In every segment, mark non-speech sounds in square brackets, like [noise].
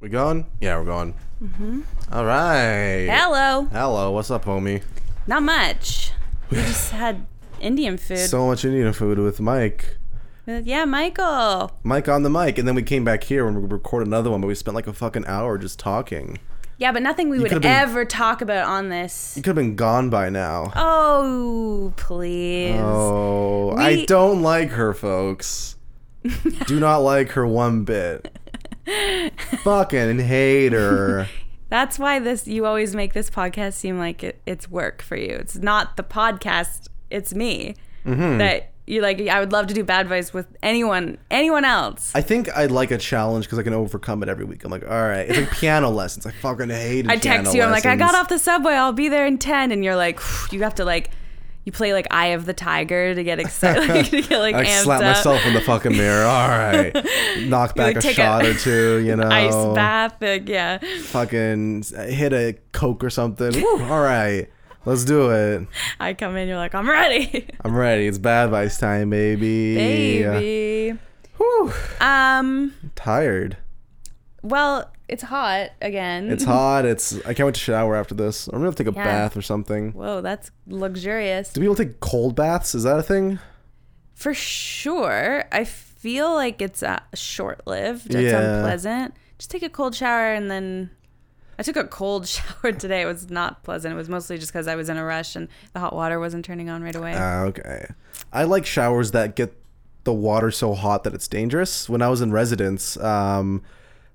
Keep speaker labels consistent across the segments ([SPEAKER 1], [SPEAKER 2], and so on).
[SPEAKER 1] We going? Yeah, we're going. Mm-hmm. All right.
[SPEAKER 2] Hello.
[SPEAKER 1] Hello, what's up, homie? [sighs]
[SPEAKER 2] Not much. We just had Indian food.
[SPEAKER 1] So much Indian food with Mike.
[SPEAKER 2] We're like, yeah, Michael.
[SPEAKER 1] Mike on the mic, and then we came back here and we record another one, but we spent like a fucking hour just talking.
[SPEAKER 2] Yeah, but nothing we would
[SPEAKER 1] could've been-
[SPEAKER 2] ever talk about on this.
[SPEAKER 1] You could have been gone by now.
[SPEAKER 2] Oh, please.
[SPEAKER 1] Oh, I
[SPEAKER 2] We-
[SPEAKER 1] don't like her,
[SPEAKER 2] [laughs]
[SPEAKER 1] folks. Do not like her one bit. fucking hate her.
[SPEAKER 2] That's why this you always make this podcast seem like it, it's work for you. It's not the podcast, it's me.
[SPEAKER 1] Mm-hmm.
[SPEAKER 2] That you like I would love to do bad voice with anyone anyone else.
[SPEAKER 1] I think I like a challenge because I can overcome it every week. I'm like, all right, it's like piano lessons. I fucking hated.
[SPEAKER 2] I text
[SPEAKER 1] piano
[SPEAKER 2] you, I'm like, I got
[SPEAKER 1] lessons.
[SPEAKER 2] off the subway, I'll be there in ten and you're like [sighs] you have to like you play like Eye of the Tiger to get excited [laughs] like, to get
[SPEAKER 1] [laughs]
[SPEAKER 2] like
[SPEAKER 1] I
[SPEAKER 2] amped
[SPEAKER 1] slap
[SPEAKER 2] up.
[SPEAKER 1] myself in the fucking mirror. All
[SPEAKER 2] [laughs]
[SPEAKER 1] right, knock back
[SPEAKER 2] like,
[SPEAKER 1] a
[SPEAKER 2] take a-
[SPEAKER 1] shot or two. You know,
[SPEAKER 2] [laughs] Ice bath, like, yeah.
[SPEAKER 1] fucking hit a coke or something. Woo, all right, let's do it.
[SPEAKER 2] I come in, you're like,
[SPEAKER 1] [laughs]
[SPEAKER 2] I'm ready,
[SPEAKER 1] I'm ready. It's bad vice time, baby.
[SPEAKER 2] baby.
[SPEAKER 1] Whew,
[SPEAKER 2] Um,
[SPEAKER 1] tired.
[SPEAKER 2] well, it's hot again. [laughs]
[SPEAKER 1] It's hot. It's. I can't wait to shower after this. I'm gonna take a
[SPEAKER 2] Yeah.
[SPEAKER 1] bath or something.
[SPEAKER 2] Whoa, that's luxurious.
[SPEAKER 1] Do people take cold baths? Is that a thing?
[SPEAKER 2] For sure. I feel like it's uh, short lived. It's
[SPEAKER 1] Yeah.
[SPEAKER 2] unpleasant. Just take a cold shower and then. I took a cold [laughs] shower today. It was not pleasant. It was mostly just because I was in a rush and the hot water wasn't turning on right away.
[SPEAKER 1] Ah, okay. I like showers that get the water so hot that it's dangerous. When I was in residence, um,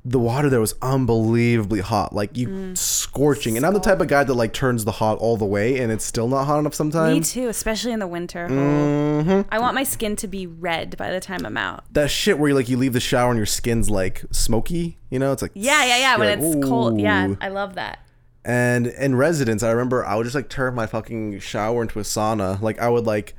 [SPEAKER 1] the water there was unbelievably hot, like you
[SPEAKER 2] Mm.
[SPEAKER 1] scorching. And I'm the type of guy that like turns the hot all the way, and it's still not hot enough
[SPEAKER 2] Me
[SPEAKER 1] sometimes.
[SPEAKER 2] too, especially in the winter.
[SPEAKER 1] Mm-hmm.
[SPEAKER 2] I want my skin to be red by the time I'm out.
[SPEAKER 1] That shit where you like you leave the shower and your skin's like smoky, you know? It's like
[SPEAKER 2] Yeah, yeah, yeah.
[SPEAKER 1] you're
[SPEAKER 2] When
[SPEAKER 1] like,
[SPEAKER 2] it's cold. Yeah,
[SPEAKER 1] "Ooh."
[SPEAKER 2] I love that.
[SPEAKER 1] And in residence, I remember I would just like turn my fucking shower into a sauna. Like I would like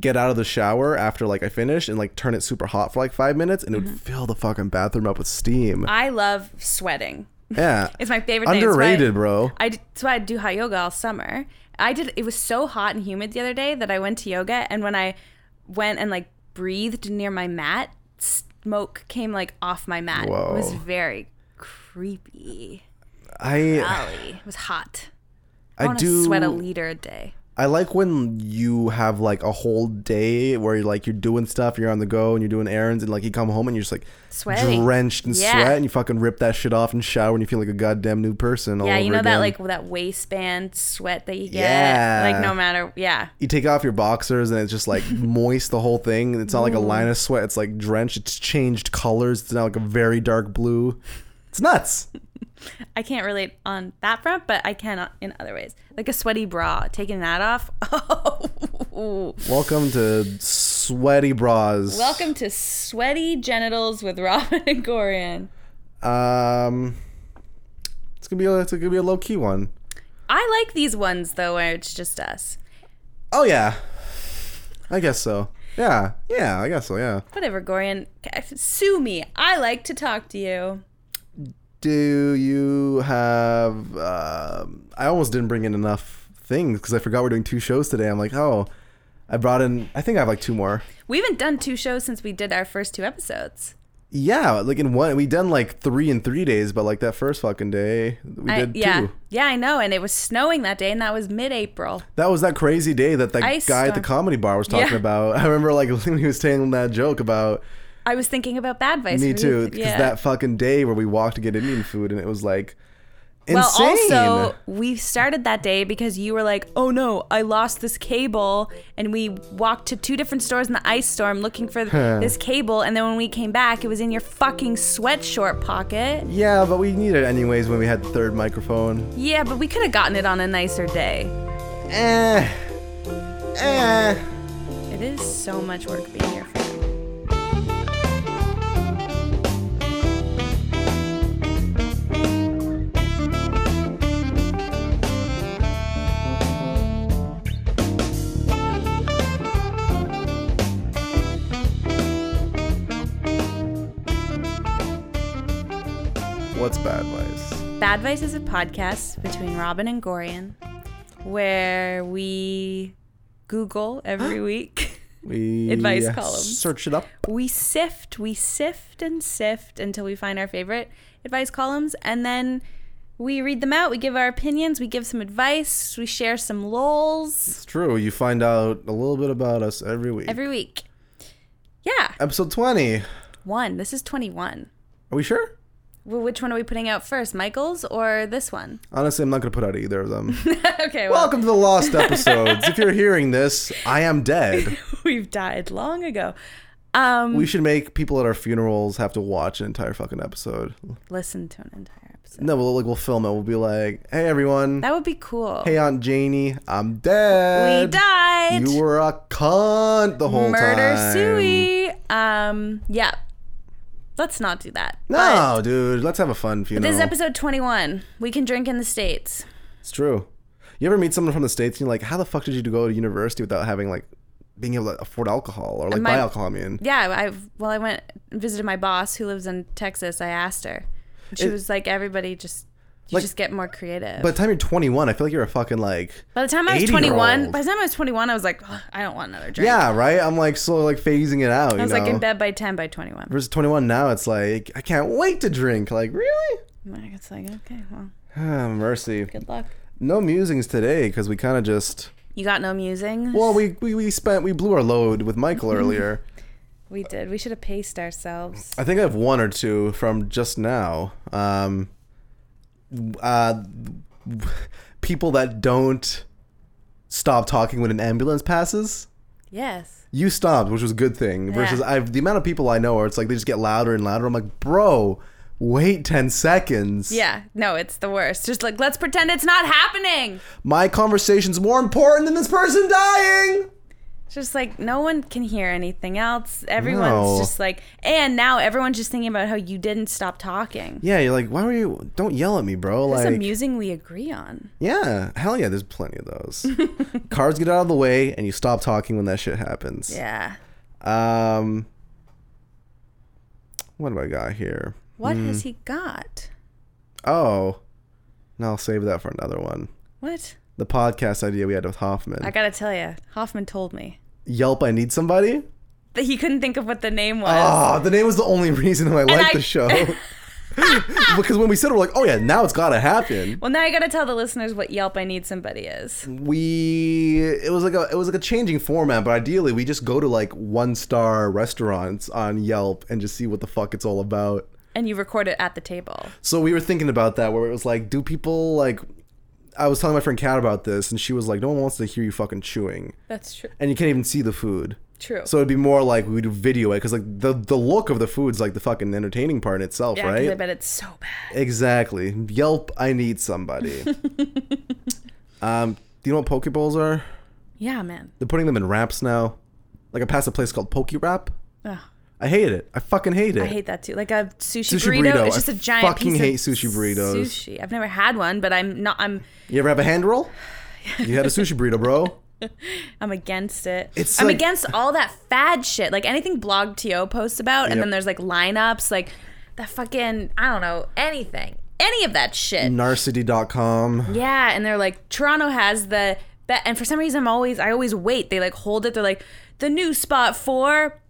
[SPEAKER 1] get out of the shower after like I finished and like turn it super hot for like five minutes, and
[SPEAKER 2] Mm-hmm.
[SPEAKER 1] it would fill the fucking bathroom up with steam.
[SPEAKER 2] I love sweating.
[SPEAKER 1] Yeah,
[SPEAKER 2] Uh, It's my favorite thing. It's why-
[SPEAKER 1] underrated, bro.
[SPEAKER 2] I d- that's why I do hot yoga all summer. I did. It was so hot and humid the other day that I went to yoga, and when I went and like breathed near my mat, smoke came like off my mat. It was
[SPEAKER 1] Whoa.
[SPEAKER 2] very creepy.
[SPEAKER 1] I
[SPEAKER 2] Golly, it was hot. I,
[SPEAKER 1] I
[SPEAKER 2] want to sweat a
[SPEAKER 1] do.
[SPEAKER 2] liter a day.
[SPEAKER 1] I like when you have like a whole day where you're like you're doing stuff, you're on the go, and you're doing errands, and like you come home and you're just like
[SPEAKER 2] Sweaty.
[SPEAKER 1] drenched in
[SPEAKER 2] Yeah.
[SPEAKER 1] sweat, and you fucking rip that shit off and shower, and you feel like a goddamn new person. All
[SPEAKER 2] Yeah, you
[SPEAKER 1] over
[SPEAKER 2] know that
[SPEAKER 1] again.
[SPEAKER 2] like that waistband sweat that you get.
[SPEAKER 1] Yeah.
[SPEAKER 2] Like no matter. Yeah.
[SPEAKER 1] you take off your boxers and it's just like moist the whole thing. It's not like a line of sweat. It's like drenched. It's changed colors. It's now like a very dark blue. It's nuts.
[SPEAKER 2] I can't relate on that front, but I can o- in other ways. Like a sweaty bra, taking that off. [laughs] Oh.
[SPEAKER 1] Welcome to sweaty bras.
[SPEAKER 2] Welcome to Sweaty Genitals with Robin and Gorian.
[SPEAKER 1] Um, it's gonna be a, it's gonna be a low key one.
[SPEAKER 2] I like these ones though, where it's just us.
[SPEAKER 1] Oh yeah, I guess so. Yeah, yeah, I guess so. Yeah.
[SPEAKER 2] Whatever, Gorian. Sue me. I like to talk to you.
[SPEAKER 1] Do you have? Um, I almost didn't bring in enough things because I forgot we're doing two shows today. I'm like, oh, I brought in. I think I have like two more.
[SPEAKER 2] We haven't done two shows since we did our first two episodes.
[SPEAKER 1] Yeah, like in one, we done like three in three days, but like that first fucking day, we
[SPEAKER 2] I-
[SPEAKER 1] did
[SPEAKER 2] yeah,
[SPEAKER 1] two.
[SPEAKER 2] yeah, I know. And it was snowing that day, and that was mid-April.
[SPEAKER 1] That was that crazy day that that
[SPEAKER 2] Ice
[SPEAKER 1] guy at the
[SPEAKER 2] storm.
[SPEAKER 1] comedy bar was talking
[SPEAKER 2] Yeah.
[SPEAKER 1] about. [laughs] I remember like when he was telling that joke about
[SPEAKER 2] I was thinking about bad advice.
[SPEAKER 1] me
[SPEAKER 2] for
[SPEAKER 1] too,
[SPEAKER 2] you.
[SPEAKER 1] because that fucking day where we walked to get Indian food and it was like
[SPEAKER 2] Well,
[SPEAKER 1] insane.
[SPEAKER 2] also, we started that day because you were like, "Oh no, I lost this cable," and we walked to two different stores in the ice storm looking for this cable. And then when we came back, it was in your fucking sweatshirt pocket.
[SPEAKER 1] yeah, but we needed it anyways when we had the third microphone.
[SPEAKER 2] Yeah, but we could have gotten it on a nicer day.
[SPEAKER 1] Eh, eh.
[SPEAKER 2] It is so much work being here for you.
[SPEAKER 1] What's bad advice?
[SPEAKER 2] Bad Vice is a podcast between Robin and Gorian, where we Google every week. [laughs]
[SPEAKER 1] We
[SPEAKER 2] Advice
[SPEAKER 1] uh,
[SPEAKER 2] columns.
[SPEAKER 1] Search it up.
[SPEAKER 2] we sift, we sift and sift until we find our favorite. advice columns, and then we read them out. We give our opinions. We give some advice. We share some lols
[SPEAKER 1] It's true. You find out a little bit about us every week.
[SPEAKER 2] every week. Yeah,
[SPEAKER 1] Episode 20. Are
[SPEAKER 2] one. This is 21.
[SPEAKER 1] we sure?
[SPEAKER 2] Well, which one are we putting out first, Michael's or this one? [laughs]
[SPEAKER 1] Honestly, I'm not going to put out either of them.
[SPEAKER 2] okay, well, [laughs]
[SPEAKER 1] Welcome to the Lost episodes. if you're hearing this, I am dead.
[SPEAKER 2] we've died long ago. Um,
[SPEAKER 1] We should make people at our funerals have to watch an entire fucking episode.
[SPEAKER 2] listen to an entire episode.
[SPEAKER 1] No, we'll like we'll film it. We'll be like, "Hey everyone,
[SPEAKER 2] That would be cool.
[SPEAKER 1] hey Aunt Janie, I'm dead.
[SPEAKER 2] we died.
[SPEAKER 1] You were a cunt the whole
[SPEAKER 2] Murder
[SPEAKER 1] time.
[SPEAKER 2] Suey. Um, yeah. Let's not do that. But
[SPEAKER 1] No, dude, let's have a fun funeral.
[SPEAKER 2] this is episode 21. We can drink in the States.
[SPEAKER 1] It's true. You ever meet someone from the states and you're like, how the fuck did you go to university without having like being able to afford alcohol or like
[SPEAKER 2] my-
[SPEAKER 1] buy alcohol? I mean,
[SPEAKER 2] Yeah, I well, I went and visited my boss who lives in Texas. I asked her. And She
[SPEAKER 1] It-
[SPEAKER 2] was like, everybody just you
[SPEAKER 1] Like-
[SPEAKER 2] just get more creative.
[SPEAKER 1] by the time you're 21, I feel like you're a fucking like,
[SPEAKER 2] by the time I was
[SPEAKER 1] 80-year-old.
[SPEAKER 2] 21, by the time I was 21, I was like, "Ugh, I don't want another drink.
[SPEAKER 1] yeah, right. I'm like slowly like phasing it out.
[SPEAKER 2] I was
[SPEAKER 1] you know?
[SPEAKER 2] like in bed by 10 by 21.
[SPEAKER 1] Versus 21 now, it's like I can't wait to drink. Like really?
[SPEAKER 2] Like, It's like, okay, well,
[SPEAKER 1] Ah, mercy.
[SPEAKER 2] good luck.
[SPEAKER 1] No musings today because we kind of just
[SPEAKER 2] You got no musings?
[SPEAKER 1] well we, we we spent we blew our load with Michael
[SPEAKER 2] Mm-hmm.
[SPEAKER 1] earlier.
[SPEAKER 2] we did. We should have paced ourselves.
[SPEAKER 1] I think I have one or two from just now. Um, uh, people that don't stop talking when an ambulance passes.
[SPEAKER 2] Yes.
[SPEAKER 1] You stopped, which was a good thing. Versus I've the amount of people I know where it's like they just get louder and louder. I'm like, bro, wait ten seconds.
[SPEAKER 2] Yeah. No, it's the worst. Just like, let's pretend it's not happening.
[SPEAKER 1] My conversation's more important than this person dying.
[SPEAKER 2] It's just like, no one can hear anything else. Everyone's
[SPEAKER 1] No.
[SPEAKER 2] just like, and now everyone's just thinking about how you didn't stop talking.
[SPEAKER 1] Yeah, you're like, why were you? Don't yell at me, bro.
[SPEAKER 2] That's
[SPEAKER 1] like,
[SPEAKER 2] amusing we agree on.
[SPEAKER 1] yeah, hell yeah, there's plenty of those. [laughs] Cars get out of the way, and you stop talking when that shit happens.
[SPEAKER 2] Yeah.
[SPEAKER 1] Um, what do I got here?
[SPEAKER 2] What has
[SPEAKER 1] Mm.
[SPEAKER 2] he got?
[SPEAKER 1] Oh, no, I'll save that for another one.
[SPEAKER 2] What?
[SPEAKER 1] The podcast idea we had with Hoffman.
[SPEAKER 2] I gotta tell you, Hoffman told me
[SPEAKER 1] Yelp, I need somebody.
[SPEAKER 2] that he couldn't think of what the name was.
[SPEAKER 1] Ah, the name was the only reason why I liked
[SPEAKER 2] I-
[SPEAKER 1] the
[SPEAKER 2] [laughs]
[SPEAKER 1] show. because when we said it, we're like, oh yeah, now it's gotta happen.
[SPEAKER 2] Well, now I gotta tell the listeners what Yelp I Need Somebody is.
[SPEAKER 1] We it was like a it was like a changing format, but ideally we just go to like one star restaurants on Yelp and just see what the fuck it's all about.
[SPEAKER 2] And you record it at the table.
[SPEAKER 1] So we were thinking about that, where it was like, do people like? I was telling my friend Kat about this, and she was like, "No one wants to hear you fucking chewing,
[SPEAKER 2] That's true.
[SPEAKER 1] and you can't even see the food."
[SPEAKER 2] True.
[SPEAKER 1] So it'd be more like we do video it, because like the the look of the food's like the fucking entertaining part in itself,
[SPEAKER 2] yeah, 'cause I
[SPEAKER 1] right?
[SPEAKER 2] bet it's so bad.
[SPEAKER 1] Exactly. Yelp, I need
[SPEAKER 2] [laughs]
[SPEAKER 1] somebody. um, do you know what poke bowls are?
[SPEAKER 2] Yeah, man.
[SPEAKER 1] They're putting them in wraps now. Like I passed a place called Poke Wrap.
[SPEAKER 2] Ugh.
[SPEAKER 1] I hate it. I fucking hate it.
[SPEAKER 2] I hate that too. Like a sushi,
[SPEAKER 1] Sushi
[SPEAKER 2] burrito,
[SPEAKER 1] burrito.
[SPEAKER 2] It's
[SPEAKER 1] I
[SPEAKER 2] just a giant
[SPEAKER 1] fucking
[SPEAKER 2] piece
[SPEAKER 1] hate
[SPEAKER 2] of
[SPEAKER 1] sushi burritos.
[SPEAKER 2] Sushi. I've never had one, but I'm not. I'm.
[SPEAKER 1] you ever have a hand
[SPEAKER 2] [sighs]
[SPEAKER 1] roll? You had a sushi burrito, bro.
[SPEAKER 2] I'm against it.
[SPEAKER 1] It's
[SPEAKER 2] I'm
[SPEAKER 1] like-
[SPEAKER 2] against all that fad shit. Like anything blog to posts about, and
[SPEAKER 1] Yep.
[SPEAKER 2] then there's like lineups, like that fucking I don't know anything, any of that shit.
[SPEAKER 1] Narcity.com.
[SPEAKER 2] Yeah, and they're like Toronto has the bet, and for some reason I'm always I always wait. They like hold it. They're like the new spot for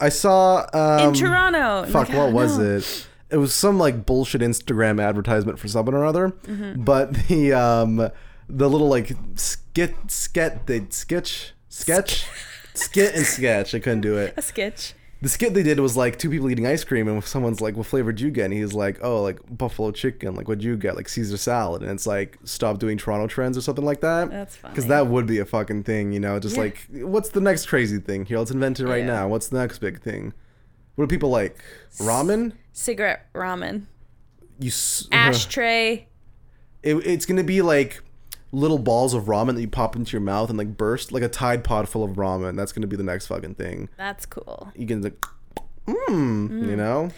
[SPEAKER 1] I saw um,
[SPEAKER 2] in Toronto. And
[SPEAKER 1] Fuck,
[SPEAKER 2] like,
[SPEAKER 1] what
[SPEAKER 2] oh,
[SPEAKER 1] was
[SPEAKER 2] no.
[SPEAKER 1] it? It was some like bullshit Instagram advertisement for someone or other.
[SPEAKER 2] Mm-hmm.
[SPEAKER 1] But the um the little like skit sket they sketch sketch skit and sketch. I couldn't do it.
[SPEAKER 2] A sketch.
[SPEAKER 1] The skit they did was like two people eating ice cream and someone's like, "What flavor did you get?" And he's like, "Oh, like buffalo chicken. Like what'd you get? Like Caesar salad." And it's like, "Stop doing Toronto trends or something like that."
[SPEAKER 2] That's
[SPEAKER 1] Because
[SPEAKER 2] funny.
[SPEAKER 1] that would be a fucking thing, you know. Just like, what's the next crazy thing here? Let's invent it right
[SPEAKER 2] Oh, Yeah.
[SPEAKER 1] now. What's the next big thing? What do people like? Ramen.
[SPEAKER 2] Cigarette ramen.
[SPEAKER 1] You. S- [laughs]
[SPEAKER 2] Ashtray.
[SPEAKER 1] It, it's gonna be like little balls of ramen that you pop into your mouth and like burst like a tide pod full of ramen. That's gonna be the next fucking thing.
[SPEAKER 2] That's cool.
[SPEAKER 1] You can like, mmm,
[SPEAKER 2] Mm.
[SPEAKER 1] you know.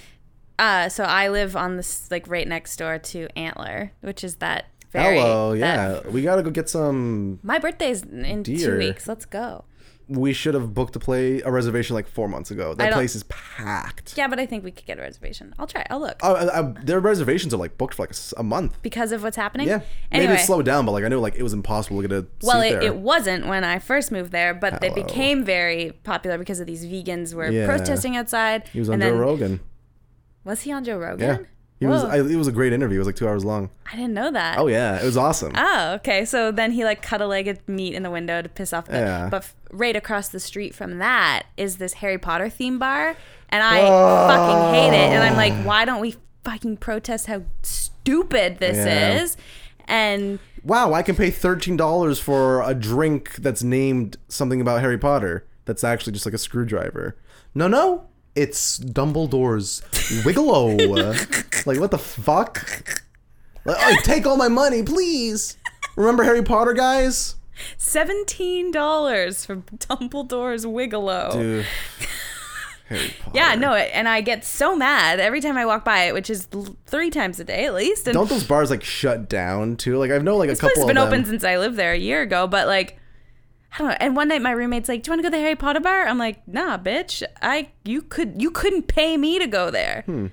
[SPEAKER 2] Uh, so I live on this like right next door to Antler, which is that very.
[SPEAKER 1] Hello,
[SPEAKER 2] that-
[SPEAKER 1] yeah. we gotta go get some.
[SPEAKER 2] my birthday's in
[SPEAKER 1] Dear.
[SPEAKER 2] two weeks. Let's go.
[SPEAKER 1] We should have booked a play a reservation like four months ago. That
[SPEAKER 2] don't-
[SPEAKER 1] place is packed.
[SPEAKER 2] Yeah, but I think we could get a reservation. I'll try. I'll look
[SPEAKER 1] Oh, I, I, their reservations are like booked for like a s- a month.
[SPEAKER 2] because of what's happening.
[SPEAKER 1] Yeah,
[SPEAKER 2] Anyway,
[SPEAKER 1] maybe it slowed down, but like I know like it was impossible to get a
[SPEAKER 2] well,
[SPEAKER 1] seat
[SPEAKER 2] it,
[SPEAKER 1] there.
[SPEAKER 2] it wasn't when I first moved there, but they
[SPEAKER 1] Hello.
[SPEAKER 2] became very popular because of these vegans were
[SPEAKER 1] Yeah.
[SPEAKER 2] protesting outside.
[SPEAKER 1] he was on
[SPEAKER 2] and
[SPEAKER 1] Joe
[SPEAKER 2] then
[SPEAKER 1] Rogan.
[SPEAKER 2] Was he on Joe Rogan?
[SPEAKER 1] Yeah. He was,
[SPEAKER 2] Whoa.
[SPEAKER 1] I, it was a great interview. It was like two hours long.
[SPEAKER 2] I didn't know that.
[SPEAKER 1] Oh, yeah. It was awesome.
[SPEAKER 2] Oh, okay. So then he like cut a leg of meat in the window to piss off. The,
[SPEAKER 1] Yeah.
[SPEAKER 2] But f- right across the street from that is this Harry Potter theme bar, and I fucking hate it. And I'm like, why don't we fucking protest how stupid this
[SPEAKER 1] Yeah.
[SPEAKER 2] is? And
[SPEAKER 1] Wow, I can pay $13 for a drink that's named something about Harry Potter that's actually just like a screwdriver. No, no. It's Dumbledore's
[SPEAKER 2] [laughs]
[SPEAKER 1] Wiggalo. like, what the fuck? Like, oh, take all my money, please. Remember Harry Potter, guys?
[SPEAKER 2] seventeen dollars for Dumbledore's Wiggalo.
[SPEAKER 1] Dude. Harry Potter.
[SPEAKER 2] Yeah, no, it, and I get so mad every time I walk by it, which is l- three times a day at least. And
[SPEAKER 1] Don't those bars like shut down too? Like I know like a
[SPEAKER 2] This place
[SPEAKER 1] couple
[SPEAKER 2] has been
[SPEAKER 1] of them.
[SPEAKER 2] open since I lived there a year ago, but like, I don't know. And one night my roommate's like, "Do you want to go to the Harry Potter bar?" I'm like, "Nah, bitch. I you could you couldn't pay me to go there."
[SPEAKER 1] Hmm.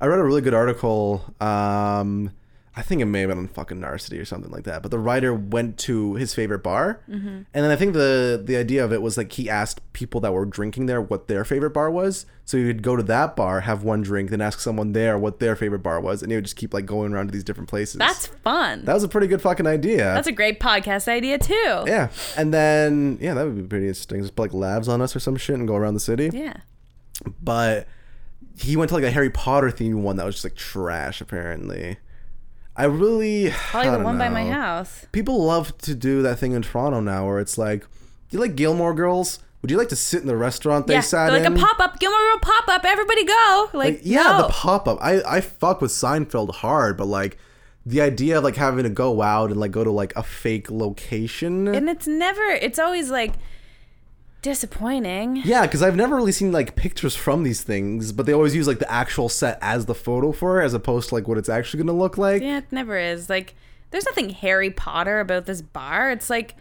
[SPEAKER 1] I read a really good article. Um, I think it may have been on fucking Narcity or something like that. But the writer went to his favorite bar,
[SPEAKER 2] Mm-hmm.
[SPEAKER 1] and then I think the the idea of it was like he asked people that were drinking there what their favorite bar was. So he would go to that bar, have one drink, then ask someone there what their favorite bar was, and he would just keep like going around to these different places.
[SPEAKER 2] That's fun.
[SPEAKER 1] that was a pretty good fucking idea.
[SPEAKER 2] That's a great podcast idea too. Yeah.
[SPEAKER 1] yeah, and then yeah, that would be pretty interesting. Just put like labs on us or some shit and go around the city. but he went to like a Harry Potter themed one that was just like trash apparently. I really
[SPEAKER 2] Probably
[SPEAKER 1] I
[SPEAKER 2] the
[SPEAKER 1] don't
[SPEAKER 2] one by my
[SPEAKER 1] know.
[SPEAKER 2] house.
[SPEAKER 1] People love to do that thing in Toronto now where it's like, do you like Gilmore Girls? Would you like to sit in the restaurant they
[SPEAKER 2] yeah.
[SPEAKER 1] sat
[SPEAKER 2] they're like
[SPEAKER 1] in?
[SPEAKER 2] a pop up, Gilmore Girl pop up. Everybody go. Like,
[SPEAKER 1] yeah,
[SPEAKER 2] no.
[SPEAKER 1] the pop up. I I fuck with Seinfeld hard, but like the idea of like having to go out and like go to like a fake location.
[SPEAKER 2] and it's never. It's always like disappointing.
[SPEAKER 1] Yeah, because I've never really seen like pictures from these things, but they always use like the actual set as the photo for it, as opposed to like what it's actually gonna look like.
[SPEAKER 2] Yeah, it never is. Like, there's nothing Harry Potter about this bar. It's like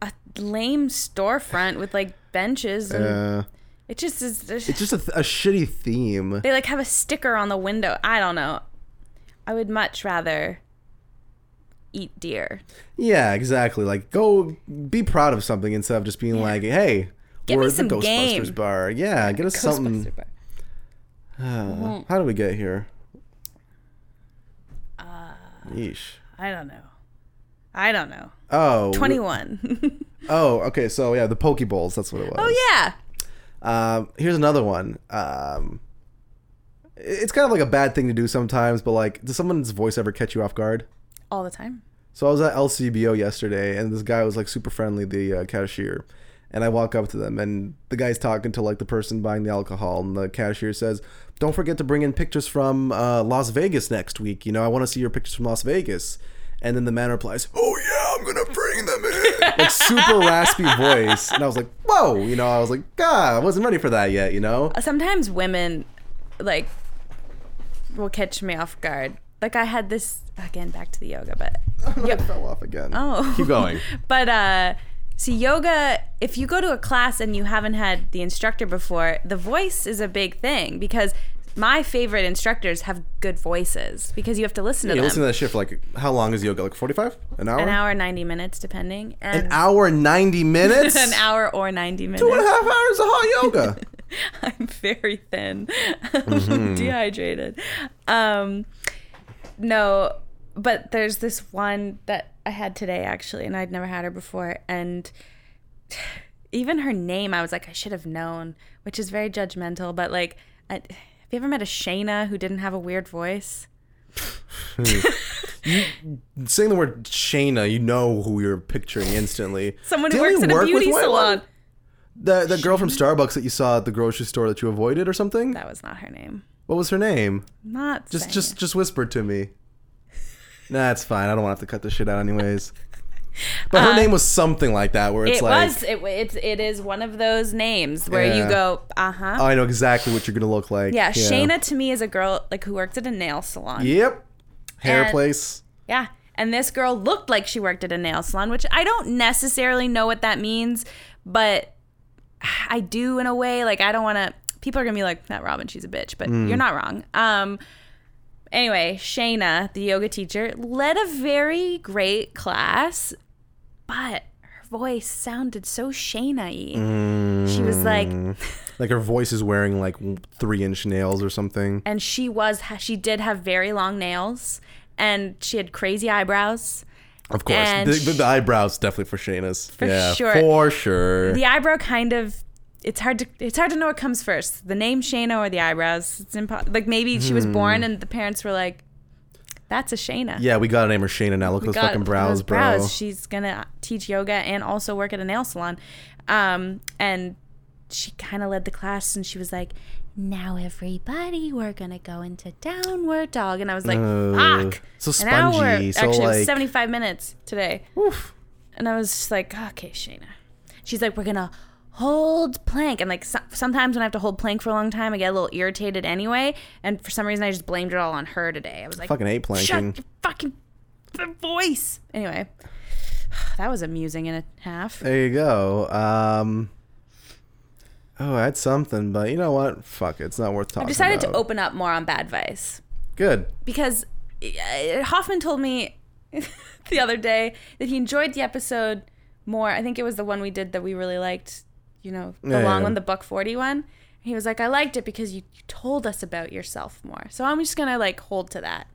[SPEAKER 2] a lame storefront with like benches, and
[SPEAKER 1] Uh,
[SPEAKER 2] it just is.
[SPEAKER 1] it's just a, th- a shitty theme.
[SPEAKER 2] They like have a sticker on the window. I don't know. I would much rather eat deer.
[SPEAKER 1] Yeah, exactly. Like, go be proud of something instead of just being like, hey,
[SPEAKER 2] Give
[SPEAKER 1] we're
[SPEAKER 2] me
[SPEAKER 1] at
[SPEAKER 2] some
[SPEAKER 1] the Ghostbusters
[SPEAKER 2] game.
[SPEAKER 1] bar. Yeah, get us something.
[SPEAKER 2] Ghostbuster bar.
[SPEAKER 1] Uh,
[SPEAKER 2] Uh-huh.
[SPEAKER 1] how did we get here?
[SPEAKER 2] Uh,
[SPEAKER 1] Yeesh.
[SPEAKER 2] I don't know. I don't know.
[SPEAKER 1] Oh, we-
[SPEAKER 2] Twenty-one.
[SPEAKER 1] oh, okay. So yeah, the Poke Bowls. That's what it was.
[SPEAKER 2] [laughs] oh yeah.
[SPEAKER 1] Um, here's another one. Um, it's kind of like a bad thing to do sometimes, but like, does someone's voice ever catch you off guard?
[SPEAKER 2] All the time.
[SPEAKER 1] So I was at LCBO yesterday, and this guy was like super friendly, the uh, cashier. And I walk up to them, and the guy's talking to like the person buying the alcohol, and the cashier says, "Don't forget to bring in pictures from uh, Las Vegas next week. You know, I want to see your pictures from Las Vegas." And then the man replies, "Oh yeah, I'm gonna bring them
[SPEAKER 2] [laughs]
[SPEAKER 1] in." like super raspy voice, and I was like, "Whoa!" You know, I was like, "God, I wasn't ready for that yet." You know?
[SPEAKER 2] sometimes women like will catch me off guard. Like I had this again back to the yoga, but
[SPEAKER 1] [laughs] I fell off again.
[SPEAKER 2] Uh, oh,
[SPEAKER 1] Keep going.
[SPEAKER 2] but uh so yoga if you go to a class and you haven't had the instructor before, the voice is a big thing because my favorite instructors have good voices because you have to listen to
[SPEAKER 1] You
[SPEAKER 2] them.
[SPEAKER 1] listen to that shit for like how long is yoga? Like forty-five? An hour?
[SPEAKER 2] an hour, and 90 minutes depending. And [laughs]
[SPEAKER 1] An hour and ninety minutes?
[SPEAKER 2] an hour or 90 minutes.
[SPEAKER 1] Two and a half hours of hot [laughs] yoga.
[SPEAKER 2] [laughs] I'm very thin,
[SPEAKER 1] Mm-hmm.
[SPEAKER 2] [laughs] dehydrated. Um, no, but there's this one that I had today actually, and I'd never had her before, and [sighs] even her name, I was like, I should have known, which is very judgmental. But like, I, have you ever met a Shayna who didn't have a weird voice?
[SPEAKER 1] Saying the word Shayna, you know who you're picturing instantly.
[SPEAKER 2] Someone who
[SPEAKER 1] Didn't we
[SPEAKER 2] works in
[SPEAKER 1] work
[SPEAKER 2] a
[SPEAKER 1] with
[SPEAKER 2] beauty
[SPEAKER 1] one-
[SPEAKER 2] salon.
[SPEAKER 1] The, the girl from Starbucks that you saw at the grocery store that you avoided or something?
[SPEAKER 2] That was not her name.
[SPEAKER 1] What was her name?
[SPEAKER 2] Not
[SPEAKER 1] Just
[SPEAKER 2] saying
[SPEAKER 1] just just whisper to me. Nah, it's fine. I don't want to have to cut this shit out anyways. But her name was something like that where it's
[SPEAKER 2] Uh, It
[SPEAKER 1] like
[SPEAKER 2] was. It, it's. It is one of those names where
[SPEAKER 1] Yeah.
[SPEAKER 2] you go, uh huh.
[SPEAKER 1] Oh, I know exactly what you're gonna look like.
[SPEAKER 2] Yeah, Shayna to me is a girl like who worked at a nail salon. Yeah.
[SPEAKER 1] Yep. Hair
[SPEAKER 2] And-
[SPEAKER 1] place.
[SPEAKER 2] And this girl looked like she worked at a nail salon, which I don't necessarily know what that means, but [sighs] I do in a way. Like I don't want to people are going to be like that Robin, she's a bitch, but you're not wrong. Um anyway, Shayna, the yoga teacher, led a very great class, but her voice sounded so Shayna-y. She was like,
[SPEAKER 1] Like her voice is wearing like three inch nails or something.
[SPEAKER 2] and she was she did have very long nails, and she had crazy eyebrows.
[SPEAKER 1] Of course,
[SPEAKER 2] And
[SPEAKER 1] the, the, the eyebrows definitely for Shayna's.
[SPEAKER 2] For
[SPEAKER 1] yeah,
[SPEAKER 2] sure.
[SPEAKER 1] for sure.
[SPEAKER 2] The eyebrow kind of. It's hard to it's hard to know what comes first, the name Shayna or the eyebrows. It's impo- like maybe she was born and the parents were like, "That's a Shayna."
[SPEAKER 1] yeah, we gotta name her Shayna now. Look at those
[SPEAKER 2] God,
[SPEAKER 1] fucking brows,
[SPEAKER 2] those
[SPEAKER 1] bro.
[SPEAKER 2] She's gonna teach yoga and also work at a nail salon. Um, and she kind of led the class, and she was like, "Now everybody, we're gonna go into downward dog." And I was like,
[SPEAKER 1] Uh,
[SPEAKER 2] "Fuck!"
[SPEAKER 1] so
[SPEAKER 2] An hour.
[SPEAKER 1] spongy, so,
[SPEAKER 2] Actually, it
[SPEAKER 1] like-
[SPEAKER 2] was seventy-five minutes today.
[SPEAKER 1] Oof.
[SPEAKER 2] And I was just like, "Okay, Shayna." She's like, "We're gonna." Hold plank, and like so- sometimes when I have to hold plank for a long time, I get a little irritated anyway. And for some reason, I just blamed it all on her today. I was like,
[SPEAKER 1] Fucking hate planking.
[SPEAKER 2] Shut your fucking f- voice. Anyway, [sighs] that was amusing in a half.
[SPEAKER 1] There you go. Um. Oh, I had something, but you know what? Fuck it. It's not worth talking
[SPEAKER 2] I decided to
[SPEAKER 1] about.
[SPEAKER 2] open up more on bad vice
[SPEAKER 1] Good.
[SPEAKER 2] because uh, Hoffman told me [laughs] the other day that he enjoyed the episode more. I think it was the one we did that we really liked, you know, the
[SPEAKER 1] Yeah,
[SPEAKER 2] long
[SPEAKER 1] yeah.
[SPEAKER 2] one, the buck 40 one. He was like, I liked it because you you told us about yourself more. So I'm just going to like hold to that.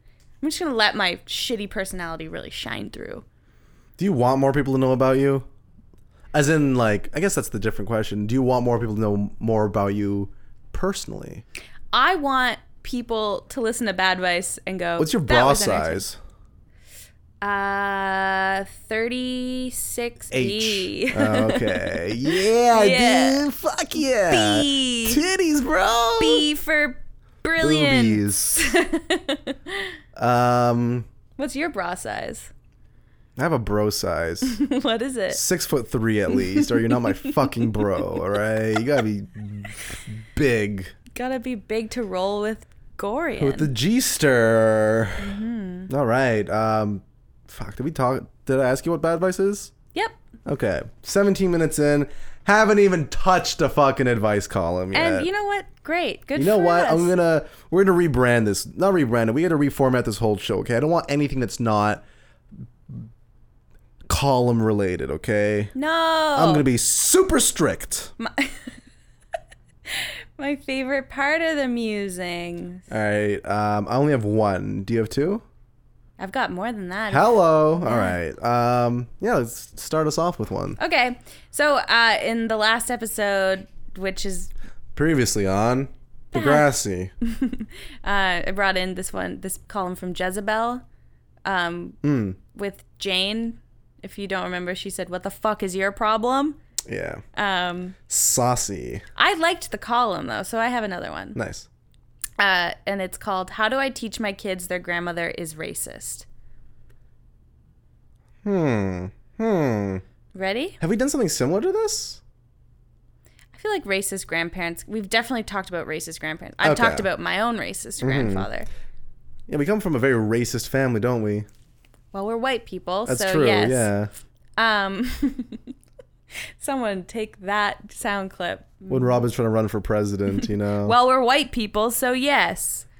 [SPEAKER 2] I'm just going to let my shitty personality really shine through.
[SPEAKER 1] Do you want more people to know about you? As in, like, I guess that's the different question. Do you want more people to know more about you personally?
[SPEAKER 2] I want people to listen to Bad Vice and go.
[SPEAKER 1] What's your
[SPEAKER 2] "That
[SPEAKER 1] bra
[SPEAKER 2] was entertaining."
[SPEAKER 1] size?
[SPEAKER 2] Uh, thirty-six E. B.
[SPEAKER 1] H. okay. Yeah,
[SPEAKER 2] Yeah.
[SPEAKER 1] dude. Fuck
[SPEAKER 2] [laughs]
[SPEAKER 1] yeah.
[SPEAKER 2] B.
[SPEAKER 1] Titties, bro.
[SPEAKER 2] B for brilliant.
[SPEAKER 1] Boobies. um,
[SPEAKER 2] [laughs] What's your bra size? [laughs]
[SPEAKER 1] I have a bro size.
[SPEAKER 2] what is it?
[SPEAKER 1] Six foot three at least, or you're not my fucking bro, all right? You gotta be big.
[SPEAKER 2] Gotta be big to roll with Gorian.
[SPEAKER 1] With the G stir.
[SPEAKER 2] Mm-hmm.
[SPEAKER 1] All right. Um, fuck. Did we talk? Did I ask you what bad advice is?
[SPEAKER 2] yep.
[SPEAKER 1] Okay. 17 minutes in. Haven't even touched the fucking advice column yet.
[SPEAKER 2] And you know what? Great. Good.
[SPEAKER 1] You know
[SPEAKER 2] for
[SPEAKER 1] what?
[SPEAKER 2] Us.
[SPEAKER 1] I'm gonna we're gonna rebrand this. Not rebrand it. We gotta reformat this whole show. Okay. I don't want anything that's not column related. Okay.
[SPEAKER 2] no. Oh.
[SPEAKER 1] I'm gonna be super strict.
[SPEAKER 2] My favorite part of the musings.
[SPEAKER 1] All right. Um, I only have one. Do you have two?
[SPEAKER 2] I've got more than that.
[SPEAKER 1] Hello. All right. Um, yeah. Let's start us off with one.
[SPEAKER 2] Okay. So, uh, in the last episode, which is
[SPEAKER 1] Previously on
[SPEAKER 2] [laughs]
[SPEAKER 1] Degrassi.
[SPEAKER 2] uh, I brought in this one, this column from Jezebel, um,
[SPEAKER 1] Hmm.
[SPEAKER 2] with Jane. If you don't remember, she said, "What the fuck is your problem?"
[SPEAKER 1] Yeah.
[SPEAKER 2] Um,
[SPEAKER 1] Saucy.
[SPEAKER 2] I liked the column though, so I have
[SPEAKER 1] [laughs]
[SPEAKER 2] another one,
[SPEAKER 1] Nice.
[SPEAKER 2] uh, and it's called "How Do I Teach My Kids Their Grandmother Is Racist."
[SPEAKER 1] Hmm. Hmm.
[SPEAKER 2] Ready?
[SPEAKER 1] Have we done something similar to this?
[SPEAKER 2] I feel like racist grandparents. We've definitely talked about racist grandparents. I've
[SPEAKER 1] Okay. Mm-hmm.
[SPEAKER 2] talked about my own racist grandfather.
[SPEAKER 1] Yeah, we come from a very racist family, don't we?
[SPEAKER 2] Well, we're white people,
[SPEAKER 1] That's
[SPEAKER 2] so
[SPEAKER 1] true.
[SPEAKER 2] yes.
[SPEAKER 1] Yeah.
[SPEAKER 2] Um, [laughs] someone take that sound clip.
[SPEAKER 1] When Robin's trying to run for president,
[SPEAKER 2] [laughs]
[SPEAKER 1] you know.
[SPEAKER 2] Mm. Well, we're white people, so yes. [laughs]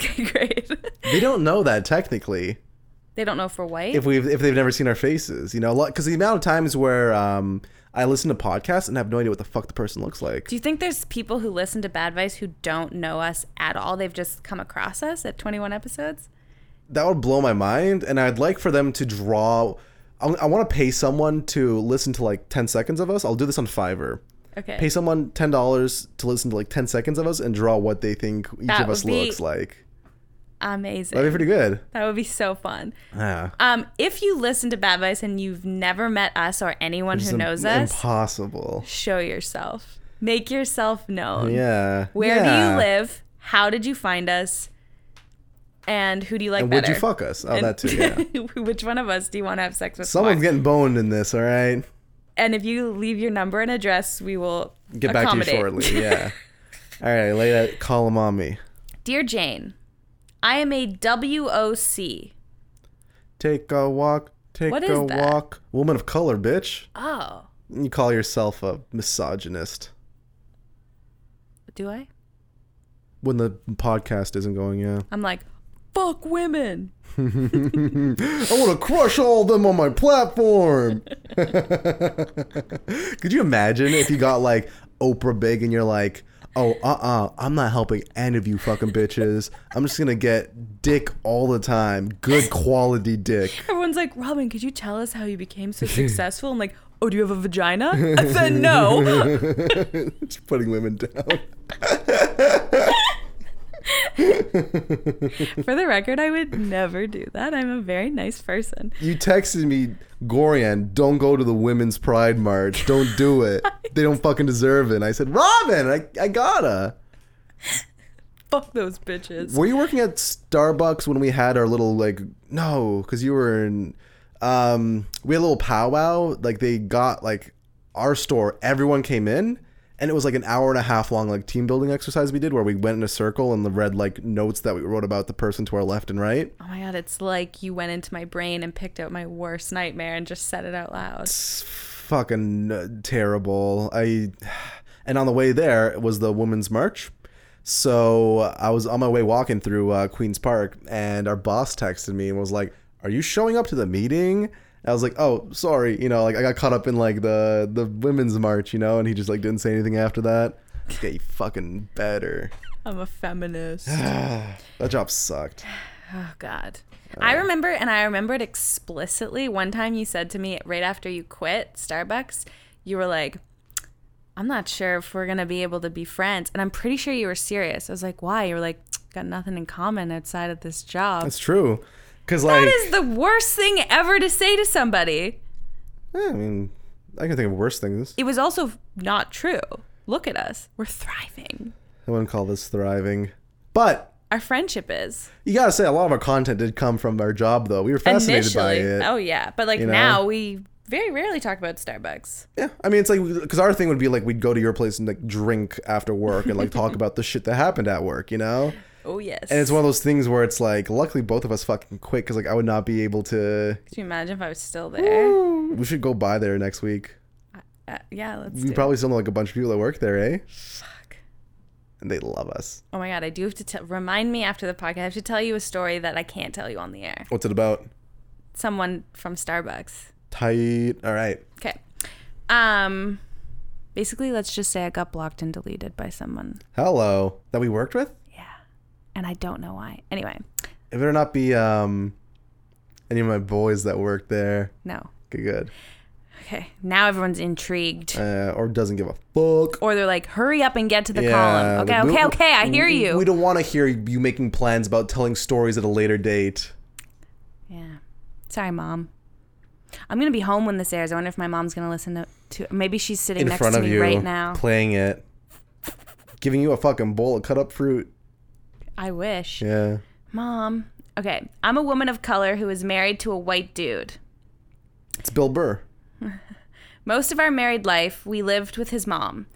[SPEAKER 2] Okay, great. [laughs]
[SPEAKER 1] they don't know that technically.
[SPEAKER 2] they don't know if we're white.
[SPEAKER 1] If we have if they've never seen our faces, you know, because the amount of times where um, I listen to podcasts and have no idea what the fuck the person looks like.
[SPEAKER 2] Do you think there's people who listen to Bad Vice who don't know us at all? They've just come across us at 21 episodes?
[SPEAKER 1] that would blow my mind and i'd like for them to draw i, want to pay someone to listen to like 10 seconds of us i'll do this on fiverr
[SPEAKER 2] Okay.
[SPEAKER 1] pay someone $10 to listen to like 10 seconds of us and draw what they think each
[SPEAKER 2] That
[SPEAKER 1] of us
[SPEAKER 2] would be-
[SPEAKER 1] looks like
[SPEAKER 2] Amazing.
[SPEAKER 1] that'd be pretty good Ah,
[SPEAKER 2] that would be so fun.
[SPEAKER 1] yeah
[SPEAKER 2] Um, if you listen to Bad Vice and you've never met us or anyone
[SPEAKER 1] It's
[SPEAKER 2] who knows
[SPEAKER 1] im-
[SPEAKER 2] us,
[SPEAKER 1] impossible
[SPEAKER 2] show yourself. Make yourself known.
[SPEAKER 1] yeah
[SPEAKER 2] Where do
[SPEAKER 1] Yeah.
[SPEAKER 2] you live? How did you find us? And who do you like
[SPEAKER 1] and would
[SPEAKER 2] better?
[SPEAKER 1] you fuck us oh
[SPEAKER 2] And-
[SPEAKER 1] that
[SPEAKER 2] [laughs]
[SPEAKER 1] too yeah
[SPEAKER 2] which one of us do you want to have sex with?
[SPEAKER 1] someone's
[SPEAKER 2] more?
[SPEAKER 1] getting boned in this all right
[SPEAKER 2] and if you leave your number and address, we will
[SPEAKER 1] get back to you
[SPEAKER 2] accommodate.
[SPEAKER 1] shortly yeah
[SPEAKER 2] [laughs]
[SPEAKER 1] all right lay that column on me
[SPEAKER 2] Dear Jane, I am a WOC.
[SPEAKER 1] take a walk take
[SPEAKER 2] What
[SPEAKER 1] a
[SPEAKER 2] is that?
[SPEAKER 1] walk woman of color bitch
[SPEAKER 2] Oh,
[SPEAKER 1] You call yourself a misogynist
[SPEAKER 2] do I?
[SPEAKER 1] when the podcast isn't going, yeah.
[SPEAKER 2] I'm like, fuck women.
[SPEAKER 1] I want to crush all of them on my platform. Could you imagine if you got like Oprah big and you're like, oh, uh uh-uh, uh, i am not helping any of you fucking bitches. I'm just going to get dick all the time. Good quality dick. [laughs]
[SPEAKER 2] Everyone's like, Robin, could you tell us how you became so successful? I'm like, oh, do you have a vagina? I said no.
[SPEAKER 1] Just putting women down.
[SPEAKER 2] For the record, I would never do that. I'm a very nice person.
[SPEAKER 1] You texted me, Gorian, don't go to the Women's Pride March. Don't do it. they don't fucking deserve it. And I said, Robin, I, I gotta.
[SPEAKER 2] Fuck those bitches.
[SPEAKER 1] Were you working at Starbucks when we had our little like no, because you were in um we had a little powwow. Like they got like our store, everyone came in, and it was like an hour and a half long like team building exercise we did where we went in a circle and the read like notes that we wrote about the person to our left and right.
[SPEAKER 2] Oh my god, it's like you went into my brain and picked out my worst nightmare and just said it out loud.
[SPEAKER 1] It's fucking uh, terrible. I and on the way there was the women's march. So I was on my way walking through uh, Queens Park, and our boss texted me and was like, "Are you showing up to the meeting?" And I was like, "Oh, sorry, you know, like I got caught up in like the the women's march, you know." And he just like didn't say anything after that. Yeah, you fucking better. [sighs]
[SPEAKER 2] I'm a feminist.
[SPEAKER 1] That job sucked.
[SPEAKER 2] Oh God. I remember, and I remember it explicitly. One time you said to me right after you quit Starbucks, you were like, I'm not sure if we're going to be able to be friends. And I'm pretty sure you were serious. I was like, why? You were like, got nothing in common outside of this job.
[SPEAKER 1] That's true. Cause
[SPEAKER 2] That
[SPEAKER 1] like,
[SPEAKER 2] is the worst thing ever to say to somebody.
[SPEAKER 1] eh, I mean, I can think of worse things.
[SPEAKER 2] It was also not true. Look at us. We're thriving.
[SPEAKER 1] I wouldn't call this thriving, but.
[SPEAKER 2] Our friendship is.
[SPEAKER 1] You gotta say a lot of our content did come from our job though. We were fascinated by
[SPEAKER 2] Initially.
[SPEAKER 1] it.
[SPEAKER 2] Oh, yeah. But like
[SPEAKER 1] You know?
[SPEAKER 2] now, we very rarely talk about Starbucks.
[SPEAKER 1] Yeah, I mean, it's like because our thing would be like we'd go to your place and like drink after work and like
[SPEAKER 2] [laughs]
[SPEAKER 1] talk about the shit that happened at work, you know.
[SPEAKER 2] Oh, yes.
[SPEAKER 1] And it's one of those things where it's like, luckily both of us fucking quit because like I would not be able to.
[SPEAKER 2] Could you imagine if I was still there?
[SPEAKER 1] We should go by there next week.
[SPEAKER 2] Uh, yeah, let's
[SPEAKER 1] We
[SPEAKER 2] do
[SPEAKER 1] probably still know like a bunch of people that work there, eh?
[SPEAKER 2] it. Fuck.
[SPEAKER 1] And they love us.
[SPEAKER 2] Oh my god, I do have to tell. Remind me after the podcast. I have to tell you a story that I can't tell you on the air.
[SPEAKER 1] What's it about?
[SPEAKER 2] Someone from Starbucks.
[SPEAKER 1] Tight. All right.
[SPEAKER 2] Okay. Um. Basically, let's just say I got blocked and deleted by someone.
[SPEAKER 1] Hello. That we worked with.
[SPEAKER 2] And I don't know why. Anyway,
[SPEAKER 1] It better not be um any of my boys that work there.
[SPEAKER 2] no.
[SPEAKER 1] Okay, good.
[SPEAKER 2] Okay. Now everyone's intrigued.
[SPEAKER 1] Uh, or doesn't give a fuck.
[SPEAKER 2] Or they're like, hurry up and get to the column. Okay,
[SPEAKER 1] like, we-
[SPEAKER 2] okay,
[SPEAKER 1] we-
[SPEAKER 2] okay. I hear
[SPEAKER 1] we-
[SPEAKER 2] you.
[SPEAKER 1] We don't want to hear you making plans about telling stories at a later date.
[SPEAKER 2] yeah. Sorry, mom. I'm gonna be home when this airs. I wonder if my mom's gonna listen to. to maybe she's sitting
[SPEAKER 1] In
[SPEAKER 2] next
[SPEAKER 1] front
[SPEAKER 2] to
[SPEAKER 1] of
[SPEAKER 2] me
[SPEAKER 1] you,
[SPEAKER 2] right now.
[SPEAKER 1] playing it, giving you a fucking bowl of cut up fruit.
[SPEAKER 2] I wish.
[SPEAKER 1] Yeah.
[SPEAKER 2] Mom. Okay, I'm a woman of color who is married to a white dude.
[SPEAKER 1] It's Bill Burr.
[SPEAKER 2] Most of our married life, we lived with his mom.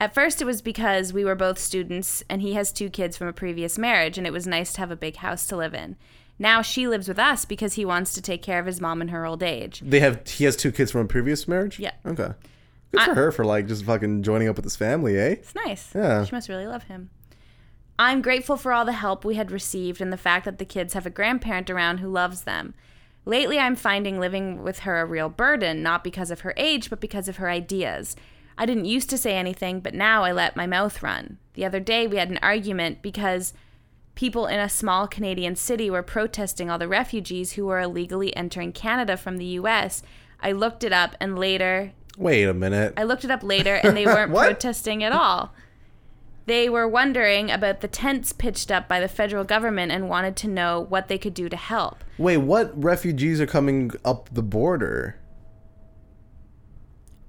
[SPEAKER 2] At first, it was because we were both students and he has two kids from a previous marriage, and it was nice to have a big house to live in. Now she lives with us because he wants to take care of his mom in her old age.
[SPEAKER 1] They have he has two kids from a previous marriage?
[SPEAKER 2] Yeah.
[SPEAKER 1] Okay. Good for her for like just fucking joining up with his family, eh?
[SPEAKER 2] It's nice.
[SPEAKER 1] Yeah.
[SPEAKER 2] She must really love him. I'm grateful for all the help we had received and the fact that the kids have a grandparent around who loves them. Lately, I'm finding living with her a real burden, not because of her age, but because of her ideas. I didn't used to say anything, but now I let my mouth run. The other day, we had an argument because people in a small Canadian city were protesting all the refugees who were illegally entering Canada from the US. I looked it up and later
[SPEAKER 1] Wait a minute.
[SPEAKER 2] I looked it up later and they weren't
[SPEAKER 1] What?
[SPEAKER 2] protesting at all. They were wondering about the tents pitched up by the federal government and wanted to know what they could do to help.
[SPEAKER 1] Wait, what refugees are coming up the border?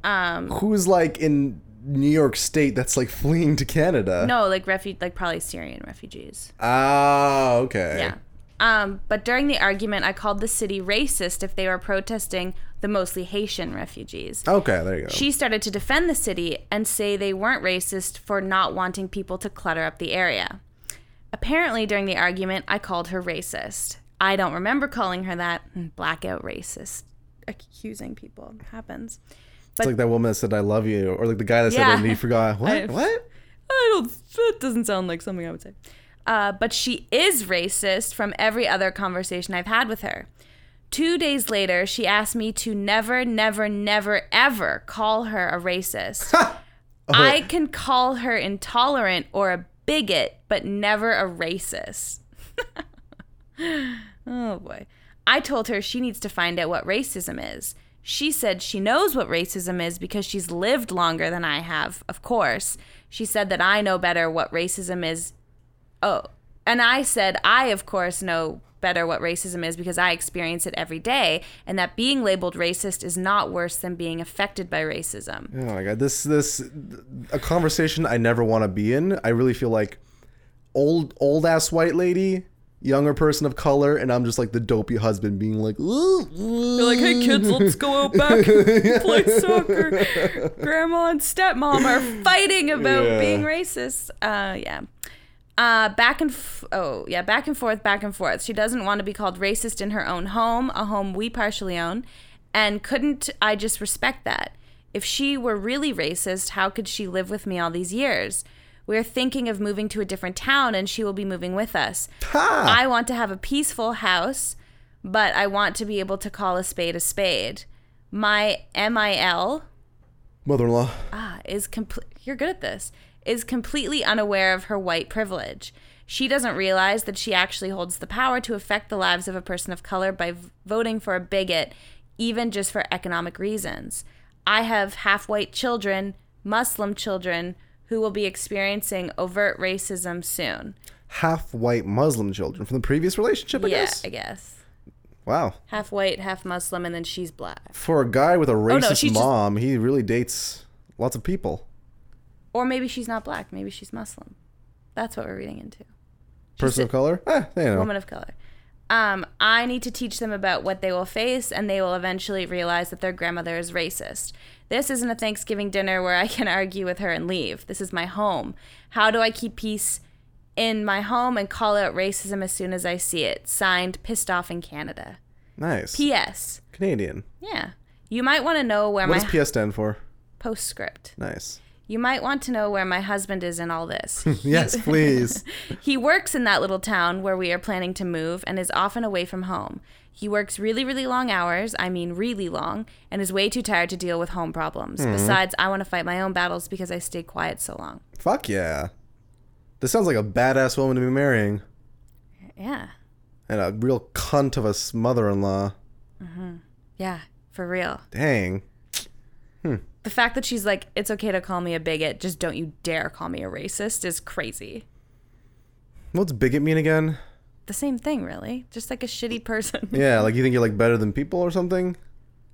[SPEAKER 2] Um,
[SPEAKER 1] Who's like in New York State that's like fleeing to Canada?
[SPEAKER 2] no, like refu- like probably Syrian refugees.
[SPEAKER 1] Ah, okay.
[SPEAKER 2] Yeah. Um, but during the argument, I called the city racist if they were protesting the mostly Haitian refugees.
[SPEAKER 1] Okay, there you go.
[SPEAKER 2] She started to defend the city and say they weren't racist for not wanting people to clutter up the area. Apparently, during the argument, I called her racist. I don't remember calling her that. Blackout racist. Accusing people happens.
[SPEAKER 1] It's like that woman that said "I love you," or like the guy that said
[SPEAKER 2] Yeah. [laughs]
[SPEAKER 1] it and he forgot. What?
[SPEAKER 2] I-
[SPEAKER 1] what?
[SPEAKER 2] I don't. That doesn't sound like something I would say. Uh, but she is racist from every other conversation I've had with her. Two days later, she asked me to never, never, never, ever call her a racist. I can call her intolerant or a bigot, but never a racist. oh boy. I told her she needs to find out what racism is. She said she knows what racism is because she's lived longer than I have, of course. She said that I know better what racism is. Oh, and I said I, of course, know better what racism is because I experience it every day, and that being labeled racist is not worse than being affected by racism.
[SPEAKER 1] Oh my god, this this a conversation I never want to be in. I really feel like old old ass white lady, younger person of color, and I'm just like the dopey husband being like, "Ooh, ooh."
[SPEAKER 2] They're like, hey kids, let's go out back and play soccer. Grandma and stepmom are fighting about
[SPEAKER 1] Yeah.
[SPEAKER 2] being racist. Uh, yeah. Uh, back and f- oh yeah, back and forth, back and forth. She doesn't want to be called racist in her own home, a home we partially own, and couldn't I just respect that? If she were really racist, how could she live with me all these years? We're thinking of moving to a different town, and she will be moving with us.
[SPEAKER 1] [laughs] ha!
[SPEAKER 2] I want to have a peaceful house, but I want to be able to call a spade a spade. My MIL
[SPEAKER 1] Mother-in-law.
[SPEAKER 2] ah, is complete. You're good at this. Is completely unaware of her white privilege. She doesn't realize that she actually holds the power to affect the lives of a person of color by v- voting for a bigot, even just for economic reasons. I have half white children, Muslim children, who will be experiencing overt racism soon.
[SPEAKER 1] Half white Muslim children from the previous relationship, I
[SPEAKER 2] yeah,
[SPEAKER 1] guess.
[SPEAKER 2] I guess.
[SPEAKER 1] Wow.
[SPEAKER 2] half white, half Muslim, and then she's black.
[SPEAKER 1] For a guy with a racist
[SPEAKER 2] she's Oh, just-
[SPEAKER 1] mom, he really dates lots of people.
[SPEAKER 2] Or maybe she's not black. Maybe she's Muslim. That's what we're reading into.
[SPEAKER 1] Person of color? Eh, you know.
[SPEAKER 2] Woman of color. Um, I need to teach them about what they will face, and they will eventually realize that their grandmother is racist. This isn't a Thanksgiving dinner where I can [laughs] argue with her and leave. This is my home. How do I keep peace in my home and call out racism as soon as I see it? Signed, pissed off in Canada.
[SPEAKER 1] Nice.
[SPEAKER 2] P.S.
[SPEAKER 1] Canadian.
[SPEAKER 2] Yeah. You might want to know where
[SPEAKER 1] What
[SPEAKER 2] my
[SPEAKER 1] does PS stand for?
[SPEAKER 2] postscript. [laughs]
[SPEAKER 1] Nice.
[SPEAKER 2] You might want to know where my husband is in all this.
[SPEAKER 1] Yes,
[SPEAKER 2] [laughs]
[SPEAKER 1] please.
[SPEAKER 2] he works in that little town where we are planning to move and is often away from home. He works really, really long hours, I mean, really long, and is way too tired to deal with home problems. Besides, I want to fight my own battles because I stayed quiet so long.
[SPEAKER 1] Fuck yeah. This sounds like a badass woman to be marrying.
[SPEAKER 2] Yeah.
[SPEAKER 1] And a real cunt of a s- mother-in-law.
[SPEAKER 2] Yeah, for real.
[SPEAKER 1] Dang.
[SPEAKER 2] The fact that she's like, it's okay to call me a bigot, just don't you dare call me a racist is crazy.
[SPEAKER 1] What's bigot mean again?
[SPEAKER 2] The same thing, really. Just like a shitty person.
[SPEAKER 1] [laughs] Yeah, like you think you're like better than people or something?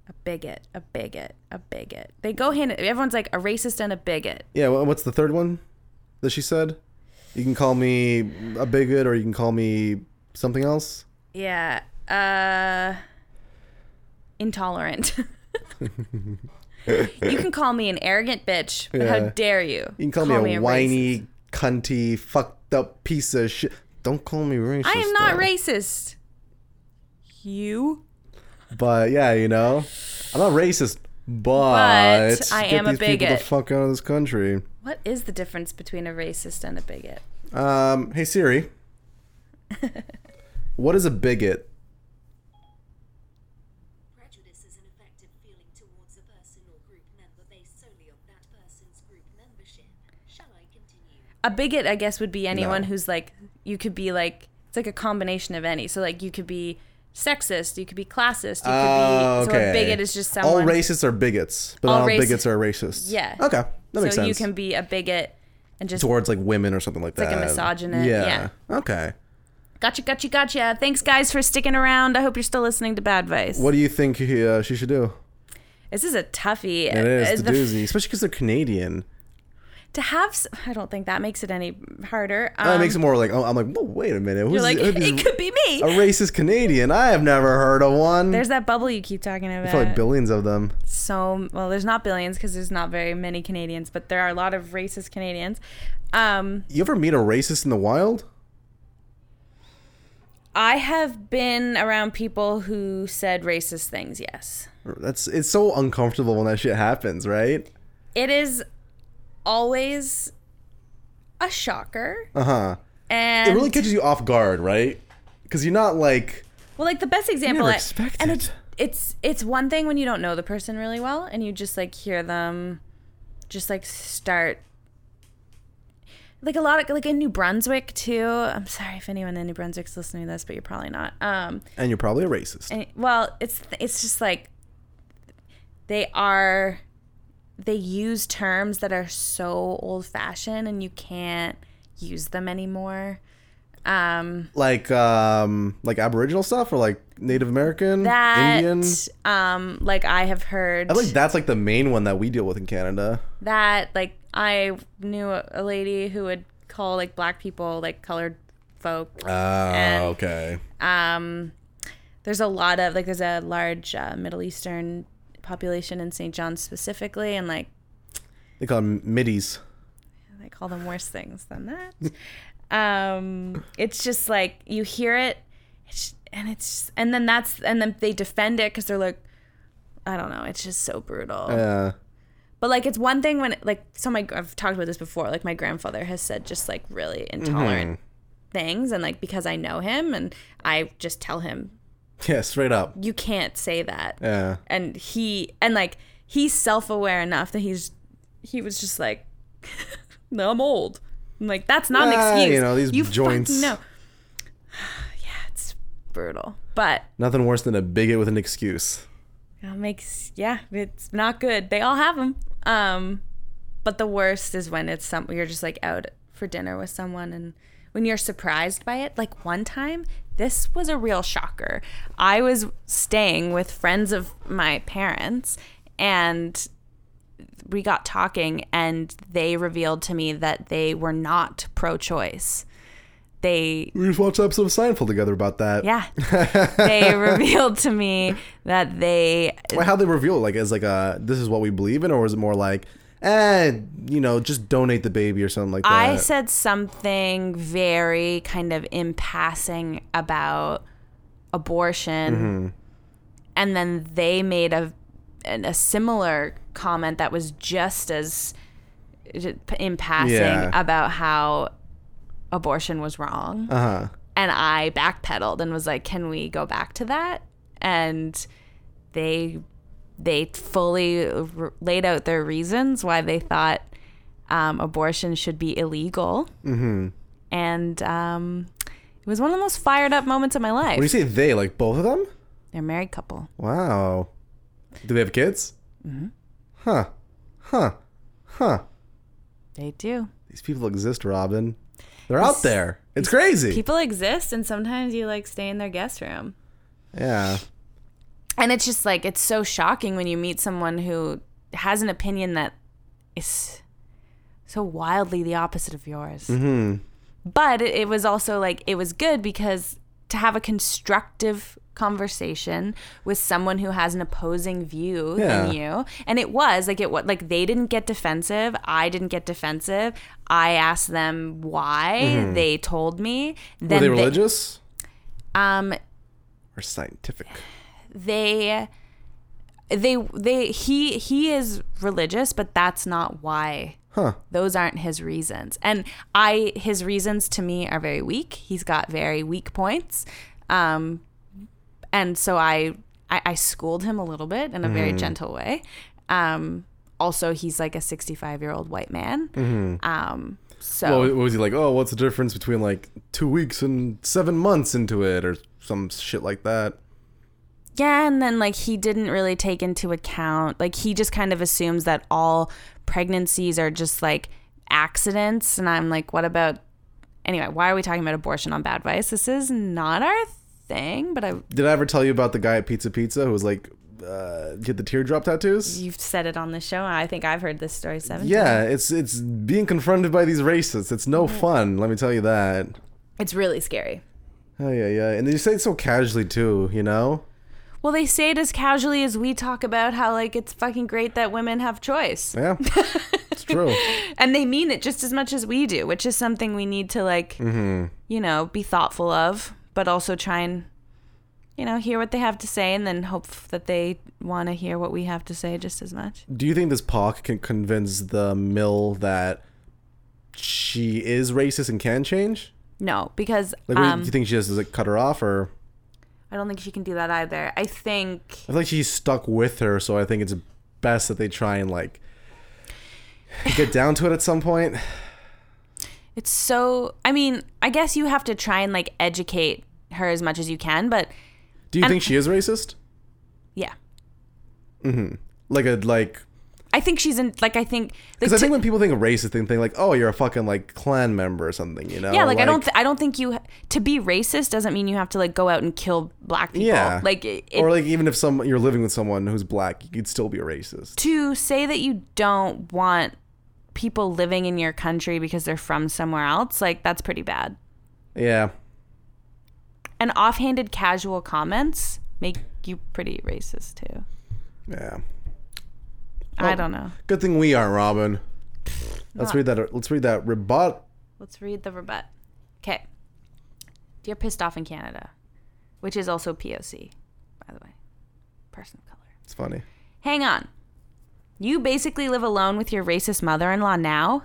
[SPEAKER 2] a bigot, a bigot, a bigot. They go hand. Everyone's like a racist and a bigot.
[SPEAKER 1] Yeah, wha- what's the third one that she said? You can call me a bigot or you can call me something else.
[SPEAKER 2] Yeah. Uh,
[SPEAKER 1] [laughs]
[SPEAKER 2] intolerant. you can call me an arrogant bitch, but how
[SPEAKER 1] Yeah.
[SPEAKER 2] dare you?
[SPEAKER 1] You can call, me a, whiny, cunty, fucked up piece of shit. Don't call me racist.
[SPEAKER 2] I am not
[SPEAKER 1] though.
[SPEAKER 2] racist. You?
[SPEAKER 1] But yeah, you know, I'm not racist, but,
[SPEAKER 2] But I
[SPEAKER 1] get
[SPEAKER 2] am a
[SPEAKER 1] these people
[SPEAKER 2] bigot.
[SPEAKER 1] the fuck out of this country.
[SPEAKER 2] What is the difference between a racist and a bigot?
[SPEAKER 1] Um, hey
[SPEAKER 2] [laughs]
[SPEAKER 1] Siri, what is a bigot?
[SPEAKER 3] Prejudice is an effective feeling towards a person or group member based solely on that person's group membership. Shall I continue?
[SPEAKER 2] A bigot, I guess, would be anyone
[SPEAKER 1] No.
[SPEAKER 2] who's like, you could be like, it's like a combination of any. So, like, you could be sexist, you could be classist, you could
[SPEAKER 1] Oh,
[SPEAKER 2] be. So, a bigot is just someone.
[SPEAKER 1] all racists are bigots, but
[SPEAKER 2] All
[SPEAKER 1] not all
[SPEAKER 2] raci-
[SPEAKER 1] bigots are racists.
[SPEAKER 2] Yeah.
[SPEAKER 1] Okay, that makes
[SPEAKER 2] so
[SPEAKER 1] sense.
[SPEAKER 2] you can be a bigot and just
[SPEAKER 1] towards like women or something like
[SPEAKER 2] like
[SPEAKER 1] that.
[SPEAKER 2] a misogynist,
[SPEAKER 1] Okay.
[SPEAKER 2] gotcha, gotcha, gotcha. Thanks, guys, for sticking around. I hope you're still listening to Bad Vice.
[SPEAKER 1] What do you think he, uh, she should do?
[SPEAKER 2] This is a toughie.
[SPEAKER 1] It is
[SPEAKER 2] Uh,
[SPEAKER 1] the
[SPEAKER 2] the-
[SPEAKER 1] doozy, especially because they're Canadian.
[SPEAKER 2] to have, s- I don't think that makes it any harder. Um,
[SPEAKER 1] That makes it more like, oh, I'm like, whoa, wait a minute. Who's
[SPEAKER 2] you're like,
[SPEAKER 1] who's-
[SPEAKER 2] it could be me.
[SPEAKER 1] a racist Canadian? I have never heard of one.
[SPEAKER 2] There's that bubble you keep talking about.
[SPEAKER 1] probably billions of them.
[SPEAKER 2] so well, there's not billions because there's not very many Canadians, but there are a lot of racist Canadians. Um,
[SPEAKER 1] You ever meet a racist in the wild?
[SPEAKER 2] I have been around people who said racist things. Yes.
[SPEAKER 1] That's it's so uncomfortable when that shit happens, right?
[SPEAKER 2] it is always a shocker
[SPEAKER 1] Uh huh.
[SPEAKER 2] And
[SPEAKER 1] It really catches you off guard, right? Because you're not like
[SPEAKER 2] Well, like the best example,
[SPEAKER 1] never
[SPEAKER 2] I-
[SPEAKER 1] expect
[SPEAKER 2] and
[SPEAKER 1] it.
[SPEAKER 2] it's it's it's one thing when you don't know the person really well and you just like hear them, just like start. Like a lot of like in New Brunswick too. I'm sorry if anyone in New Brunswick's listening to this, but you're probably not. Um,
[SPEAKER 1] and you're probably a racist.
[SPEAKER 2] and well, it's it's just like they are they use terms that are so old fashioned and you can't use them anymore. Um,
[SPEAKER 1] like um like Aboriginal stuff or like Native American,
[SPEAKER 2] that
[SPEAKER 1] Indian.
[SPEAKER 2] um like I have heard
[SPEAKER 1] I think that's like the main one that we deal with in Canada.
[SPEAKER 2] that like I knew a a lady who would call like black people like colored folk.
[SPEAKER 1] Oh, okay.
[SPEAKER 2] Um, there's a lot of like there's a large uh, Middle Eastern population in St. John's specifically, and like
[SPEAKER 1] They call them middies.
[SPEAKER 2] they call them worse things than that. um, it's just like you hear it, it's, and it's just- and then that's and then they defend it because they're like, I don't know, it's just so brutal.
[SPEAKER 1] Yeah.
[SPEAKER 2] But like it's one thing when like so my I've talked about this before. Like my grandfather has said just like really
[SPEAKER 1] Mm-hmm.
[SPEAKER 2] intolerant things, and like because I know him, and I just tell him
[SPEAKER 1] Yeah, straight up.
[SPEAKER 2] you can't say that,
[SPEAKER 1] Yeah.
[SPEAKER 2] and he and like he's self aware enough that he's he was just like, [laughs] no, I'm old. I'm like that's not an
[SPEAKER 1] Ah,
[SPEAKER 2] excuse.
[SPEAKER 1] you know, these joints.
[SPEAKER 2] No. [sighs] yeah, it's brutal, but
[SPEAKER 1] Nothing worse than a bigot with an excuse.
[SPEAKER 2] It makes yeah, it's not good. They all have them. Um, but the worst is when it's some you're just like out for dinner with someone and when you're surprised by it. Like one time, this was a real shocker. I was staying with friends of my parents and we got talking and they revealed to me that they were not pro-choice. They
[SPEAKER 1] We just watched an episode of Seinfeld together about that.
[SPEAKER 2] yeah. they revealed to me that they
[SPEAKER 1] Well, how they reveal it, like as like a this is what we believe in, or is it more like, eh, you know, just donate the baby or something like that?
[SPEAKER 2] I said something very kind of in passing about abortion,
[SPEAKER 1] Mm-hmm.
[SPEAKER 2] and then they made a an, a similar comment that was just as in passing
[SPEAKER 1] Yeah.
[SPEAKER 2] about how abortion was wrong,
[SPEAKER 1] uh huh.
[SPEAKER 2] and I backpedaled and was like, "Can we go back to that?" And they they fully r laid out their reasons why they thought um, abortion should be illegal. Mm-hmm. And um, it was one of the most fired up moments of my life.
[SPEAKER 1] When you say they, like both of them?
[SPEAKER 2] They're a married couple.
[SPEAKER 1] Wow. Do they have kids? Mm-hmm. Huh. Huh. Huh.
[SPEAKER 2] They do.
[SPEAKER 1] These people exist, Robin. They're out there. It's crazy.
[SPEAKER 2] People exist, and sometimes you like stay in their guest room.
[SPEAKER 1] yeah.
[SPEAKER 2] And it's just like it's so shocking when you meet someone who has an opinion that is so wildly the opposite of yours.
[SPEAKER 1] Mm-hmm.
[SPEAKER 2] But it, it was also like it was good because to have a constructive conversation with someone who has an opposing view
[SPEAKER 1] Yeah.
[SPEAKER 2] than you, and it was like it was like they didn't get defensive, I didn't get defensive. I asked them why. They told me. Then
[SPEAKER 1] Mm-hmm. Were they religious
[SPEAKER 2] um,
[SPEAKER 1] or scientific?
[SPEAKER 2] they they they he he is religious but that's not why
[SPEAKER 1] Huh.
[SPEAKER 2] those aren't his reasons and i his reasons to me are very weak he's got very weak points um and so i i, I schooled him a little bit in a very gentle way um also he's like a 65 year old white man um so
[SPEAKER 1] Well, what was he like? Oh, what's the difference between like two weeks and seven months into it, or some shit like that?
[SPEAKER 2] Yeah, and then like he didn't really take into account, like he just kind of assumes that all pregnancies are just like accidents. And I'm like, what about anyway? Why are we talking about abortion on Bad Vice? This is not our thing. But I,
[SPEAKER 1] Did I ever tell you about the guy at Pizza Pizza who was like, uh, get the teardrop tattoos?
[SPEAKER 2] you've said it on the show. and I think I've heard this story seven. times.
[SPEAKER 1] Yeah, it's it's being confronted by these racists. It's no fun. Let me tell you that.
[SPEAKER 2] it's really scary.
[SPEAKER 1] Oh yeah, yeah, and they say it so casually too. You know?
[SPEAKER 2] Well, they say it as casually as we talk about how like it's fucking great that women have choice,
[SPEAKER 1] Yeah,
[SPEAKER 2] [laughs]
[SPEAKER 1] [laughs] it's true.
[SPEAKER 2] and they mean it just as much as we do, which is something we need to like.
[SPEAKER 1] Mm-hmm.
[SPEAKER 2] you know, be thoughtful of, but also try and, you know, hear what they have to say and then hope that they want to hear what we have to say just as much.
[SPEAKER 1] Do you think this Pac can convince the mill that she is racist and can change?
[SPEAKER 2] No, because
[SPEAKER 1] Like, what do you-
[SPEAKER 2] um,
[SPEAKER 1] do you think she just does it cut her off, or
[SPEAKER 2] I don't think she can do that either. I think
[SPEAKER 1] I feel like she's stuck with her, so I think it's best that they try and like get down to it at some point.
[SPEAKER 2] it's so. I mean, I guess you have to try and like educate her as much as you can, but
[SPEAKER 1] Do you
[SPEAKER 2] And-
[SPEAKER 1] think she is racist?
[SPEAKER 2] yeah,
[SPEAKER 1] Like a like
[SPEAKER 2] I think she's in. Like, I think. Like,
[SPEAKER 1] because I
[SPEAKER 2] to-
[SPEAKER 1] think when people think of racist, they think like, oh, you're a fucking like clan member or something, you know?
[SPEAKER 2] yeah, like, I don't. Th- I don't think you to be racist doesn't mean you have to like go out and kill black people.
[SPEAKER 1] yeah,
[SPEAKER 2] like it,
[SPEAKER 1] or like even if some you're living with someone who's black, you'd still be a racist.
[SPEAKER 2] to say that you don't want people living in your country because they're from somewhere else, like that's pretty bad.
[SPEAKER 1] Yeah,
[SPEAKER 2] And offhanded casual comments make you pretty racist too.
[SPEAKER 1] yeah.
[SPEAKER 2] I don't know.
[SPEAKER 1] Good thing we aren't Robin. Let's read that. Let's read that rebut.
[SPEAKER 2] Let's read the rebut. Okay. You're pissed off in Canada, which is also POC, by the way, person of color.
[SPEAKER 1] It's funny.
[SPEAKER 2] Hang on. You basically live alone with your racist mother in law now?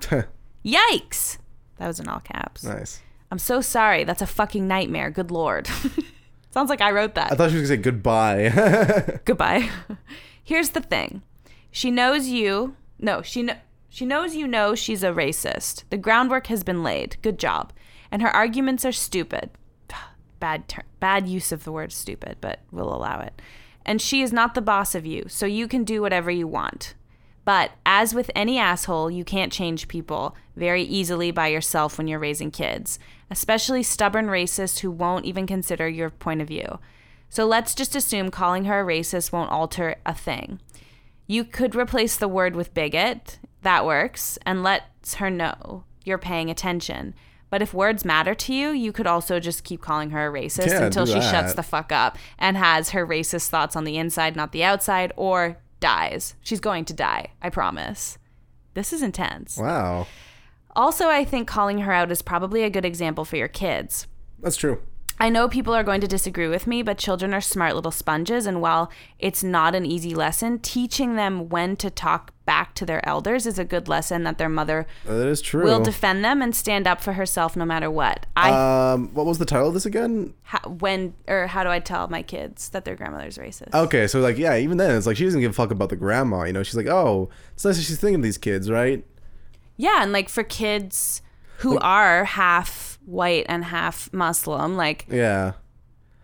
[SPEAKER 2] Yikes! That was in all caps.
[SPEAKER 1] nice.
[SPEAKER 2] I'm so sorry. That's a fucking nightmare. Good lord. [laughs] Sounds like I wrote that.
[SPEAKER 1] I thought she was gonna say goodbye. [laughs]
[SPEAKER 2] Goodbye. [laughs] Here's the thing. She knows you. No, she kn- she knows you know she's a racist. The groundwork has been laid. Good job. And her arguments are stupid. Bad ter- bad use of the word stupid, but we'll allow it. And she is not the boss of you, so you can do whatever you want. But as with any asshole, you can't change people very easily by yourself when you're raising kids, especially stubborn racists who won't even consider your point of view. So let's just assume calling her a racist won't alter a thing. You could replace the word with bigot, that works, and lets her know you're paying attention. But if words matter to you, you could also just keep calling her a racist
[SPEAKER 1] Yeah,
[SPEAKER 2] until
[SPEAKER 1] do
[SPEAKER 2] she
[SPEAKER 1] that.
[SPEAKER 2] shuts the fuck up and has her racist thoughts on the inside, not the outside, or dies. She's going to die, I promise. This is intense.
[SPEAKER 1] wow,
[SPEAKER 2] Also, I think calling her out is probably a good example for your kids.
[SPEAKER 1] that's true.
[SPEAKER 2] I know people are going to disagree with me, but children are smart little sponges. And while it's not an easy lesson, teaching them when to talk back to their elders is a good lesson that their mother
[SPEAKER 1] That is true.
[SPEAKER 2] will defend them and stand up for herself no matter what. I,
[SPEAKER 1] um, what was the title of this again?
[SPEAKER 2] how, when, or how do I tell my kids that their grandmother's racist?
[SPEAKER 1] Okay, so like yeah, even then it's like she doesn't give a fuck about the grandma, you know. She's like, oh, it's nice that she's thinking of these kids, right?
[SPEAKER 2] Yeah, and like for kids who are half white and half Muslim, like
[SPEAKER 1] Yeah,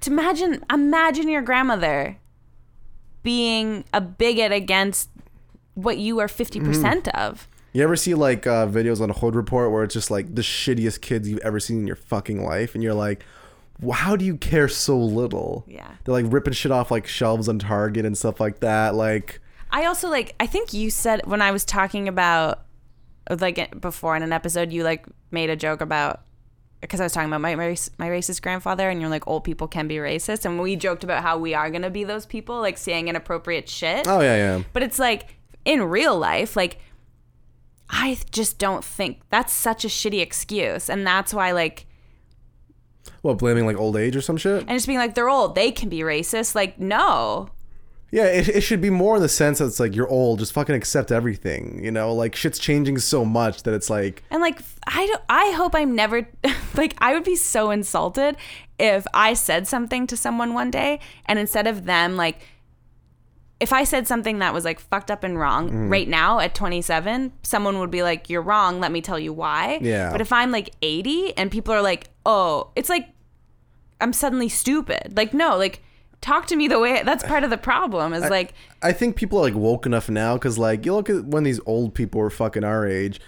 [SPEAKER 2] to imagine imagine your grandmother being a bigot against what you are 50% of.
[SPEAKER 1] You ever see like uh, videos on Hood Report where it's just like the shittiest kids you've ever seen in your fucking life, and you're like, "Wh- how do you care so little?
[SPEAKER 2] Yeah.
[SPEAKER 1] they're like ripping shit off like shelves on Target and stuff like that. Like,
[SPEAKER 2] I also like I think you said when I was talking about like eh, before in an episode you like made a joke about because I was talking about my race, my racist grandfather and you're like old people can be racist and we joked about how we are going to be those people like saying inappropriate shit.
[SPEAKER 1] oh yeah, yeah,
[SPEAKER 2] But it's like in real life, like I just don't think that's such a shitty excuse, and that's why like
[SPEAKER 1] what blaming like old age or some shit?
[SPEAKER 2] and just being like they're old, they can be racist. Like no,
[SPEAKER 1] Yeah, it, it should be more in the sense that it's like you're old, just fucking accept everything, you know? Like shit's changing so much that it's like
[SPEAKER 2] and like I don't. I hope I'm never [laughs] like I would be so insulted if I said something to someone one day, and instead of them like. If I said something that was like fucked up and wrong
[SPEAKER 1] Mm.
[SPEAKER 2] right now at 27, someone would be like, You're wrong. Let me tell you why.
[SPEAKER 1] Yeah.
[SPEAKER 2] But if I'm like 80 and people are like, Oh, it's like I'm suddenly stupid. Like, no, like, talk to me the way that's part of the problem is like,
[SPEAKER 1] I think people are like woke enough now because like you look at when these old people were fucking our age,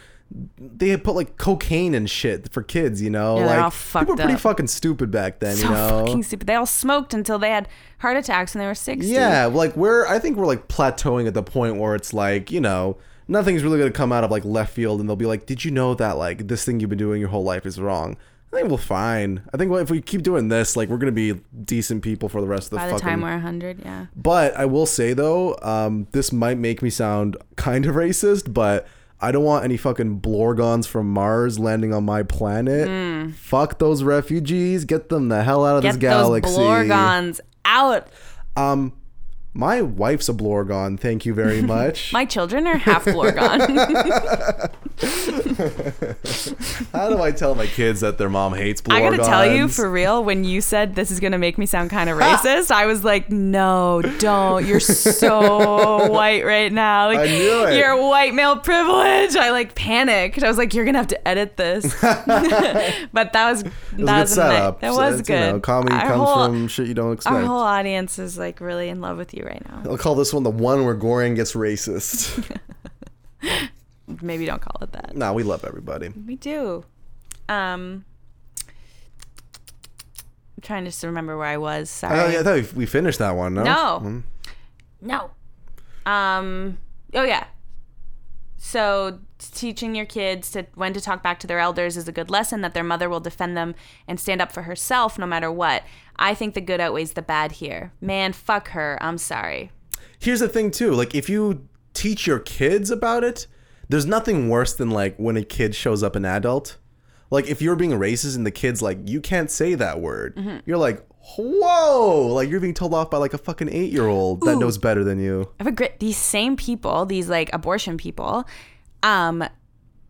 [SPEAKER 1] they had put like cocaine and shit for kids, you know.
[SPEAKER 2] Yeah, they're
[SPEAKER 1] like
[SPEAKER 2] all fucked
[SPEAKER 1] people were pretty
[SPEAKER 2] up.
[SPEAKER 1] fucking stupid back then,
[SPEAKER 2] so
[SPEAKER 1] you know.
[SPEAKER 2] fucking stupid. They all smoked until they had heart attacks when they were 60.
[SPEAKER 1] yeah, like we're I think we're like plateauing at the point where it's like you know nothing's really gonna come out of like left field, and they'll be like, did you know that like this thing you've been doing your whole life is wrong. I think we're fine. I think if we keep doing this, like we're gonna be decent people for the rest of the
[SPEAKER 2] By the
[SPEAKER 1] fucking
[SPEAKER 2] time we're 100, yeah.
[SPEAKER 1] But I will say though, um, this might make me sound kind of racist, but I don't want any fucking blorgons from Mars landing on my planet. Fuck those refugees. Get them the hell out of
[SPEAKER 2] Hmm. Get
[SPEAKER 1] this galaxy.
[SPEAKER 2] those Blorgons out.
[SPEAKER 1] Um, My wife's a Blorgon. Thank you
[SPEAKER 2] [laughs]
[SPEAKER 1] very much.
[SPEAKER 2] My children are half Blorgon. [laughs]
[SPEAKER 1] How do I tell my kids that their mom hates Blorgons?
[SPEAKER 2] I gotta tell you, for real, when you said this is gonna make me
[SPEAKER 1] [laughs]
[SPEAKER 2] sound kind of racist, I was like, no, don't.
[SPEAKER 1] [laughs]
[SPEAKER 2] You're so white right now. Like,
[SPEAKER 1] I knew it.
[SPEAKER 2] Your white male privilege. I like panicked. I was like, you're gonna have to
[SPEAKER 1] [laughs]
[SPEAKER 2] edit this. [laughs] but that was,
[SPEAKER 1] it was
[SPEAKER 2] that
[SPEAKER 1] a good
[SPEAKER 2] was a nice-
[SPEAKER 1] setup.
[SPEAKER 2] That
[SPEAKER 1] So
[SPEAKER 2] was
[SPEAKER 1] it's,
[SPEAKER 2] good.
[SPEAKER 1] You know, comedy
[SPEAKER 2] Our
[SPEAKER 1] comes
[SPEAKER 2] whole-
[SPEAKER 1] from shit you don't expect.
[SPEAKER 2] Our whole audience is like really in love with you right now.
[SPEAKER 1] I'll call this one the one where Goran gets
[SPEAKER 2] [laughs]
[SPEAKER 1] racist.
[SPEAKER 2] Maybe don't call it that.
[SPEAKER 1] nah, we love everybody.
[SPEAKER 2] We do. Um, I'm trying to just remember where I was. Sorry.
[SPEAKER 1] Oh yeah, Oh. I thought we- we finished that one. No.
[SPEAKER 2] No. No. Um. Oh yeah. So teaching your kids to when to talk back to their elders is a good lesson that their mother will defend them and stand up for herself no matter what. I think the good outweighs the bad here. Man, fuck her. I'm sorry.
[SPEAKER 1] Here's the thing too. Like if you teach your kids about it, there's nothing worse than like when a kid shows up an adult. Like if you're being racist and the kid's like, you can't say that word.
[SPEAKER 2] Mm-hmm.
[SPEAKER 1] You're like, whoa! Like you're being told off by like a fucking eight year old that knows better than you.
[SPEAKER 2] I regret these same people, these like abortion people, um,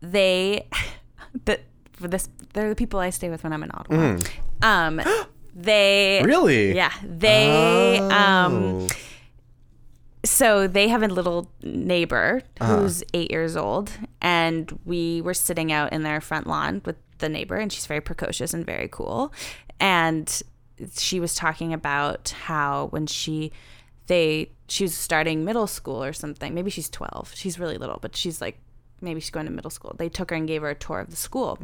[SPEAKER 2] they [laughs] the for this they're the people I stay with when I'm in Ottawa. Um they
[SPEAKER 1] Really?
[SPEAKER 2] Yeah. They um
[SPEAKER 1] Oh.
[SPEAKER 2] so they have a little neighbor who's eight years old, and we were sitting out in their front lawn with the neighbor, and she's very precocious and very cool. And she was talking about how when she they she was starting middle school or something. Maybe she's twelve. She's really little, but she's like maybe she's going to middle school. They took her and gave her a tour of the school,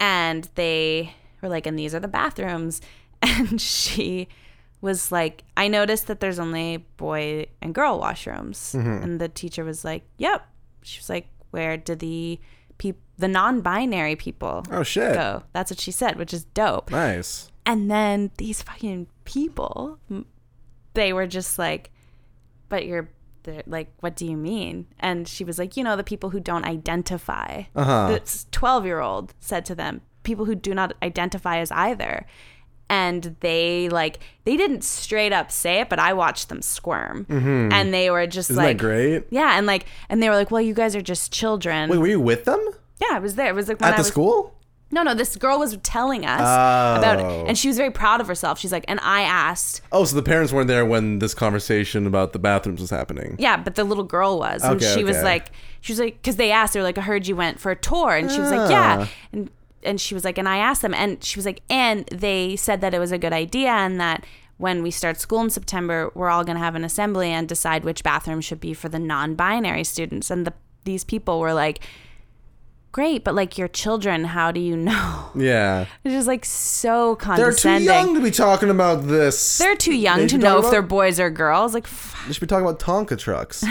[SPEAKER 2] and they were like, "And these are the bathrooms," [laughs] and she was like, I noticed that there's only boy and girl washrooms.
[SPEAKER 1] Mm-hmm.
[SPEAKER 2] And the teacher was like, Yep. She was like, Where do the peop the non binary people
[SPEAKER 1] Oh shit.
[SPEAKER 2] go? That's what she said, which is dope.
[SPEAKER 1] Nice.
[SPEAKER 2] And then these fucking people, m- they were just like, But you're they're like, what do you mean? And she was like, You know, the people who don't identify.
[SPEAKER 1] Uh-huh.
[SPEAKER 2] The 12 year old said to them, People who do not identify as either and they like they didn't straight up say it, but I watched them squirm, and they were just
[SPEAKER 1] Mm-hmm. Isn't
[SPEAKER 2] like,
[SPEAKER 1] that great?
[SPEAKER 2] yeah, and like, and they were like, well, you guys are just children.
[SPEAKER 1] Wait, were you with them
[SPEAKER 2] yeah, I was there. It was like when
[SPEAKER 1] at
[SPEAKER 2] I
[SPEAKER 1] the
[SPEAKER 2] was,
[SPEAKER 1] school?
[SPEAKER 2] No, no, this girl was telling us
[SPEAKER 1] Oh.
[SPEAKER 2] about it, and she was very proud of herself. She's like, and I asked,
[SPEAKER 1] Oh, so the parents weren't there when this conversation about the bathrooms was happening.
[SPEAKER 2] yeah, but the little girl was, and
[SPEAKER 1] Okay,
[SPEAKER 2] she was
[SPEAKER 1] okay.
[SPEAKER 2] like, she was like, because they asked, they're like, I heard you went for a tour, and she was like, yeah,
[SPEAKER 1] Ah.
[SPEAKER 2] and and she was like, and I asked them, and she was like, and they said that it was a good idea, and that when we start school in September, we're all gonna have an assembly and decide which bathroom should be for the non-binary students, and the these people were like. Great, but like your children, how do you know? [laughs]
[SPEAKER 1] Yeah.
[SPEAKER 2] It's just like so
[SPEAKER 1] They're too
[SPEAKER 2] condescending.
[SPEAKER 1] young to be talking about this.
[SPEAKER 2] They're too young
[SPEAKER 1] They
[SPEAKER 2] to
[SPEAKER 1] should
[SPEAKER 2] know
[SPEAKER 1] talk
[SPEAKER 2] if
[SPEAKER 1] about-
[SPEAKER 2] they're boys or girls. Like, f-
[SPEAKER 1] They should be talking about Tonka trucks.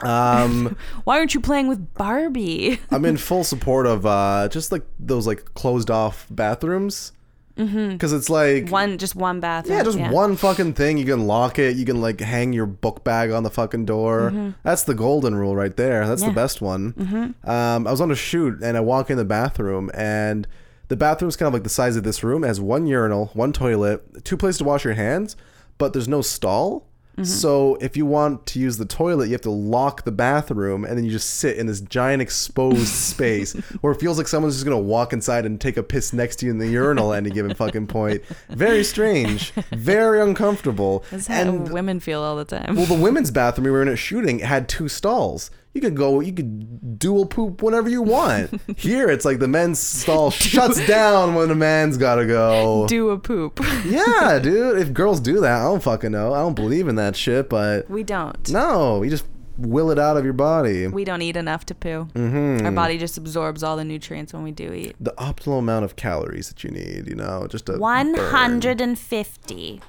[SPEAKER 1] um,
[SPEAKER 2] why aren't you playing with Barbie? [laughs]
[SPEAKER 1] I'm in full support of uh, just like those like closed off bathrooms. Because it's like
[SPEAKER 2] Mm-hmm. one just one bathroom.
[SPEAKER 1] yeah, just one fucking thing. You can lock it. You can like hang your book bag on the fucking door. That's the golden rule right there. That's
[SPEAKER 2] Mm-hmm. Yeah. Mm-hmm.
[SPEAKER 1] the best one. Um, I was on a shoot and I walk in the bathroom and the bathroom's kind of like the size of this room. It has one urinal, one toilet, two places to wash your hands, but there's no stall.
[SPEAKER 2] Mm-hmm.
[SPEAKER 1] So if you want to use the toilet, you have to lock the bathroom, and then you just sit in this giant
[SPEAKER 2] [laughs]
[SPEAKER 1] exposed space where it feels like someone's just gonna walk inside and take a piss next to you in the urinal at any given fucking point. Very strange, very uncomfortable.
[SPEAKER 2] [laughs] That's how
[SPEAKER 1] And
[SPEAKER 2] women feel all the time. [laughs]
[SPEAKER 1] well, the women's bathroom we were in at shooting had two stalls. You could go, you could dual poop whenever you
[SPEAKER 2] [laughs]
[SPEAKER 1] want. Here, it's like the men's stall shuts down when a man's gotta go.
[SPEAKER 2] Do a poop. [laughs]
[SPEAKER 1] Yeah, dude. If girls do that, I don't fucking know. I don't believe in that shit, but
[SPEAKER 2] we don't.
[SPEAKER 1] no, you just will it out of your body.
[SPEAKER 2] We don't eat enough to poo.
[SPEAKER 1] Mm-hmm.
[SPEAKER 2] Our body just absorbs all the nutrients when we do eat.
[SPEAKER 1] The optimal amount of calories that you need, you know, just a
[SPEAKER 2] 150.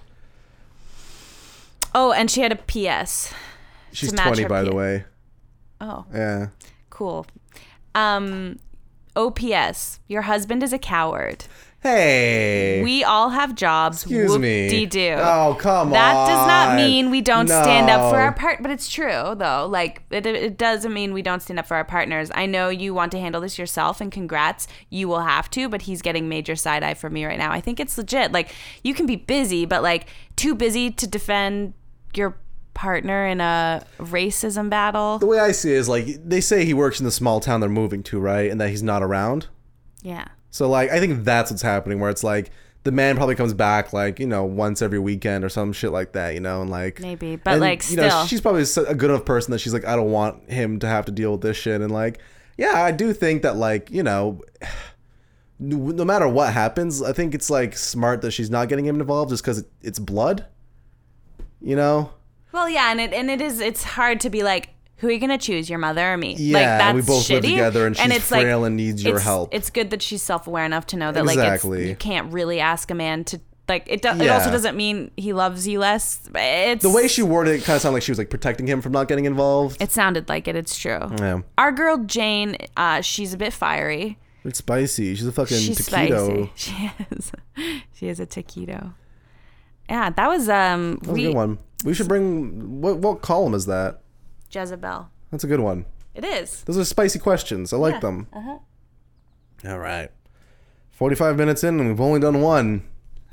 [SPEAKER 2] Oh, and she had a PS.
[SPEAKER 1] She's
[SPEAKER 2] to match
[SPEAKER 1] 20,
[SPEAKER 2] her
[SPEAKER 1] by the
[SPEAKER 2] pee.
[SPEAKER 1] way.
[SPEAKER 2] Oh,
[SPEAKER 1] Yeah.
[SPEAKER 2] cool. Um, OPS. Your husband is a coward.
[SPEAKER 1] Hey.
[SPEAKER 2] We all have jobs.
[SPEAKER 1] Excuse me.
[SPEAKER 2] do.
[SPEAKER 1] Oh, come
[SPEAKER 2] that
[SPEAKER 1] on.
[SPEAKER 2] does not mean we don't stand up for
[SPEAKER 1] No.
[SPEAKER 2] our part but it's true though like it, it doesn't mean we don't stand up for our partners i know you want to handle this yourself and congrats you will have to but he's getting major side eye from me right now i think it's legit like you can be busy but like too busy to defend your partner in a racism battle.
[SPEAKER 1] The way I see it is like they say he works in the small town they're moving to, right? And that he's not around.
[SPEAKER 2] Yeah.
[SPEAKER 1] So like I think that's what's happening where it's like the man probably comes back like, you know, once every weekend or some shit like that, you know, and like
[SPEAKER 2] Maybe, but, like,
[SPEAKER 1] you know,
[SPEAKER 2] still.
[SPEAKER 1] she's probably s- a good enough person that she's like I don't want him to have to deal with this shit and like yeah, I do think that like, you know, [sighs] no no matter what happens, I think it's like smart that she's not getting him involved just cuz it's blood. You know?
[SPEAKER 2] Well, yeah, and it and it is it's hard to be like who are you gonna choose, your mother or me?
[SPEAKER 1] Yeah,
[SPEAKER 2] like
[SPEAKER 1] and we both live together and she's
[SPEAKER 2] like,
[SPEAKER 1] frail and needs your
[SPEAKER 2] it's-
[SPEAKER 1] help.
[SPEAKER 2] It's good that she's self aware enough to know that like
[SPEAKER 1] Exactly.
[SPEAKER 2] it's, you can't really ask a man to like it. Do, It
[SPEAKER 1] Yeah.
[SPEAKER 2] also doesn't mean he loves you less. but It's
[SPEAKER 1] The way she worded it kind of sounded like she was like protecting him from not getting involved.
[SPEAKER 2] it sounded like it. It's true.
[SPEAKER 1] Yeah.
[SPEAKER 2] Our girl Jane, uh, she's a bit fiery.
[SPEAKER 1] It's spicy. She's a fucking
[SPEAKER 2] she's
[SPEAKER 1] taquito.
[SPEAKER 2] spicy. [laughs] She is. She is a taquito. Yeah, that was um
[SPEAKER 1] That's a
[SPEAKER 2] we
[SPEAKER 1] good one. We should bring what what column is that?
[SPEAKER 2] Jezebel.
[SPEAKER 1] That's a good one.
[SPEAKER 2] It is.
[SPEAKER 1] Those are spicy questions. I like them.
[SPEAKER 2] Uh-huh.
[SPEAKER 1] All right. 45 minutes in and we've only done one.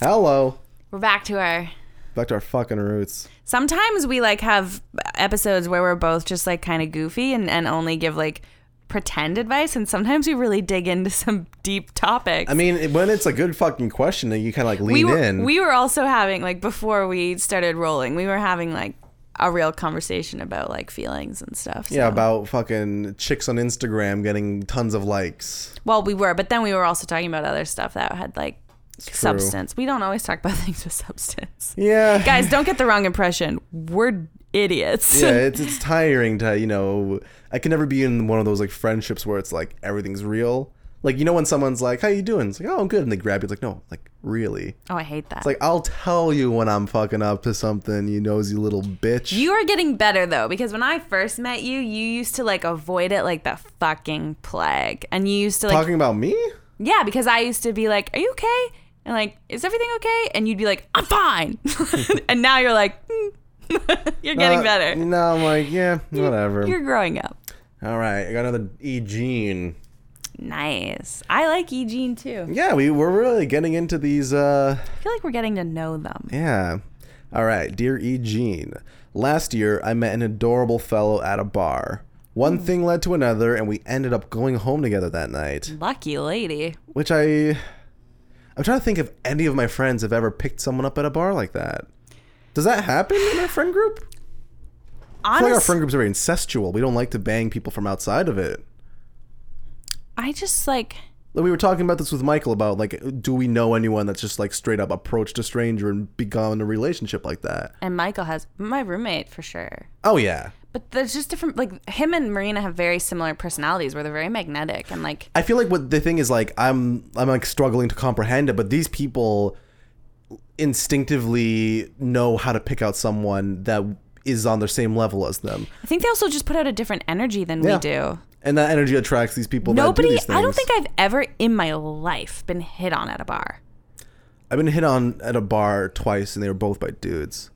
[SPEAKER 1] Hello.
[SPEAKER 2] We're back to our
[SPEAKER 1] Back to our fucking roots.
[SPEAKER 2] sometimes we like have episodes where we're both just like kind of goofy and, and only give like pretend advice and sometimes we really dig into some deep topics
[SPEAKER 1] I mean, it- when it's a good fucking question, then you kind of like lean
[SPEAKER 2] we were,
[SPEAKER 1] in.
[SPEAKER 2] we were also having like before we started rolling we were having like a real conversation about like feelings and stuff so-
[SPEAKER 1] yeah, about fucking chicks on Instagram getting tons of likes.
[SPEAKER 2] well we were but then we were also talking about other stuff that had like substance we don't always talk about [laughs] things with substance
[SPEAKER 1] Yeah.
[SPEAKER 2] guys don't get the wrong impression we're [laughs] idiots
[SPEAKER 1] yeah, it's it's tiring to you know. I can never be in one of those like friendships where it's like everything's real. Like you know when someone's like, "How you doing?" It's like, "Oh, I'm good," and they grab you. It's like, "No, like really."
[SPEAKER 2] oh i hate that
[SPEAKER 1] It's like I'll tell you when I'm fucking up to something, you nosy little bitch.
[SPEAKER 2] You are getting better though, because when I first met you, you used to like avoid it like the fucking plague. And you used to like,
[SPEAKER 1] talking about me?
[SPEAKER 2] yeah, because I used to be like, are you okay? And like, is everything okay? And you'd be like, I'm fine. [laughs] and now you're like, "Hmm." [laughs] you're getting
[SPEAKER 1] Uh,
[SPEAKER 2] better.
[SPEAKER 1] No, I'm like, yeah, whatever.
[SPEAKER 2] You're growing up.
[SPEAKER 1] All right, I got another E Gene.
[SPEAKER 2] Nice. I like E. Jean too.
[SPEAKER 1] Yeah, we we're really getting into these. uh
[SPEAKER 2] I feel like we're getting to know them.
[SPEAKER 1] Yeah. All right, dear E. Jean. Last year, I met an adorable fellow at a bar. One thing led to another, and we ended up going home together that night.
[SPEAKER 2] Lucky lady.
[SPEAKER 1] Which I, I'm trying to think if any of my friends have ever picked someone up at a bar like that. Does that happen in our friend group? I feel like our
[SPEAKER 2] Honestly,
[SPEAKER 1] friend groups are very incestual. We don't like to bang people from outside of it.
[SPEAKER 2] I just like,
[SPEAKER 1] Like, We were talking about this with Michael about like, do we know anyone that's just like straight up approached a stranger and begun a relationship like that?
[SPEAKER 2] and Michael has my roommate for sure.
[SPEAKER 1] Oh yeah,
[SPEAKER 2] But there's just different. Like him and Marina have very similar personalities, where they're very magnetic and like.
[SPEAKER 1] I feel like what the thing is like I'm I'm like struggling to comprehend it, but these people instinctively know how to pick out someone that is on their same level as them.
[SPEAKER 2] I think they also just put out a different energy than
[SPEAKER 1] Yeah.
[SPEAKER 2] we do.
[SPEAKER 1] And that energy attracts these people that do
[SPEAKER 2] Nobody.
[SPEAKER 1] these things.
[SPEAKER 2] I don't think I've ever in my life been hit on at a bar.
[SPEAKER 1] I've been hit on at a bar twice and they were both by dudes.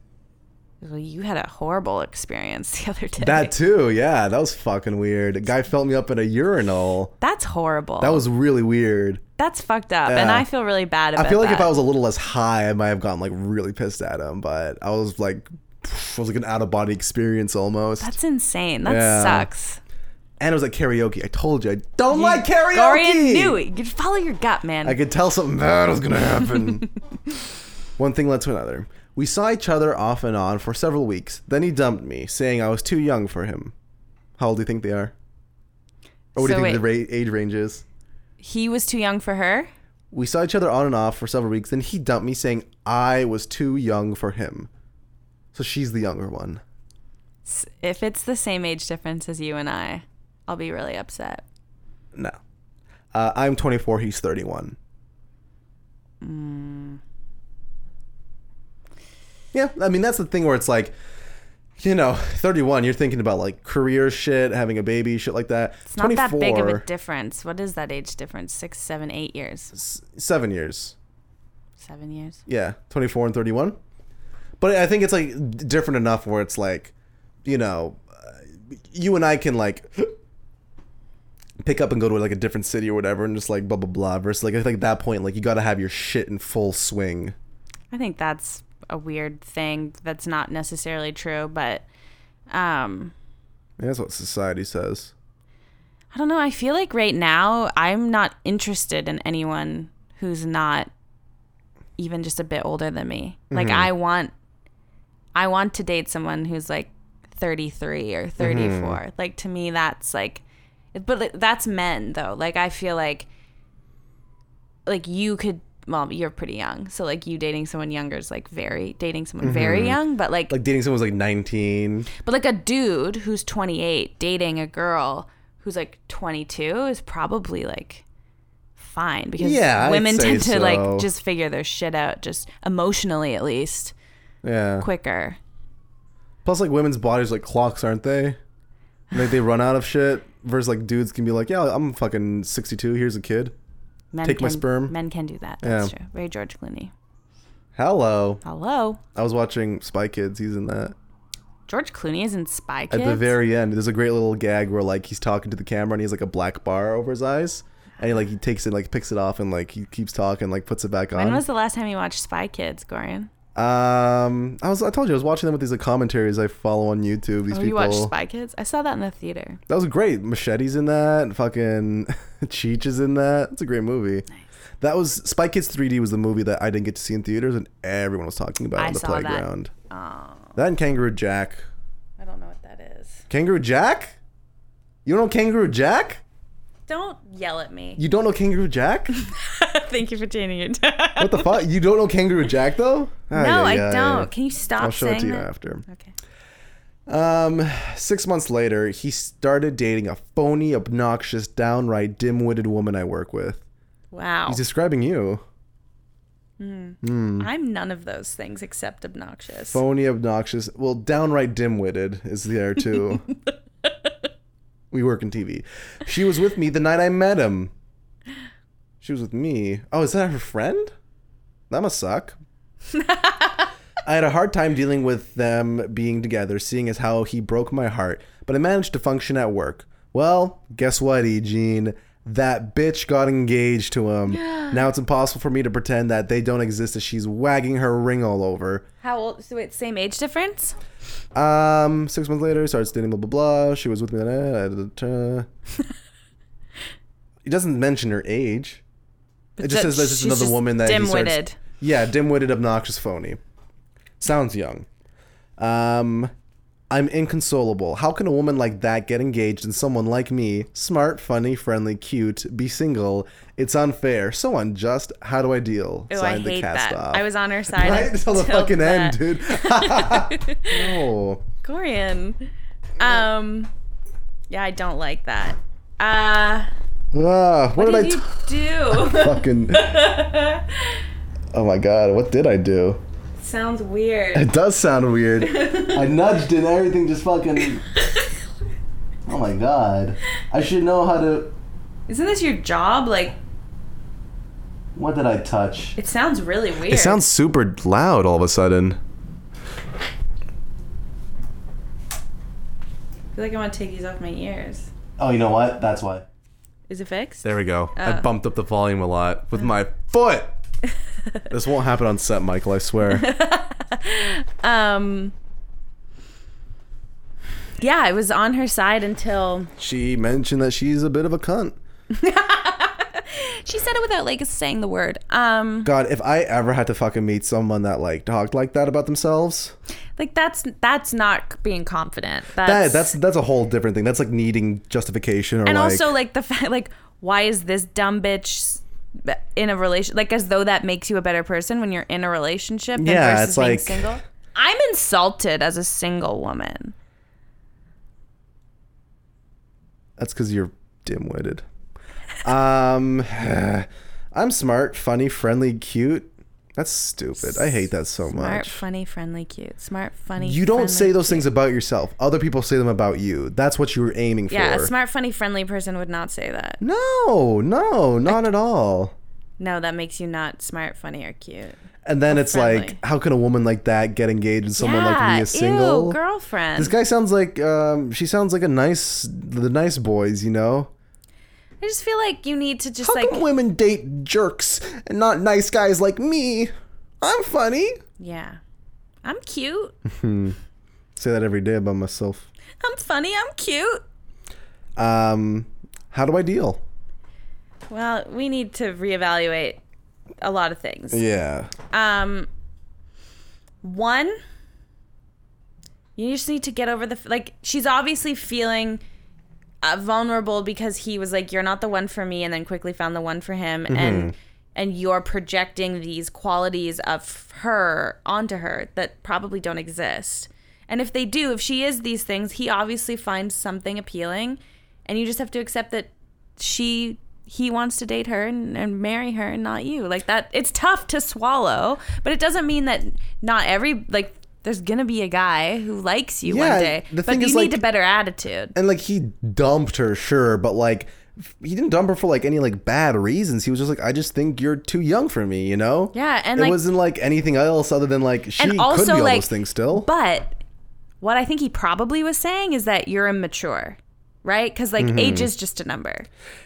[SPEAKER 2] Well, you had a horrible experience [laughs] the other day.
[SPEAKER 1] That too, yeah. That was fucking weird. A guy felt me up at a urinal.
[SPEAKER 2] That's horrible.
[SPEAKER 1] That was really weird.
[SPEAKER 2] That's fucked up, and
[SPEAKER 1] Yeah.
[SPEAKER 2] I feel really bad about.
[SPEAKER 1] I feel like if
[SPEAKER 2] that.
[SPEAKER 1] I was a little less high, I might have gotten like really pissed at him, but I was like [sighs] it was like an out of body experience almost.
[SPEAKER 2] That's insane. That
[SPEAKER 1] Yeah.
[SPEAKER 2] sucks.
[SPEAKER 1] and it was at karaoke. I told you, I don't like karaoke.
[SPEAKER 2] Gorian knew it. You follow your gut, man.
[SPEAKER 1] I could tell something bad was gonna
[SPEAKER 2] [laughs]
[SPEAKER 1] happen. One thing led to another. We saw each other off and on for several weeks. Then he dumped me, saying I was too young for him. How old do you think they are? Or what do
[SPEAKER 2] So
[SPEAKER 1] you think the ra- age range is?
[SPEAKER 2] he was too young for her.
[SPEAKER 1] We saw each other on and off for several weeks. Then he dumped me, saying I was too young for him. So she's the younger one.
[SPEAKER 2] S- If it's the same age difference as you and I, I'll be really upset.
[SPEAKER 1] No. Uh, I'm 24. He's 31.
[SPEAKER 2] Hmm.
[SPEAKER 1] Yeah, I mean that's the thing where it's like, you know, 31. You're thinking about like career shit, having a baby, shit like that.
[SPEAKER 2] It's not that big of a difference. What is that age difference? Six, seven, eight years,
[SPEAKER 1] seven years.
[SPEAKER 2] seven years.
[SPEAKER 1] Yeah, 24 and 31. But I think it's like d- different enough where it's like, you know, uh, you and I can like [gasps] pick up and go to like a different city or whatever and just like blah blah blah versus like I think at that point like you got to have your shit in full swing.
[SPEAKER 2] I think that's a weird thing that's not necessarily true, but um,
[SPEAKER 1] That's what society says.
[SPEAKER 2] I don't know. I feel like right now I'm not interested in anyone who's not even just a bit older than me. Like I want I want to date someone who's like 33 or 34. Like to me that's like but like, that's men though. Like I feel like like you could well, you're pretty young. So like you dating someone younger is like very dating someone very young, but like
[SPEAKER 1] Like dating someone's like 19.
[SPEAKER 2] but like a dude who's 28 dating a girl who's like 22 is probably like fine because
[SPEAKER 1] Yeah, I'd
[SPEAKER 2] women
[SPEAKER 1] say
[SPEAKER 2] tend to
[SPEAKER 1] so.
[SPEAKER 2] like just figure their shit out just emotionally at least
[SPEAKER 1] Yeah.
[SPEAKER 2] quicker.
[SPEAKER 1] Plus, like women's bodies are like clocks, aren't they? Like they run out of shit. Versus like dudes can be like, yeah, I'm fucking 62. Here's a kid.
[SPEAKER 2] Men
[SPEAKER 1] Take
[SPEAKER 2] can,
[SPEAKER 1] my sperm.
[SPEAKER 2] Men can do that. That's
[SPEAKER 1] Yeah.
[SPEAKER 2] true. Very George Clooney.
[SPEAKER 1] Hello.
[SPEAKER 2] Hello.
[SPEAKER 1] I was watching Spy Kids. He's in that.
[SPEAKER 2] George Clooney is in Spy
[SPEAKER 1] At
[SPEAKER 2] Kids.
[SPEAKER 1] the very end, there's a great little gag where like he's talking to the camera and he has like a black bar over his eyes, and he like he takes it, like picks it off, and like he keeps talking, like puts it back on.
[SPEAKER 2] when was the last time you watched Spy Kids, Goran?
[SPEAKER 1] um, I was I told you I was watching them with these like commentaries I follow on YouTube. These
[SPEAKER 2] Oh,
[SPEAKER 1] people.
[SPEAKER 2] you watched Spy Kids? I saw that in the theater.
[SPEAKER 1] That was great. Machete's in that. Fucking [laughs] Cheech is in that. It's a great movie. That was Spy Kids 3D was the movie that I didn't get to see in theaters, and everyone was talking about
[SPEAKER 2] I
[SPEAKER 1] on the
[SPEAKER 2] saw that.
[SPEAKER 1] playground.
[SPEAKER 2] Oh,
[SPEAKER 1] That and Kangaroo Jack.
[SPEAKER 2] I don't know what that is.
[SPEAKER 1] Kangaroo Jack? You don't know Kangaroo Jack?
[SPEAKER 2] Don't yell at me.
[SPEAKER 1] You don't know Kangaroo Jack?
[SPEAKER 2] [laughs] Thank you for changing your tone.
[SPEAKER 1] what the fuck? You don't know Kangaroo Jack though? Ah,
[SPEAKER 2] No,
[SPEAKER 1] yeah,
[SPEAKER 2] I
[SPEAKER 1] yeah, yeah.
[SPEAKER 2] don't. Can you stop
[SPEAKER 1] I'll show it to
[SPEAKER 2] saying
[SPEAKER 1] you
[SPEAKER 2] that?
[SPEAKER 1] after.
[SPEAKER 2] Okay.
[SPEAKER 1] Um, six months later, he started dating a phony, obnoxious, downright dim-witted woman I work with.
[SPEAKER 2] Wow.
[SPEAKER 1] He's describing you.
[SPEAKER 2] I'm none of those things except obnoxious.
[SPEAKER 1] Phony, obnoxious. Well, downright dim-witted is there too. we work in TV. She was with me the night I met him. She was with me. Oh, is that her friend? That must suck. I had a hard time dealing with them being together, seeing as how he broke my heart, but I managed to function at work. Well, guess what, Eugene? That bitch got engaged to him. now it's impossible for me to pretend that they don't exist as she's wagging her ring all over.
[SPEAKER 2] How old? So wait, same age difference?
[SPEAKER 1] Um, six months later, starts dating blah blah blah. She was with me. Then, uh, da, da, da.
[SPEAKER 2] [laughs]
[SPEAKER 1] he doesn't mention her age. It just says that's just
[SPEAKER 2] she's
[SPEAKER 1] another woman that he starts-
[SPEAKER 2] dim-witted.
[SPEAKER 1] Yeah, dim-witted, obnoxious, phony. Sounds young. Um, I'm inconsolable. How can a woman like that get engaged and someone like me, smart, funny, friendly, cute, be single? It's unfair, so unjust. How do I deal?
[SPEAKER 2] Oh, I
[SPEAKER 1] Signed
[SPEAKER 2] hate that.
[SPEAKER 1] cast-off.
[SPEAKER 2] I was on her
[SPEAKER 1] [laughs]
[SPEAKER 2] side
[SPEAKER 1] right till the
[SPEAKER 2] until
[SPEAKER 1] fucking
[SPEAKER 2] that.
[SPEAKER 1] end, dude. [laughs]
[SPEAKER 2] [laughs]
[SPEAKER 1] no.
[SPEAKER 2] Corian.
[SPEAKER 1] [laughs]
[SPEAKER 2] Um, yeah, I don't like that. Uh,
[SPEAKER 1] Ah, what,
[SPEAKER 2] what
[SPEAKER 1] did, [laughs]
[SPEAKER 2] did,
[SPEAKER 1] I t-
[SPEAKER 2] you
[SPEAKER 1] [laughs]
[SPEAKER 2] do?
[SPEAKER 1] fucking? oh my god, what did I do?
[SPEAKER 2] Sounds weird.
[SPEAKER 1] It does sound weird. [laughs] I nudged and everything just [laughs] fucking. Oh my god, I should know how to.
[SPEAKER 2] Isn't this your job? Like,
[SPEAKER 1] What did I touch?
[SPEAKER 2] it sounds really weird.
[SPEAKER 1] It sounds super loud all of a sudden.
[SPEAKER 2] I feel like I want to take these off my ears.
[SPEAKER 1] Oh, you know what? That's why.
[SPEAKER 2] Is it fixed?
[SPEAKER 1] There we go. I bumped up the volume a lot with my [laughs] foot. this won't happen on set, Michael. I [laughs] swear.
[SPEAKER 2] Um. Yeah, I was on her side until
[SPEAKER 1] she mentioned that she's a bit of a cunt.
[SPEAKER 2] she said it without like saying the word. Um,
[SPEAKER 1] God, if I ever had to fucking meet someone that like talked like that about themselves,
[SPEAKER 2] like that's that's not being confident.
[SPEAKER 1] that
[SPEAKER 2] That's,
[SPEAKER 1] that's that's a whole different thing. That's like needing justification or
[SPEAKER 2] and
[SPEAKER 1] like,
[SPEAKER 2] also like the fact [laughs] like why is this dumb bitch s- in a relation like as though that makes you a better person when you're in a relationship than
[SPEAKER 1] Yeah,
[SPEAKER 2] versus
[SPEAKER 1] it's
[SPEAKER 2] being
[SPEAKER 1] like-
[SPEAKER 2] single. I'm insulted as a single woman.
[SPEAKER 1] That's because you're dim-witted. Um, [sighs] I'm smart, funny, friendly, cute. That's stupid. I hate that so
[SPEAKER 2] Smart,
[SPEAKER 1] much.
[SPEAKER 2] funny, friendly, cute. Smart, funny.
[SPEAKER 1] You don't
[SPEAKER 2] friendly,
[SPEAKER 1] say those things about yourself. Other people say them about you. That's what you were aiming
[SPEAKER 2] Yeah,
[SPEAKER 1] for.
[SPEAKER 2] a smart, funny, friendly person would not say that.
[SPEAKER 1] no, no, not at all.
[SPEAKER 2] No, that makes you not smart, funny, or cute.
[SPEAKER 1] And then it's
[SPEAKER 2] friendly.
[SPEAKER 1] like, how can a woman like that get engaged and someone like me is single?
[SPEAKER 2] Ew, girlfriend.
[SPEAKER 1] This guy sounds like um, she sounds like a nice the nice boys, you know.
[SPEAKER 2] I just feel like you need to just
[SPEAKER 1] How
[SPEAKER 2] like
[SPEAKER 1] come women date jerks and not nice guys like me? I'm funny.
[SPEAKER 2] yeah. I'm cute.
[SPEAKER 1] Say that every day about myself.
[SPEAKER 2] I'm funny. I'm cute.
[SPEAKER 1] Um, how do I deal?
[SPEAKER 2] Well, we need to reevaluate a lot of things.
[SPEAKER 1] Yeah.
[SPEAKER 2] Um, one, you just need to get over the f- like. She's obviously feeling uh, vulnerable because he was like, "You're not the one for me," and then quickly found the one for him,
[SPEAKER 1] Mm-hmm.
[SPEAKER 2] and and you're projecting these qualities of her onto her that probably don't exist. And if they do, if she is these things, he obviously finds something appealing, and you just have to accept that she he wants to date her and, and marry her and not you like that it's tough to swallow but it doesn't mean that not every like there's gonna be a guy who likes you
[SPEAKER 1] Yeah,
[SPEAKER 2] one day
[SPEAKER 1] the
[SPEAKER 2] but
[SPEAKER 1] thing
[SPEAKER 2] you
[SPEAKER 1] is,
[SPEAKER 2] need
[SPEAKER 1] like-
[SPEAKER 2] a better attitude
[SPEAKER 1] And like he dumped her, sure, but like he didn't dump her for like any like bad reasons. He was just like, I just think you're too young for me, you know?
[SPEAKER 2] Yeah, and,
[SPEAKER 1] it
[SPEAKER 2] like-
[SPEAKER 1] wasn't like anything else other than like she
[SPEAKER 2] and
[SPEAKER 1] could be
[SPEAKER 2] also
[SPEAKER 1] all
[SPEAKER 2] like
[SPEAKER 1] those things still.
[SPEAKER 2] but what i think he probably was saying is that you're immature right because
[SPEAKER 1] Mm-hmm.
[SPEAKER 2] like age is just a number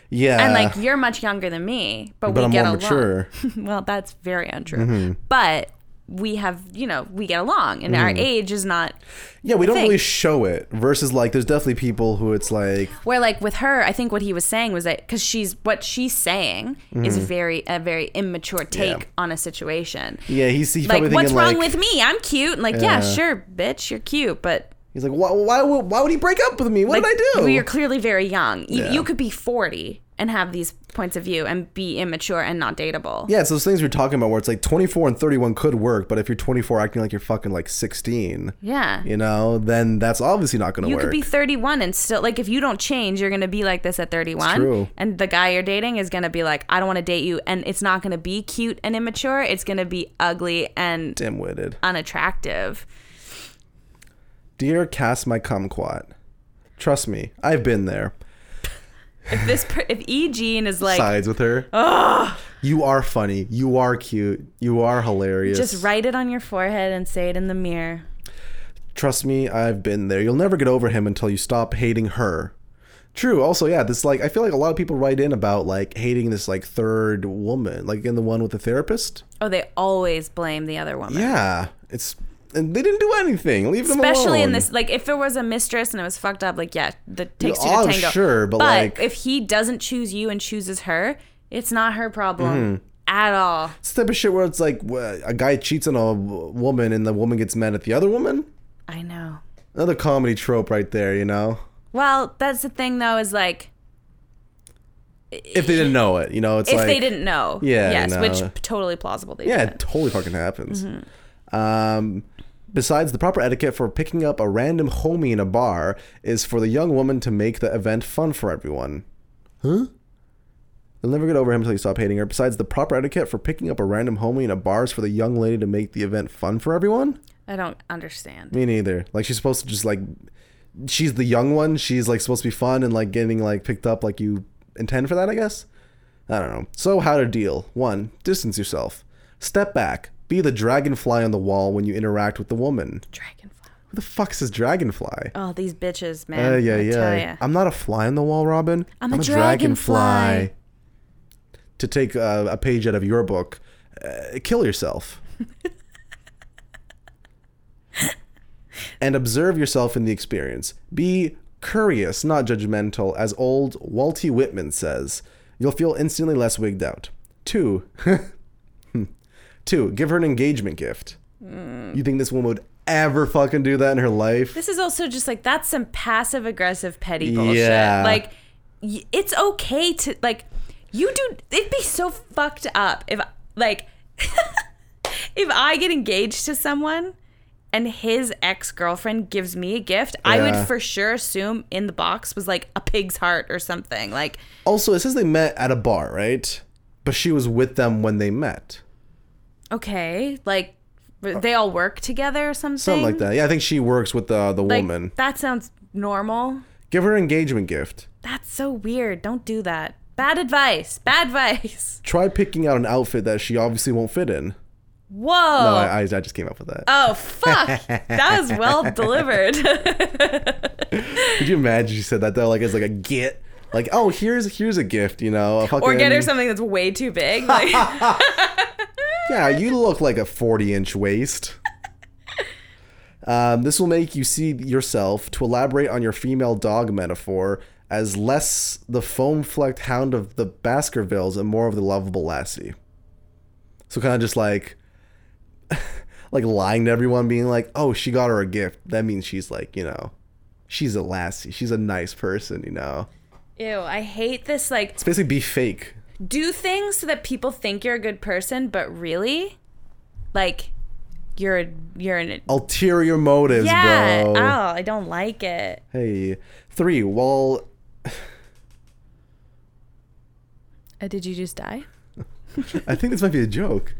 [SPEAKER 1] yeah.
[SPEAKER 2] and like you're much younger than me but,
[SPEAKER 1] Uh, but
[SPEAKER 2] we
[SPEAKER 1] I'm
[SPEAKER 2] get
[SPEAKER 1] more
[SPEAKER 2] along
[SPEAKER 1] mature.
[SPEAKER 2] [laughs]
[SPEAKER 1] Mm-hmm.
[SPEAKER 2] well that's very untrue but we have you know we get along and
[SPEAKER 1] Mm-hmm.
[SPEAKER 2] our age is not
[SPEAKER 1] yeah, we don't
[SPEAKER 2] thing.
[SPEAKER 1] really show it. Versus like there's definitely people who it's like
[SPEAKER 2] Where like with her, I think what he was saying was that because she's what she's saying is very a very immature take
[SPEAKER 1] Mm-hmm. Yeah.
[SPEAKER 2] on a situation.
[SPEAKER 1] Yeah, he's he
[SPEAKER 2] Like
[SPEAKER 1] probably
[SPEAKER 2] what's
[SPEAKER 1] thinking
[SPEAKER 2] wrong
[SPEAKER 1] like
[SPEAKER 2] with me? I'm cute. And like yeah.
[SPEAKER 1] Yeah.
[SPEAKER 2] sure, bitch, you're cute, but
[SPEAKER 1] he's like why why would, why would he break up with me? What
[SPEAKER 2] like,
[SPEAKER 1] did I do?
[SPEAKER 2] You're clearly very young. You,
[SPEAKER 1] Yeah.
[SPEAKER 2] you could be 40 and have these points of view and be immature and not dateable.
[SPEAKER 1] Yeah, it's those things we're talking about where it's like 24 and 31 could work, but if you're 24 acting like you're fucking like 16,
[SPEAKER 2] Yeah.
[SPEAKER 1] you know, then that's obviously not going to
[SPEAKER 2] You
[SPEAKER 1] work.
[SPEAKER 2] could be 31 and still like if you don't change, you're gonna be like this at 31.
[SPEAKER 1] true.
[SPEAKER 2] And the guy you're dating is gonna be like, I don't want to date you, and it's not gonna be cute and immature. It's gonna be ugly and
[SPEAKER 1] dim-witted.
[SPEAKER 2] unattractive.
[SPEAKER 1] Dear cast my kumquat. Trust me, I've been there.
[SPEAKER 2] If this, per- if E. Jean is like,
[SPEAKER 1] Sides with her. You are funny. You are cute. You are hilarious.
[SPEAKER 2] just write it on your forehead and say it in the mirror.
[SPEAKER 1] Trust me, I've been there. You'll never get over him until you stop hating her. True. Also, yeah, this like I feel like a lot of people write in about like hating this like third woman, like in the one with the therapist.
[SPEAKER 2] Oh, they always blame the other woman.
[SPEAKER 1] Yeah, it's and they didn't do anything. Leave them
[SPEAKER 2] Especially in
[SPEAKER 1] alone.
[SPEAKER 2] this, like, if it was a mistress and it was fucked up, like, yeah, the takes two
[SPEAKER 1] oh,
[SPEAKER 2] to tango.
[SPEAKER 1] sure, but, like-
[SPEAKER 2] if he doesn't choose you and chooses her, it's not her problem
[SPEAKER 1] Mm-hmm.
[SPEAKER 2] at all.
[SPEAKER 1] It's the type of shit where it's like wh- a guy cheats on a w- woman and the woman gets mad at the other woman.
[SPEAKER 2] I know.
[SPEAKER 1] Another comedy trope right there, you know.
[SPEAKER 2] Well, that's the thing though, is like
[SPEAKER 1] If they didn't know it, you know, it's
[SPEAKER 2] if
[SPEAKER 1] like
[SPEAKER 2] they didn't know.
[SPEAKER 1] Yeah, I
[SPEAKER 2] Yes,
[SPEAKER 1] know.
[SPEAKER 2] which p- totally plausible. They
[SPEAKER 1] Yeah, it
[SPEAKER 2] didn't.
[SPEAKER 1] totally fucking happens. Um, besides, the proper etiquette for picking up a random homie in a bar is for the young woman to make the event fun for everyone. Huh? You'll never get over him until you stop hating her. Besides, the proper etiquette for picking up a random homie in a bar is for the young lady to make the event fun for everyone.
[SPEAKER 2] I don't understand.
[SPEAKER 1] Me neither. Like she's supposed to just like, she's the young one. She's like supposed to be fun and like getting like picked up like you intend for that. I guess. I don't know. So how to deal? One, distance yourself. Step back. Be the dragonfly on the wall when you interact with the woman.
[SPEAKER 2] Dragonfly.
[SPEAKER 1] Who the fuck says dragonfly?
[SPEAKER 2] Oh, these bitches, man.
[SPEAKER 1] Yeah, yeah,
[SPEAKER 2] I tell
[SPEAKER 1] yeah.
[SPEAKER 2] ya.
[SPEAKER 1] I'm not a fly on the wall, Robin.
[SPEAKER 2] I'm a dragonfly.
[SPEAKER 1] To take uh, a page out of your book, uh, kill
[SPEAKER 2] [laughs]
[SPEAKER 1] yourself. and observe yourself in the experience. Be curious, not judgmental, as old Walty Whitman says. You'll feel instantly less wigged out. Two. [laughs] Two, give her an engagement gift.
[SPEAKER 2] Mm.
[SPEAKER 1] You think this woman would ever fucking do that in her life?
[SPEAKER 2] This is also just like that's some passive aggressive petty bullshit.
[SPEAKER 1] Yeah.
[SPEAKER 2] Like y- it's okay to like you do it'd be so fucked up if like [laughs] if I get engaged to someone and his ex-girlfriend gives me a gift, I
[SPEAKER 1] Yeah.
[SPEAKER 2] would for sure assume in the box was like a pig's heart or something. Like
[SPEAKER 1] Also, it says they met at a bar, right? But she was with them when they met.
[SPEAKER 2] okay, like they all work together or something.
[SPEAKER 1] Something like that. Yeah, I think she works with the the
[SPEAKER 2] Like,
[SPEAKER 1] woman.
[SPEAKER 2] That sounds normal.
[SPEAKER 1] Give her an engagement gift.
[SPEAKER 2] That's so weird. Don't do that. Bad advice. Bad [laughs] advice.
[SPEAKER 1] Try picking out an outfit that she obviously won't fit in.
[SPEAKER 2] Whoa.
[SPEAKER 1] Oh, I, I, I just came up with that.
[SPEAKER 2] oh, fuck. that was well
[SPEAKER 1] [laughs]
[SPEAKER 2] delivered.
[SPEAKER 1] Could you imagine she said that though? Like it's like a get. Like oh, here's here's a gift. You know, a fucking,
[SPEAKER 2] or get her something that's way too big.
[SPEAKER 1] [laughs]
[SPEAKER 2] Like, [laughs]
[SPEAKER 1] Yeah, you look like a forty inch waist. Um, this will make you see yourself to elaborate on your female dog metaphor as less the foam flecked hound of the Baskervilles and more of the lovable lassie. So kind of just like, [laughs] like lying to everyone, being like, "Oh, she got her a gift. That means she's like, you know, she's a lassie. She's a nice person. You know,
[SPEAKER 2] Ew, I hate this. Like,
[SPEAKER 1] it's basically be fake.
[SPEAKER 2] do things so that people think you're a good person, but really, like, you're a- you're an
[SPEAKER 1] Ulterior motives,
[SPEAKER 2] yeah.
[SPEAKER 1] bro.
[SPEAKER 2] Oh, I don't like it.
[SPEAKER 1] Hey, three. Well,
[SPEAKER 2] Uh, did you just die?
[SPEAKER 1] I think this might be a joke.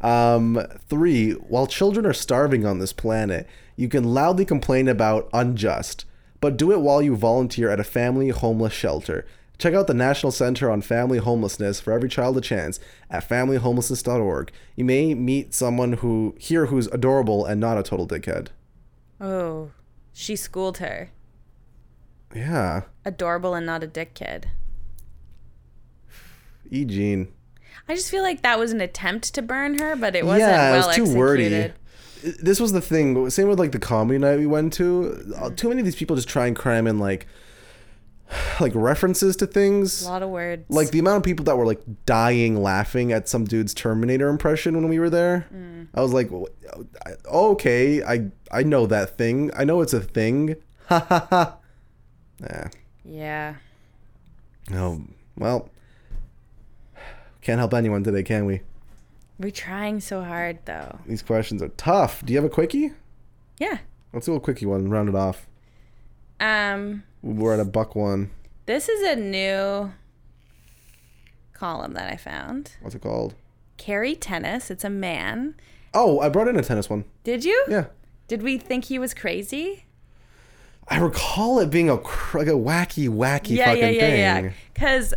[SPEAKER 1] Um, three, while children are starving on this planet, you can loudly complain about unjust, but do it while you volunteer at a family homeless shelter. Check out the National Center on Family Homelessness for Every Child a Chance at familyhomelessness.org. You may meet someone who here who's adorable and not a total dickhead.
[SPEAKER 2] Oh, she schooled her.
[SPEAKER 1] Yeah.
[SPEAKER 2] Adorable and not a dick kid.
[SPEAKER 1] E. Jean.
[SPEAKER 2] I just feel like that was an attempt to burn her, but it wasn't
[SPEAKER 1] yeah,
[SPEAKER 2] well
[SPEAKER 1] it was too
[SPEAKER 2] executed.
[SPEAKER 1] wordy. This was the thing. Same with like the comedy night we went to. Uh, Too many of these people just try and cram in like, [sighs] like references to things.
[SPEAKER 2] A lot of words.
[SPEAKER 1] Like the amount of people that were like dying laughing at some dude's Terminator impression when we were there.
[SPEAKER 2] Mm.
[SPEAKER 1] I was like, "Wh- I- okay, I I know that thing. I know it's a thing. [laughs] Ha ha ha. Nah.
[SPEAKER 2] yeah.
[SPEAKER 1] No. Well, [sighs] can't help anyone today, can we?
[SPEAKER 2] We're trying so hard though.
[SPEAKER 1] These questions are tough. Do you have a quickie?
[SPEAKER 2] Yeah.
[SPEAKER 1] Let's do a quickie one. Round it off.
[SPEAKER 2] Um
[SPEAKER 1] We're at a buck one.
[SPEAKER 2] this is a new column that I found.
[SPEAKER 1] What's it called?
[SPEAKER 2] Carrie Tennis, it's a man.
[SPEAKER 1] Oh, I brought in a tennis one.
[SPEAKER 2] Did you?
[SPEAKER 1] Yeah.
[SPEAKER 2] Did we think he was crazy?
[SPEAKER 1] I recall it being a cr- like a wacky, wacky fucking thing.
[SPEAKER 2] Because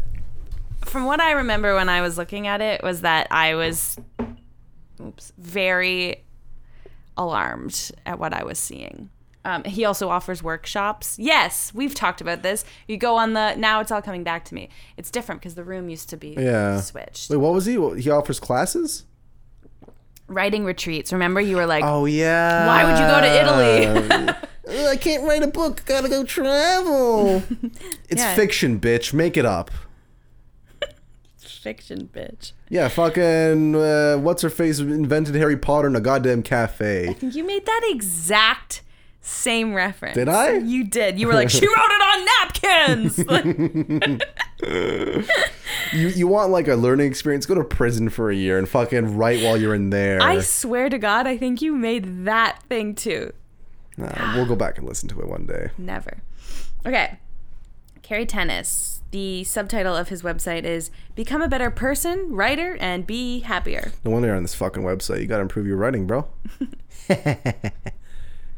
[SPEAKER 2] from what I remember when I was looking at it was that I was oops, very alarmed at what I was seeing. Um, he also offers workshops. Yes, we've talked about this. You go on the now it's all coming back to me. It's different because the room used to be
[SPEAKER 1] Yeah.
[SPEAKER 2] switched.
[SPEAKER 1] Wait, what was he? What- He offers classes?
[SPEAKER 2] Writing retreats. Remember you were like,
[SPEAKER 1] Oh yeah.
[SPEAKER 2] why would you go to Italy?
[SPEAKER 1] Ugh, [laughs] I can't write a book. Gotta go
[SPEAKER 2] [laughs]
[SPEAKER 1] travel. it's
[SPEAKER 2] Yeah.
[SPEAKER 1] fiction, bitch. Make it up.
[SPEAKER 2] Fiction, bitch.
[SPEAKER 1] Yeah, fucking uh, what's her face invented Harry Potter in a goddamn cafe.
[SPEAKER 2] You made that exact same reference.
[SPEAKER 1] Did I?
[SPEAKER 2] You did. You were
[SPEAKER 1] [laughs]
[SPEAKER 2] like, she wrote it on napkins. Like,
[SPEAKER 1] You you want like a learning experience? Go to prison for a year and fucking write while you're in there.
[SPEAKER 2] I swear to God, I think you made that thing too.
[SPEAKER 1] Nah, we'll go back and listen to it one day.
[SPEAKER 2] Never. Okay. Carrie Tennis. The subtitle of his website is Become a Better Person, Writer, and Be Happier.
[SPEAKER 1] No wonder you're on this fucking website. You gotta improve your writing,
[SPEAKER 2] [laughs]
[SPEAKER 1] bro.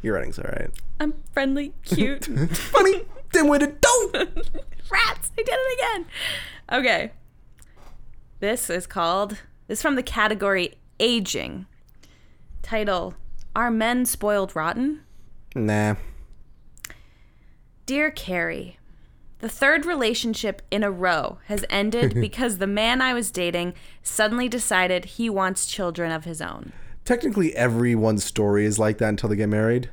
[SPEAKER 1] your writing's alright.
[SPEAKER 2] I'm friendly, cute,
[SPEAKER 1] Funny, dimwitted, don't.
[SPEAKER 2] Rats! I did it again. Okay. This is called. This is from the category aging. Title: Are men spoiled rotten?
[SPEAKER 1] Nah.
[SPEAKER 2] Dear Carrie, the third relationship in a row has
[SPEAKER 1] [laughs]
[SPEAKER 2] ended because the man I was dating suddenly decided he wants children of his own.
[SPEAKER 1] Technically, everyone's story is like that until they get married.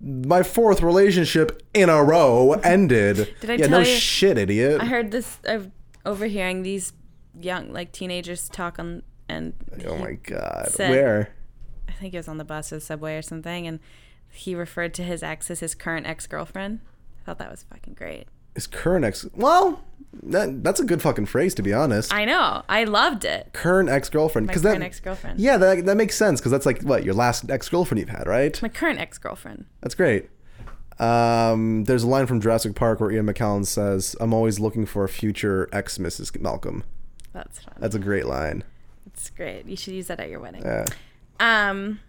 [SPEAKER 1] My fourth relationship in a row ended.
[SPEAKER 2] [laughs] Did I
[SPEAKER 1] yeah,
[SPEAKER 2] tell
[SPEAKER 1] no
[SPEAKER 2] you-
[SPEAKER 1] shit, idiot.
[SPEAKER 2] I heard this. I'm overhearing these young, like teenagers, talk on, and
[SPEAKER 1] oh my god.
[SPEAKER 2] said-
[SPEAKER 1] Where?
[SPEAKER 2] I think it was on the bus or the subway or something, and he referred to his ex as his current ex girlfriend. I thought that was fucking great.
[SPEAKER 1] Is current ex? Well, that, that's a good fucking phrase to be honest.
[SPEAKER 2] I know. I loved it.
[SPEAKER 1] current ex girlfriend.
[SPEAKER 2] My
[SPEAKER 1] Because
[SPEAKER 2] current
[SPEAKER 1] that.
[SPEAKER 2] ex girlfriend.
[SPEAKER 1] yeah, that, that makes sense because that's like what your last ex girlfriend you've had, right?
[SPEAKER 2] My current ex girlfriend.
[SPEAKER 1] That's great. Um, there's a line from Jurassic Park where Ian McKellen says, "I'm always looking for a future ex Mrs. Malcolm."
[SPEAKER 2] That's fun.
[SPEAKER 1] That's a great line.
[SPEAKER 2] That's great. You should use that at your wedding.
[SPEAKER 1] Yeah.
[SPEAKER 2] Um,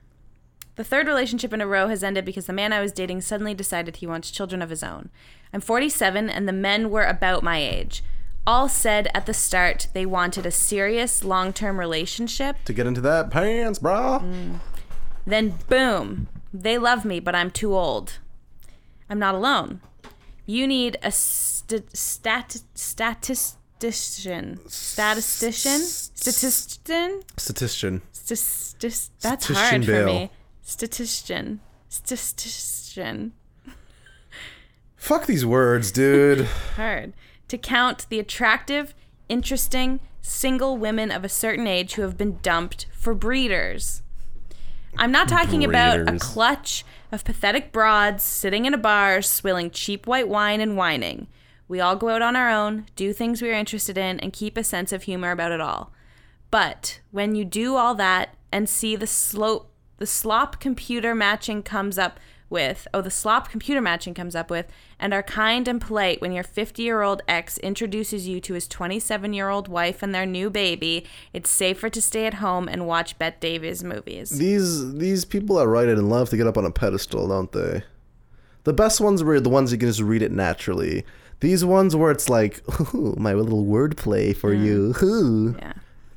[SPEAKER 2] the third relationship in a row has ended because the man I was dating suddenly decided he wants children of his own. I'm 47, and the men were about my age. All said at the start they wanted a serious, long term relationship.
[SPEAKER 1] To get into that pants, brah.
[SPEAKER 2] Mm. Then, boom, they love me, but I'm too old. I'm not alone. You need a st- stat- statistician. Statistician? Statistician?
[SPEAKER 1] Statistician.
[SPEAKER 2] Stis- stis- that's
[SPEAKER 1] Statistician
[SPEAKER 2] hard for
[SPEAKER 1] Bill.
[SPEAKER 2] me. Statistician. Statistician.
[SPEAKER 1] Fuck these words,
[SPEAKER 2] [laughs]
[SPEAKER 1] dude.
[SPEAKER 2] Hard. To count the attractive, interesting, single women of a certain age who have been dumped for breeders. I'm not talking about a
[SPEAKER 1] Breeders.
[SPEAKER 2] clutch of pathetic broads sitting in a bar, swilling cheap white wine and whining. We all go out on our own, do things we are interested in, and keep a sense of humor about it all. But when you do all that and see the slope, the slop computer matching comes up with, oh, the slop computer matching comes up with, and are kind and polite when your 50 year old ex introduces you to his 27 year old wife and their new baby, it's safer to stay at home and watch Bette Davis movies.
[SPEAKER 1] these these people that write it and love to get up on a pedestal, don't they? The best ones were the ones you can just read it naturally. These ones where it's like, ooh, my little wordplay for you. Ooh.
[SPEAKER 2] Mm. Yeah.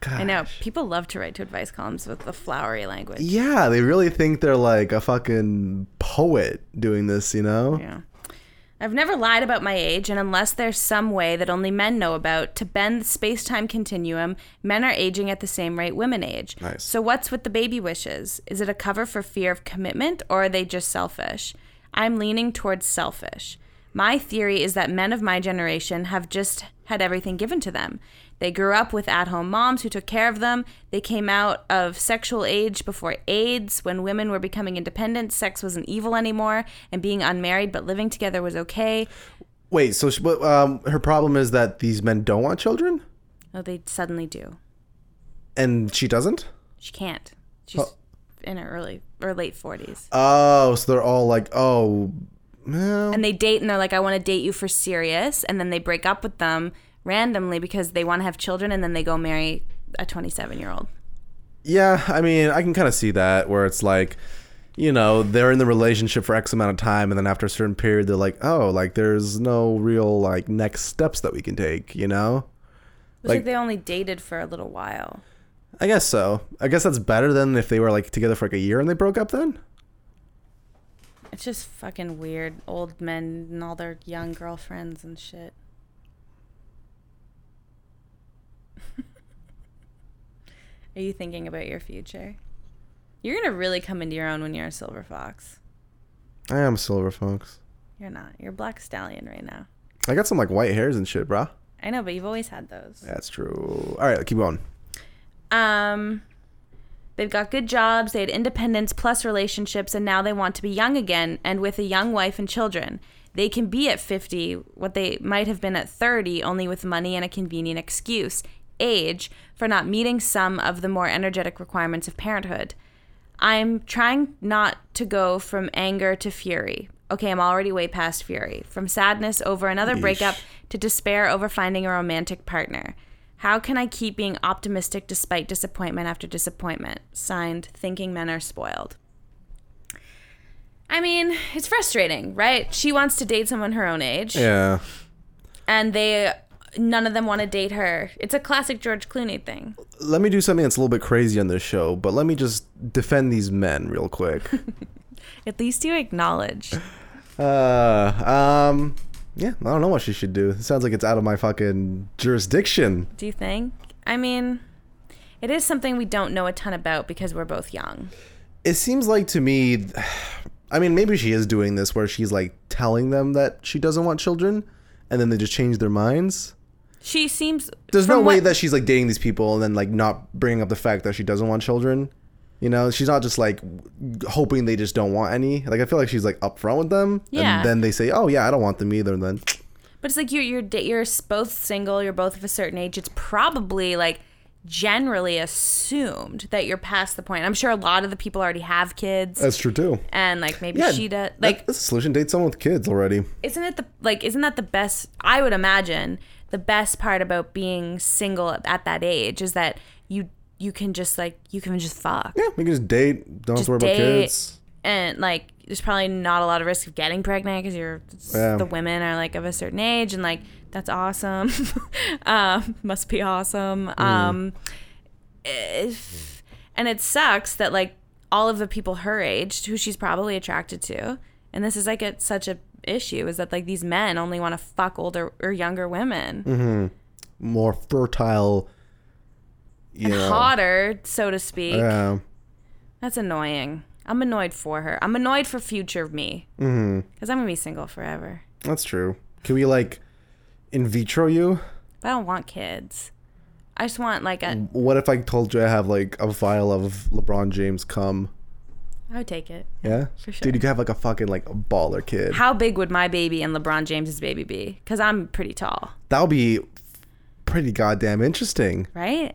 [SPEAKER 2] I know. People love to write to advice columns with the flowery language.
[SPEAKER 1] Yeah, they really think they're like a fucking poet doing this, you know?
[SPEAKER 2] Yeah. I've never lied about my age, and unless there's some way that only men know about to bend the space time continuum, men are aging at the same rate women age.
[SPEAKER 1] Nice.
[SPEAKER 2] So, what's with the baby wishes? Is it a cover for fear of commitment, or are they just selfish? I'm leaning towards selfish. My theory is that men of my generation have just had everything given to them. They grew up with at home moms who took care of them. They came out of sexual age before AIDS, when women were becoming independent, sex wasn't evil anymore, and being unmarried but living together was okay.
[SPEAKER 1] Wait, so she, but, um, her problem is that these men don't want children
[SPEAKER 2] Oh, they suddenly do.
[SPEAKER 1] and she doesn't?
[SPEAKER 2] She can't. She's in her early or late 40s.
[SPEAKER 1] Oh, so they're all like, oh, well,
[SPEAKER 2] and they date and they're like, I want to date you for serious. And then they break up with them randomly because they want to have children and then they go marry a 27 year old.
[SPEAKER 1] yeah, I mean, I can kind of see that where it's like, you know, they're in the relationship for X amount of time. And then after a certain period, they're like, oh, like there's no real like next steps that we can take, you know?
[SPEAKER 2] Looks like,
[SPEAKER 1] Like-
[SPEAKER 2] they only dated for a little while.
[SPEAKER 1] I guess so. I guess that's better than if they were like together for like a year and they broke up then.
[SPEAKER 2] It's just fucking weird. Old men and all their young girlfriends and shit. [laughs] Are you thinking about your future? You're gonna really come into your own when you're a silver fox.
[SPEAKER 1] I am silver, folks.
[SPEAKER 2] You're not. You're a black stallion right now.
[SPEAKER 1] I got some like white hairs and shit, brah.
[SPEAKER 2] I know, but you've always had those.
[SPEAKER 1] That's true. All right, keep going.
[SPEAKER 2] Um, they've got good jobs, they had independence plus relationships, and now they want to be young again and with a young wife and children. They can be at 50, what they might have been at 30, only with money and a convenient excuse age for not meeting some of the more energetic requirements of parenthood. I'm trying not to go from anger to fury. Okay, I'm already way past fury. From sadness over another breakup to despair over finding a romantic partner. How can I keep being optimistic despite disappointment after disappointment? Signed, thinking men are spoiled. I mean, it's frustrating, right? She wants to date someone her own age,
[SPEAKER 1] Yeah.
[SPEAKER 2] and they none of them want to date her. It's a classic George Clooney thing.
[SPEAKER 1] Let me do something that's a little bit crazy on this show, but let me just defend these men real quick.
[SPEAKER 2] At least you acknowledge.
[SPEAKER 1] uh, um, yeah, I don't know what she should do. It sounds like it's out of my fucking jurisdiction.
[SPEAKER 2] Do you think? I mean, it is something we don't know a ton about because we're both young.
[SPEAKER 1] It seems like to me, [sighs] I mean, maybe she is doing this where she's like telling them that she doesn't want children, and then they just change their minds.
[SPEAKER 2] She seems.
[SPEAKER 1] There's no
[SPEAKER 2] from
[SPEAKER 1] way
[SPEAKER 2] what-
[SPEAKER 1] that she's like dating these people and then like not bringing up the fact that she doesn't want children. You know, she's not just like hoping they just don't want any. Like I feel like she's like upfront with them,
[SPEAKER 2] Yeah.
[SPEAKER 1] and then they say, "Oh yeah, I don't want them either." And then
[SPEAKER 2] But it's like you're you're da- you're s- both single. You're both of a certain age. It's probably like generally assumed that you're past the point. I'm sure a lot of the people already have kids,
[SPEAKER 1] that's true too.
[SPEAKER 2] and like maybe she does.
[SPEAKER 1] that-
[SPEAKER 2] Like,
[SPEAKER 1] that's a solution. Date someone with kids already.
[SPEAKER 2] isn't it the like isn't that the best? I would imagine the best part about being single at, at that age is that you you can just like you can just fuck.
[SPEAKER 1] Yeah, we can just date. Don't have
[SPEAKER 2] Just
[SPEAKER 1] to worry
[SPEAKER 2] date.
[SPEAKER 1] about kids.
[SPEAKER 2] and like there's probably not a lot of risk of getting pregnant because you're
[SPEAKER 1] Yeah.
[SPEAKER 2] the women are like of a certain age and like that's awesome [laughs] um, must be awesome
[SPEAKER 1] Mm.
[SPEAKER 2] um if, and it sucks that like all of the people her age who she's probably attracted to and this is like a, such a issue is that like these men only want to fuck older or younger women
[SPEAKER 1] Mm-hmm. More fertile. You know.
[SPEAKER 2] hotter so to speak
[SPEAKER 1] Yeah.
[SPEAKER 2] that's annoying I'm annoyed for her. I'm annoyed for future me. Because
[SPEAKER 1] Mm-hmm.
[SPEAKER 2] I'm going to be single forever.
[SPEAKER 1] That's true. Can we like in vitro you?
[SPEAKER 2] But I don't want kids. I just want, like, a.
[SPEAKER 1] What if I told you I have like a vial of LeBron James cum?
[SPEAKER 2] I would take it.
[SPEAKER 1] Yeah,
[SPEAKER 2] For sure.
[SPEAKER 1] dude, you could have like a fucking like a baller kid.
[SPEAKER 2] How big would my baby and LeBron James's baby be? Because I'm pretty tall,
[SPEAKER 1] That'll be pretty goddamn interesting.
[SPEAKER 2] right?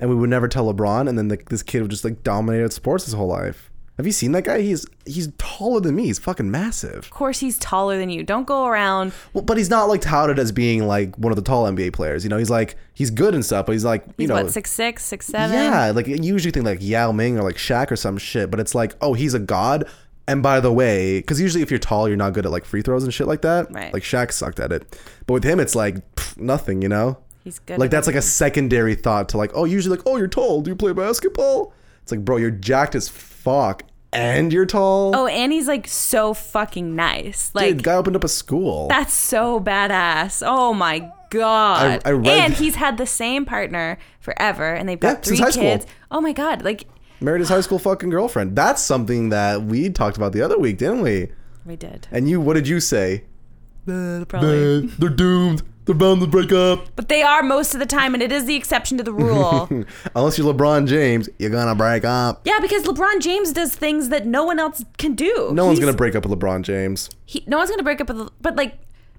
[SPEAKER 1] And we would never tell LeBron, and then the, this kid would just like dominate sports his whole life. Have you seen that guy? He's he's taller than me. He's fucking massive.
[SPEAKER 2] Of course, he's taller than you. Don't go around.
[SPEAKER 1] Well, but he's not like touted as being like one of the tall NBA players. You know, he's like he's good and stuff, but he's like you
[SPEAKER 2] He's
[SPEAKER 1] know
[SPEAKER 2] what, six six, six seven?
[SPEAKER 1] Yeah, like you usually think like Yao Ming or like Shaq or some shit, but it's like, oh, he's a god. And by the way, because usually if you're tall, you're not good at like free throws and shit like that.
[SPEAKER 2] Right.
[SPEAKER 1] Like Shaq sucked at it, but with him, it's like pff, nothing, you know.
[SPEAKER 2] He's good
[SPEAKER 1] Like
[SPEAKER 2] at
[SPEAKER 1] that's like a secondary thought to like, oh, usually like, oh, you're tall. Do you play basketball? It's like, bro, you're jacked as fuck, and you're tall.
[SPEAKER 2] Oh, and he's like so fucking nice. Like
[SPEAKER 1] Dude, guy opened up a school.
[SPEAKER 2] that's so badass. Oh my god.
[SPEAKER 1] I- I read-
[SPEAKER 2] and he's had the same partner forever, and they've got
[SPEAKER 1] Yeah,
[SPEAKER 2] three
[SPEAKER 1] since high school.
[SPEAKER 2] kids. Oh my god. Like
[SPEAKER 1] Married his high school fucking girlfriend. That's something that we talked about the other week, didn't we?
[SPEAKER 2] we did.
[SPEAKER 1] And you, what did you say?
[SPEAKER 2] Probably.
[SPEAKER 1] Eh, they're doomed. They're bound to break up.
[SPEAKER 2] But they are most of the time, and it is the exception to
[SPEAKER 1] [laughs]
[SPEAKER 2] the rule.
[SPEAKER 1] Unless you're LeBron James, you're gonna break up.
[SPEAKER 2] yeah, because LeBron James does things that no one else can do.
[SPEAKER 1] No one's
[SPEAKER 2] He's-
[SPEAKER 1] gonna break up with LeBron James.
[SPEAKER 2] he, no one's gonna break up with but like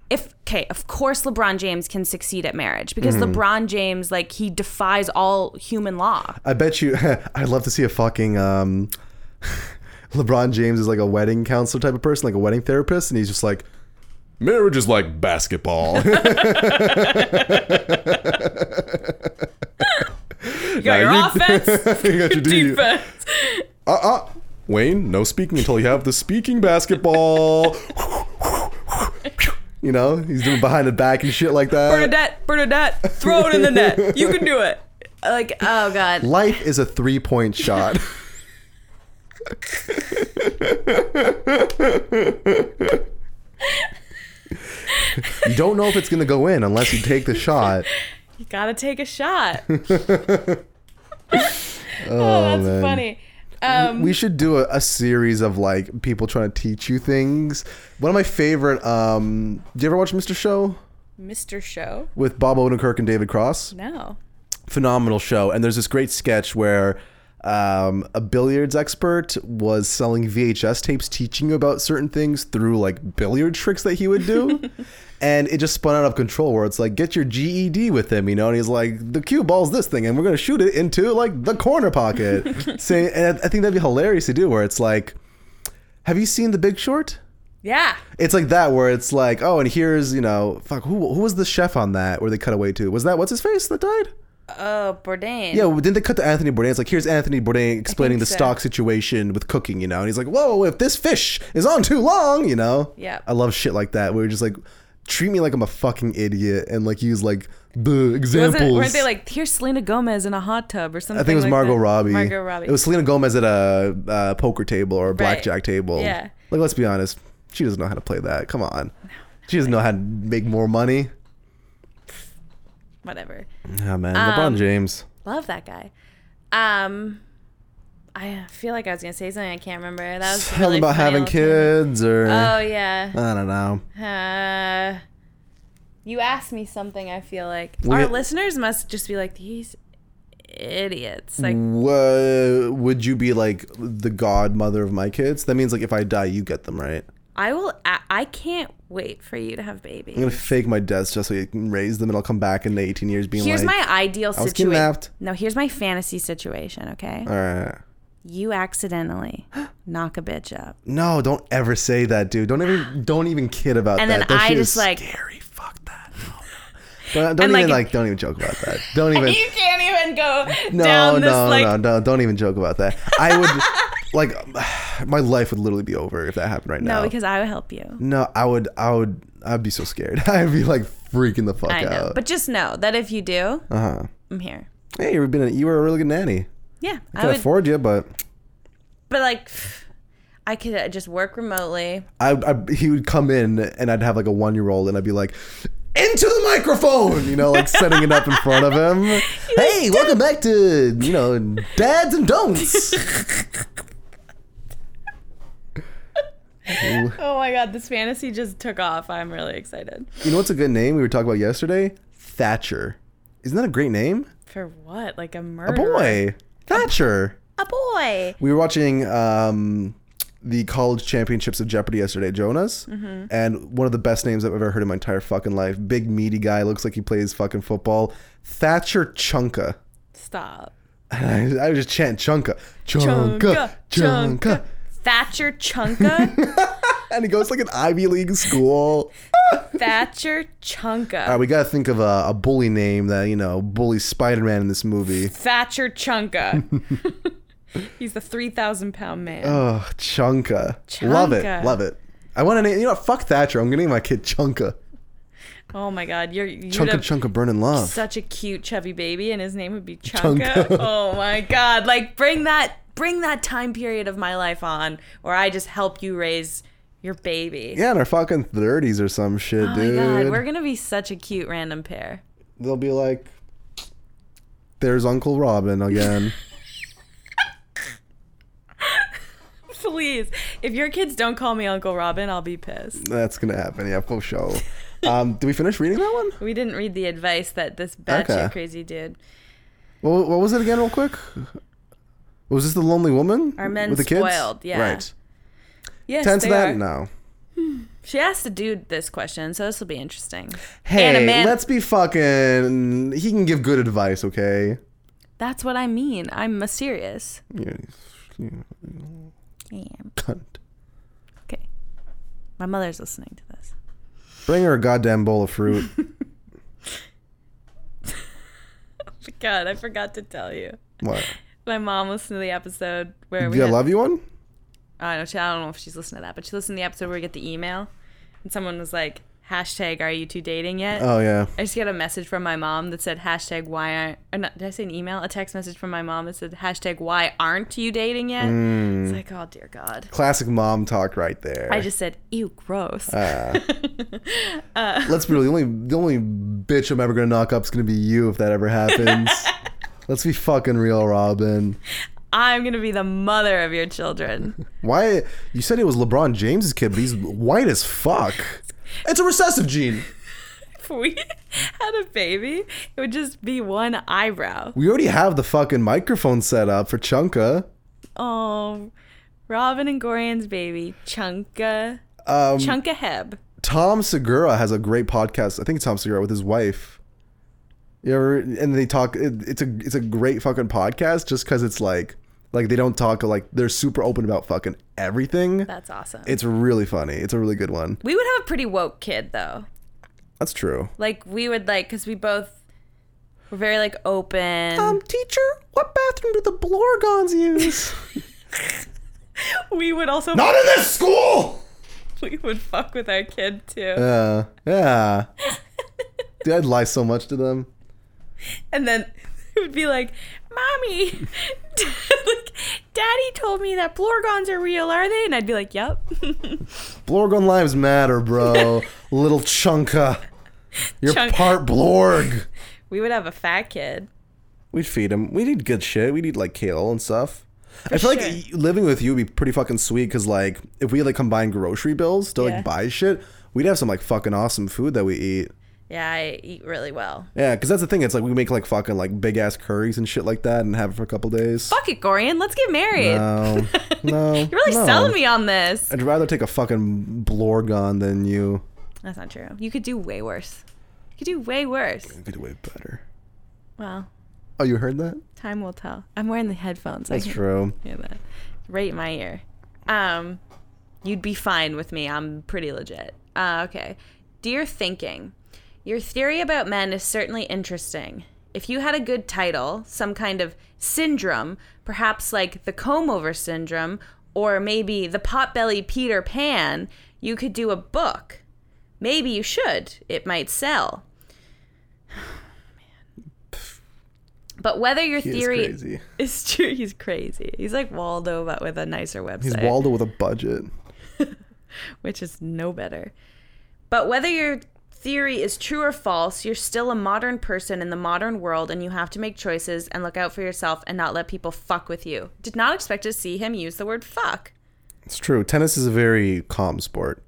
[SPEAKER 2] if okay of course lebron james can succeed at marriage because
[SPEAKER 1] Mm-hmm.
[SPEAKER 2] lebron james like he defies all human law
[SPEAKER 1] I bet you. [laughs] I'd love to see a fucking um, [laughs] LeBron James is like a wedding counselor type of person, like a wedding therapist, and he's just like, marriage is like basketball. [laughs]
[SPEAKER 2] you got
[SPEAKER 1] your
[SPEAKER 2] your
[SPEAKER 1] you- [laughs]
[SPEAKER 2] offense
[SPEAKER 1] You
[SPEAKER 2] [laughs]
[SPEAKER 1] got your D.
[SPEAKER 2] defense
[SPEAKER 1] uh uh. Wayne, no speaking until you have the speaking basketball. [laughs] you know, he's doing behind the back and shit like that.
[SPEAKER 2] bernadette bernadette throw it in the net you can do it [laughs] like oh god
[SPEAKER 1] Life is a three point shot. [laughs] you don't know if it's going to go in unless you take the shot.
[SPEAKER 2] you gotta take
[SPEAKER 1] [laughs]
[SPEAKER 2] a shot [laughs] oh, that's
[SPEAKER 1] Oh, man.
[SPEAKER 2] funny um
[SPEAKER 1] We should do a, a series of like people trying to teach you things. One of my favorite, um, do you ever watch Mr. Show
[SPEAKER 2] mr show
[SPEAKER 1] with Bob Odenkirk and David Cross?
[SPEAKER 2] no
[SPEAKER 1] phenomenal show. And there's this great sketch where um, a billiards expert was selling VHS tapes, teaching you about certain things through like billiard tricks that he would do. and it just spun out of control where it's like, get your GED with him, you know? And he's like, the cue ball's this thing, and we're going to shoot it into like the corner pocket. Say, and I I think that'd be hilarious to do where it's like, have you seen The Big Short?
[SPEAKER 2] yeah
[SPEAKER 1] It's like that where it's like, oh, and here's, you know, fuck, who, who was the chef on that where they cut away to? Was that, what's his face that died?
[SPEAKER 2] oh bourdain
[SPEAKER 1] Yeah, well, didn't they cut to Anthony Bourdain? It's like here's Anthony Bourdain explaining the
[SPEAKER 2] so.
[SPEAKER 1] stock situation with cooking, you know, and he's like, "Whoa, if this fish is on too long, you know."
[SPEAKER 2] Yep.
[SPEAKER 1] I love shit like that. Where you're just like, treat me like I'm a fucking idiot, and like use like the
[SPEAKER 2] Wasn't,
[SPEAKER 1] examples.
[SPEAKER 2] weren't they like here's Selena Gomez in a hot tub or something?
[SPEAKER 1] I think it was
[SPEAKER 2] like
[SPEAKER 1] Margot
[SPEAKER 2] that?
[SPEAKER 1] Robbie.
[SPEAKER 2] Margot Robbie.
[SPEAKER 1] It was Selena Gomez at a uh, poker table or a blackjack table.
[SPEAKER 2] Yeah.
[SPEAKER 1] Like, let's be honest, she doesn't know how to play that. Come on, she doesn't know how to make more money.
[SPEAKER 2] whatever.
[SPEAKER 1] Yeah, Oh, man, LeBron
[SPEAKER 2] Um,
[SPEAKER 1] James.
[SPEAKER 2] Love that guy. Um, I feel like I was gonna say something I can't remember. That was
[SPEAKER 1] Something
[SPEAKER 2] really
[SPEAKER 1] about
[SPEAKER 2] funny
[SPEAKER 1] having
[SPEAKER 2] all the time.
[SPEAKER 1] kids or
[SPEAKER 2] Oh yeah.
[SPEAKER 1] I don't know.
[SPEAKER 2] Uh, you asked me something. I feel like
[SPEAKER 1] We-
[SPEAKER 2] our listeners must just be like these idiots.
[SPEAKER 1] Mm.
[SPEAKER 2] Like
[SPEAKER 1] Wha- would you be like the godmother of my kids? That means like if I die, you get them, right?
[SPEAKER 2] I will. I, I can't wait for you to have babies.
[SPEAKER 1] I'm gonna fake my death just so you can raise them, and I'll come back in 18 years being
[SPEAKER 2] Here's
[SPEAKER 1] like,
[SPEAKER 2] my ideal
[SPEAKER 1] was
[SPEAKER 2] situation.
[SPEAKER 1] kidnapped.
[SPEAKER 2] No, here's my fantasy situation. Okay.
[SPEAKER 1] all right.
[SPEAKER 2] you accidentally [gasps] knock a bitch up.
[SPEAKER 1] No, don't ever say that, dude. Don't
[SPEAKER 2] [gasps]
[SPEAKER 1] even don't even kid about
[SPEAKER 2] And
[SPEAKER 1] that.
[SPEAKER 2] then
[SPEAKER 1] That
[SPEAKER 2] I
[SPEAKER 1] shit
[SPEAKER 2] just,
[SPEAKER 1] is
[SPEAKER 2] like-
[SPEAKER 1] scary. Fuck
[SPEAKER 2] [laughs]
[SPEAKER 1] that. No, no. Don't, don't
[SPEAKER 2] And, like,
[SPEAKER 1] even
[SPEAKER 2] if-
[SPEAKER 1] like don't even joke about
[SPEAKER 2] [laughs]
[SPEAKER 1] that. Don't even.
[SPEAKER 2] You can't even go
[SPEAKER 1] no,
[SPEAKER 2] down this
[SPEAKER 1] no,
[SPEAKER 2] like
[SPEAKER 1] no, no. Don't even joke about that. I
[SPEAKER 2] [laughs]
[SPEAKER 1] would like my life would literally be over if that happened right
[SPEAKER 2] no,
[SPEAKER 1] now.
[SPEAKER 2] because I will help you.
[SPEAKER 1] no, I would, I would, I'd be so scared. [laughs] I'd be like freaking the fuck
[SPEAKER 2] I
[SPEAKER 1] out.
[SPEAKER 2] know. But just know that if you do,
[SPEAKER 1] uh huh.
[SPEAKER 2] I'm here.
[SPEAKER 1] Hey, you've been a, you were a really good nanny.
[SPEAKER 2] Yeah, I,
[SPEAKER 1] Could
[SPEAKER 2] would.
[SPEAKER 1] afford you, but
[SPEAKER 2] but like, I could uh, just work remotely.
[SPEAKER 1] I, I he would come in and I'd have like a one year old and I'd be like, into the microphone, you know, like setting it up in front of
[SPEAKER 2] [laughs]
[SPEAKER 1] him.
[SPEAKER 2] [laughs]
[SPEAKER 1] hey, welcome back to you know dads and don'ts.
[SPEAKER 2] Oh my god, this fantasy just took off. I'm really excited.
[SPEAKER 1] You know what's a good name we were talking about yesterday? Thatcher. Isn't that a great name?
[SPEAKER 2] For what? Like a
[SPEAKER 1] A
[SPEAKER 2] murder?
[SPEAKER 1] boy. Thatcher.
[SPEAKER 2] A boy.
[SPEAKER 1] We were watching um, the college championships of Jeopardy yesterday, Jonas, and one of the best names I've ever heard in my entire fucking life. Big meaty guy, looks like he plays fucking football. Thatcher Chunka. [laughs]
[SPEAKER 2] Stop.
[SPEAKER 1] And I, I would just chant Chunka, Chunka, Chunka,
[SPEAKER 2] Thatcher
[SPEAKER 1] [laughs]
[SPEAKER 2] Chunka.
[SPEAKER 1] and he goes to, like an Ivy League school.
[SPEAKER 2] Thatcher Chunka.
[SPEAKER 1] All right, we gotta think of a, a bully name that you know bullies Spider Man in this movie.
[SPEAKER 2] Thatcher Chunka.
[SPEAKER 1] [laughs]
[SPEAKER 2] [laughs] He's the 3,000 pound man.
[SPEAKER 1] Oh, Chunka. love it,
[SPEAKER 2] Chunka.
[SPEAKER 1] love it. I want to name. You know, what? fuck Thatcher. I'm gonna name my kid Chunka.
[SPEAKER 2] oh my god, you're you'd
[SPEAKER 1] Chunka,
[SPEAKER 2] have
[SPEAKER 1] Chunka, burning love.
[SPEAKER 2] such a cute chubby baby and his name would be
[SPEAKER 1] [laughs]
[SPEAKER 2] Chunka.
[SPEAKER 1] Chunka.
[SPEAKER 2] oh my god, like bring that bring that time period of my life on where I just help you raise your baby.
[SPEAKER 1] Yeah, in our fucking thirties or some shit,
[SPEAKER 2] Oh
[SPEAKER 1] dude.
[SPEAKER 2] my god, we're gonna be such a cute random pair. [laughs]
[SPEAKER 1] They'll be like, "There's Uncle Robin
[SPEAKER 2] [laughs]
[SPEAKER 1] again."
[SPEAKER 2] Please, if your kids don't call me Uncle Robin, I'll be pissed.
[SPEAKER 1] That's gonna happen. Yeah, for sure. Um, did we finish reading that one?
[SPEAKER 2] We didn't read the advice that this batshit
[SPEAKER 1] Okay.
[SPEAKER 2] crazy dude.
[SPEAKER 1] What, what was it again, real quick? Was this the lonely woman?
[SPEAKER 2] Are men
[SPEAKER 1] with the kids?
[SPEAKER 2] spoiled? Yeah.
[SPEAKER 1] Right.
[SPEAKER 2] Yes,
[SPEAKER 1] Tense
[SPEAKER 2] they
[SPEAKER 1] that
[SPEAKER 2] are.
[SPEAKER 1] no.
[SPEAKER 2] She asked a dude this question, so this will be interesting.
[SPEAKER 1] Hey,
[SPEAKER 2] a man-
[SPEAKER 1] let's be fucking. He can give good advice, okay?
[SPEAKER 2] That's what I mean. I'm a serious.
[SPEAKER 1] Yeah, yeah, cunt.
[SPEAKER 2] Okay. My mother's listening to this.
[SPEAKER 1] Bring her a goddamn bowl of
[SPEAKER 2] [laughs]
[SPEAKER 1] fruit.
[SPEAKER 2] God, I forgot to tell you.
[SPEAKER 1] what?
[SPEAKER 2] My mom listened to the episode where we.
[SPEAKER 1] Do I
[SPEAKER 2] had-
[SPEAKER 1] love you one?
[SPEAKER 2] I don't, know, she, I don't know if she's listening to that, but she listened to the episode where we get the email, and someone was like, "Hashtag Are you two dating yet?"
[SPEAKER 1] Oh yeah.
[SPEAKER 2] I just got a message from my mom that said hashtag why aren't or not, did I say an email? A text message from my mom that said hashtag why aren't you dating yet? It's like, oh dear God.
[SPEAKER 1] Classic mom talk right there.
[SPEAKER 2] I just said, ew, gross.
[SPEAKER 1] Let's be real. The only the only bitch I'm ever gonna knock up is gonna be you if that ever happens. Let's be fucking real, Robin.
[SPEAKER 2] I'm gonna be the mother of your children. [laughs]
[SPEAKER 1] Why you said it was LeBron James's kid, but he's white as fuck. It's a recessive gene.
[SPEAKER 2] if we had a baby, it would just be one eyebrow.
[SPEAKER 1] We already have the fucking microphone set up for Chunka.
[SPEAKER 2] Oh Robin and Gorian's baby, Chunka
[SPEAKER 1] Um,
[SPEAKER 2] Chunka Heb.
[SPEAKER 1] Tom Segura has a great podcast. I think it's Tom Segura with his wife. You ever and they talk. It, it's a it's a great fucking podcast just because it's like like they don't talk like they're super open about fucking everything.
[SPEAKER 2] That's awesome.
[SPEAKER 1] It's really funny. It's a really good one.
[SPEAKER 2] we would have a pretty woke kid though.
[SPEAKER 1] That's true.
[SPEAKER 2] Like we would like because we both were very like open.
[SPEAKER 1] Um, teacher, what bathroom do the Blorgons use?
[SPEAKER 2] we would also
[SPEAKER 1] [laughs] Not in this school.
[SPEAKER 2] [laughs] we would fuck with our kid too.
[SPEAKER 1] Uh, yeah. Dude, I'd lie so much to them.
[SPEAKER 2] and then [laughs] it would be like, "Mommy, [laughs] like, Daddy told me that Blorgons are real, are they?" And I'd be like, "Yep."
[SPEAKER 1] Blorgon lives matter, [laughs] bro. Little Chunka. You're
[SPEAKER 2] Chunk-
[SPEAKER 1] part Blorg.
[SPEAKER 2] [laughs] we would have a fat kid.
[SPEAKER 1] We'd feed him. We need good shit. We need like kale and stuff. I feel
[SPEAKER 2] sure.
[SPEAKER 1] like y- living with you would be pretty fucking sweet because like if we like combine grocery bills to like
[SPEAKER 2] Yeah.
[SPEAKER 1] buy shit, we'd have some like fucking awesome food that we eat.
[SPEAKER 2] Yeah, I eat really well.
[SPEAKER 1] Yeah, because that's the thing. It's like we make like fucking like big ass curries and shit like that and have it for a couple days.
[SPEAKER 2] Fuck it, Gorian. Let's get married.
[SPEAKER 1] No,
[SPEAKER 2] [laughs]
[SPEAKER 1] no.
[SPEAKER 2] You're really
[SPEAKER 1] no.
[SPEAKER 2] selling me on this.
[SPEAKER 1] I'd rather take a fucking Blorgon than you.
[SPEAKER 2] That's not true. You could do way worse. You could do way worse.
[SPEAKER 1] I could do way better.
[SPEAKER 2] Well,
[SPEAKER 1] Oh, you heard that?
[SPEAKER 2] time will tell. I'm wearing the headphones.
[SPEAKER 1] That's
[SPEAKER 2] I can
[SPEAKER 1] true.
[SPEAKER 2] hear that. Right in my ear. Um, you'd be fine with me. I'm pretty legit. Uh, okay. Dear thinking, your theory about men is certainly interesting. If you had a good title, some kind of syndrome, perhaps like the comb over syndrome, or maybe the potbelly Peter Pan, you could do a book. Maybe you should. It might sell. [sighs]
[SPEAKER 1] [sighs]
[SPEAKER 2] But whether your
[SPEAKER 1] He is
[SPEAKER 2] theory
[SPEAKER 1] crazy.
[SPEAKER 2] it's true. He's crazy. He's like Waldo, but with a nicer website,
[SPEAKER 1] He's Waldo with a budget.
[SPEAKER 2] which is no better. But whether your theory is true or false, you're still a modern person in the modern world, and you have to make choices and look out for yourself and not let people fuck with you. Did not expect to see him use the word fuck.
[SPEAKER 1] It's true. Tennis is a very calm sport.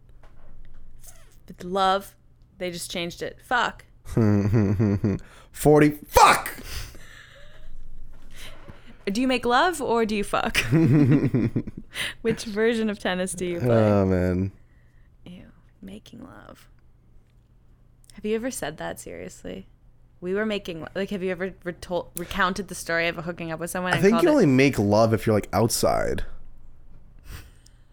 [SPEAKER 2] With love, they just changed it. Fuck.
[SPEAKER 1] 40. Fuck!
[SPEAKER 2] Do you make love or do you fuck? Which version of tennis do you play?
[SPEAKER 1] Oh, man.
[SPEAKER 2] Ew, making love. Have you ever said that seriously? We were making like. Have you ever retold, recounted the story of hooking up with someone?
[SPEAKER 1] I think you only make love if you're like outside.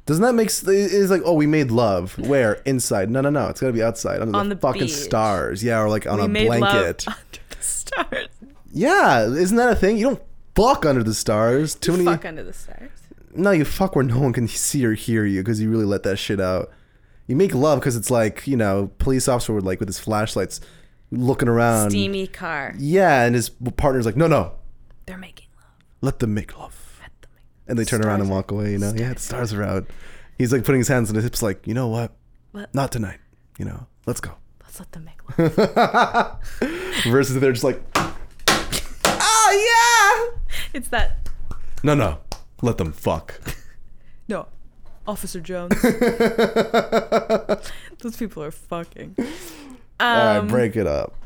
[SPEAKER 1] Doesn't that make s- it- it's like oh we made love where inside no no no it's gotta be outside under
[SPEAKER 2] On
[SPEAKER 1] the,
[SPEAKER 2] the
[SPEAKER 1] fucking
[SPEAKER 2] beach.
[SPEAKER 1] stars yeah or like on a
[SPEAKER 2] made love
[SPEAKER 1] blanket
[SPEAKER 2] [laughs] under the stars.
[SPEAKER 1] yeah isn't that a thing you don't fuck under the stars too many
[SPEAKER 2] Fuck under the stars.
[SPEAKER 1] no you fuck where no one can see or hear you because you really let that shit out you make love because it's like you know police officer would like with his flashlights looking around
[SPEAKER 2] Steamy car.
[SPEAKER 1] yeah and his partner's like no no
[SPEAKER 2] They're making love.
[SPEAKER 1] let them make love
[SPEAKER 2] Let them make-
[SPEAKER 1] and they turn around and
[SPEAKER 2] Stars.
[SPEAKER 1] walk away. You know, yeah, the stars are out. He's like putting his hands on his hips, like, you know what?
[SPEAKER 2] What?
[SPEAKER 1] Not tonight. You know, let's
[SPEAKER 2] [laughs]
[SPEAKER 1] go.
[SPEAKER 2] Let's let them make
[SPEAKER 1] [laughs]
[SPEAKER 2] love.
[SPEAKER 1] Versus they're just like, oh yeah.
[SPEAKER 2] it's that.
[SPEAKER 1] No, no, let them fuck.
[SPEAKER 2] No, Officer Jones.
[SPEAKER 1] [laughs]
[SPEAKER 2] [laughs] Those people are fucking. Um,
[SPEAKER 1] All right, break it up.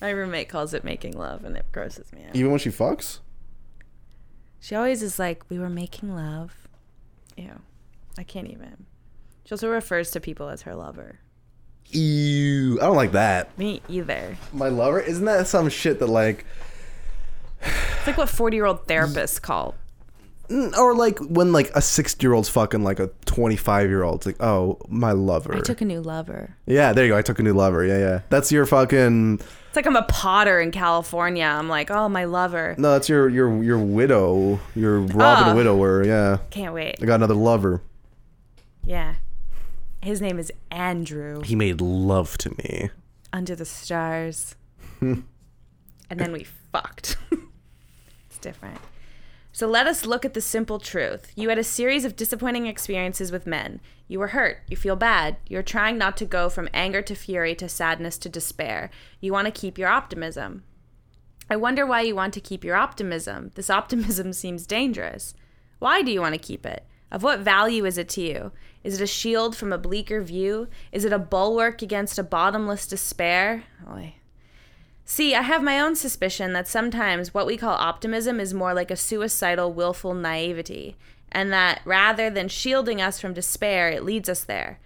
[SPEAKER 2] My roommate calls it making love, and it grosses me out.
[SPEAKER 1] Even when she fucks,
[SPEAKER 2] She always is like, "We were making love." Ew, I can't even. She also refers to people as her lover.
[SPEAKER 1] ew, I don't like that.
[SPEAKER 2] Me either.
[SPEAKER 1] My lover, isn't that some shit that like,
[SPEAKER 2] It's like what forty-year-old therapists call.
[SPEAKER 1] mm, or like when like a sixty-year-old's fucking like a twenty-five-year-old, it's like, oh, my lover.
[SPEAKER 2] I took a new lover.
[SPEAKER 1] yeah, there you go. I took a new lover. Yeah, yeah. That's your fucking.
[SPEAKER 2] It's like I'm a Potter in California. I'm like, oh, my lover.
[SPEAKER 1] No, that's your your your widow, your Robin
[SPEAKER 2] Ah.
[SPEAKER 1] widower. Yeah,
[SPEAKER 2] Can't wait.
[SPEAKER 1] I got another lover.
[SPEAKER 2] Yeah. His name is Andrew.
[SPEAKER 1] He made love to me.
[SPEAKER 2] Under the stars. and then we fucked. [laughs] it's different. So let us look at the simple truth. You had a series of disappointing experiences with men. You were hurt. You feel bad. You're trying not to go from anger to fury to sadness to despair. You want to keep your optimism. I wonder why you want to keep your optimism. This optimism [laughs] seems dangerous. Why do you want to keep it? Of what value is it to you? Is it a shield from a bleaker view? Is it a bulwark against a bottomless despair? Oy. See, I have my own suspicion that sometimes what we call optimism is more like a suicidal, willful naivety, and that rather than shielding us from despair, it leads us there.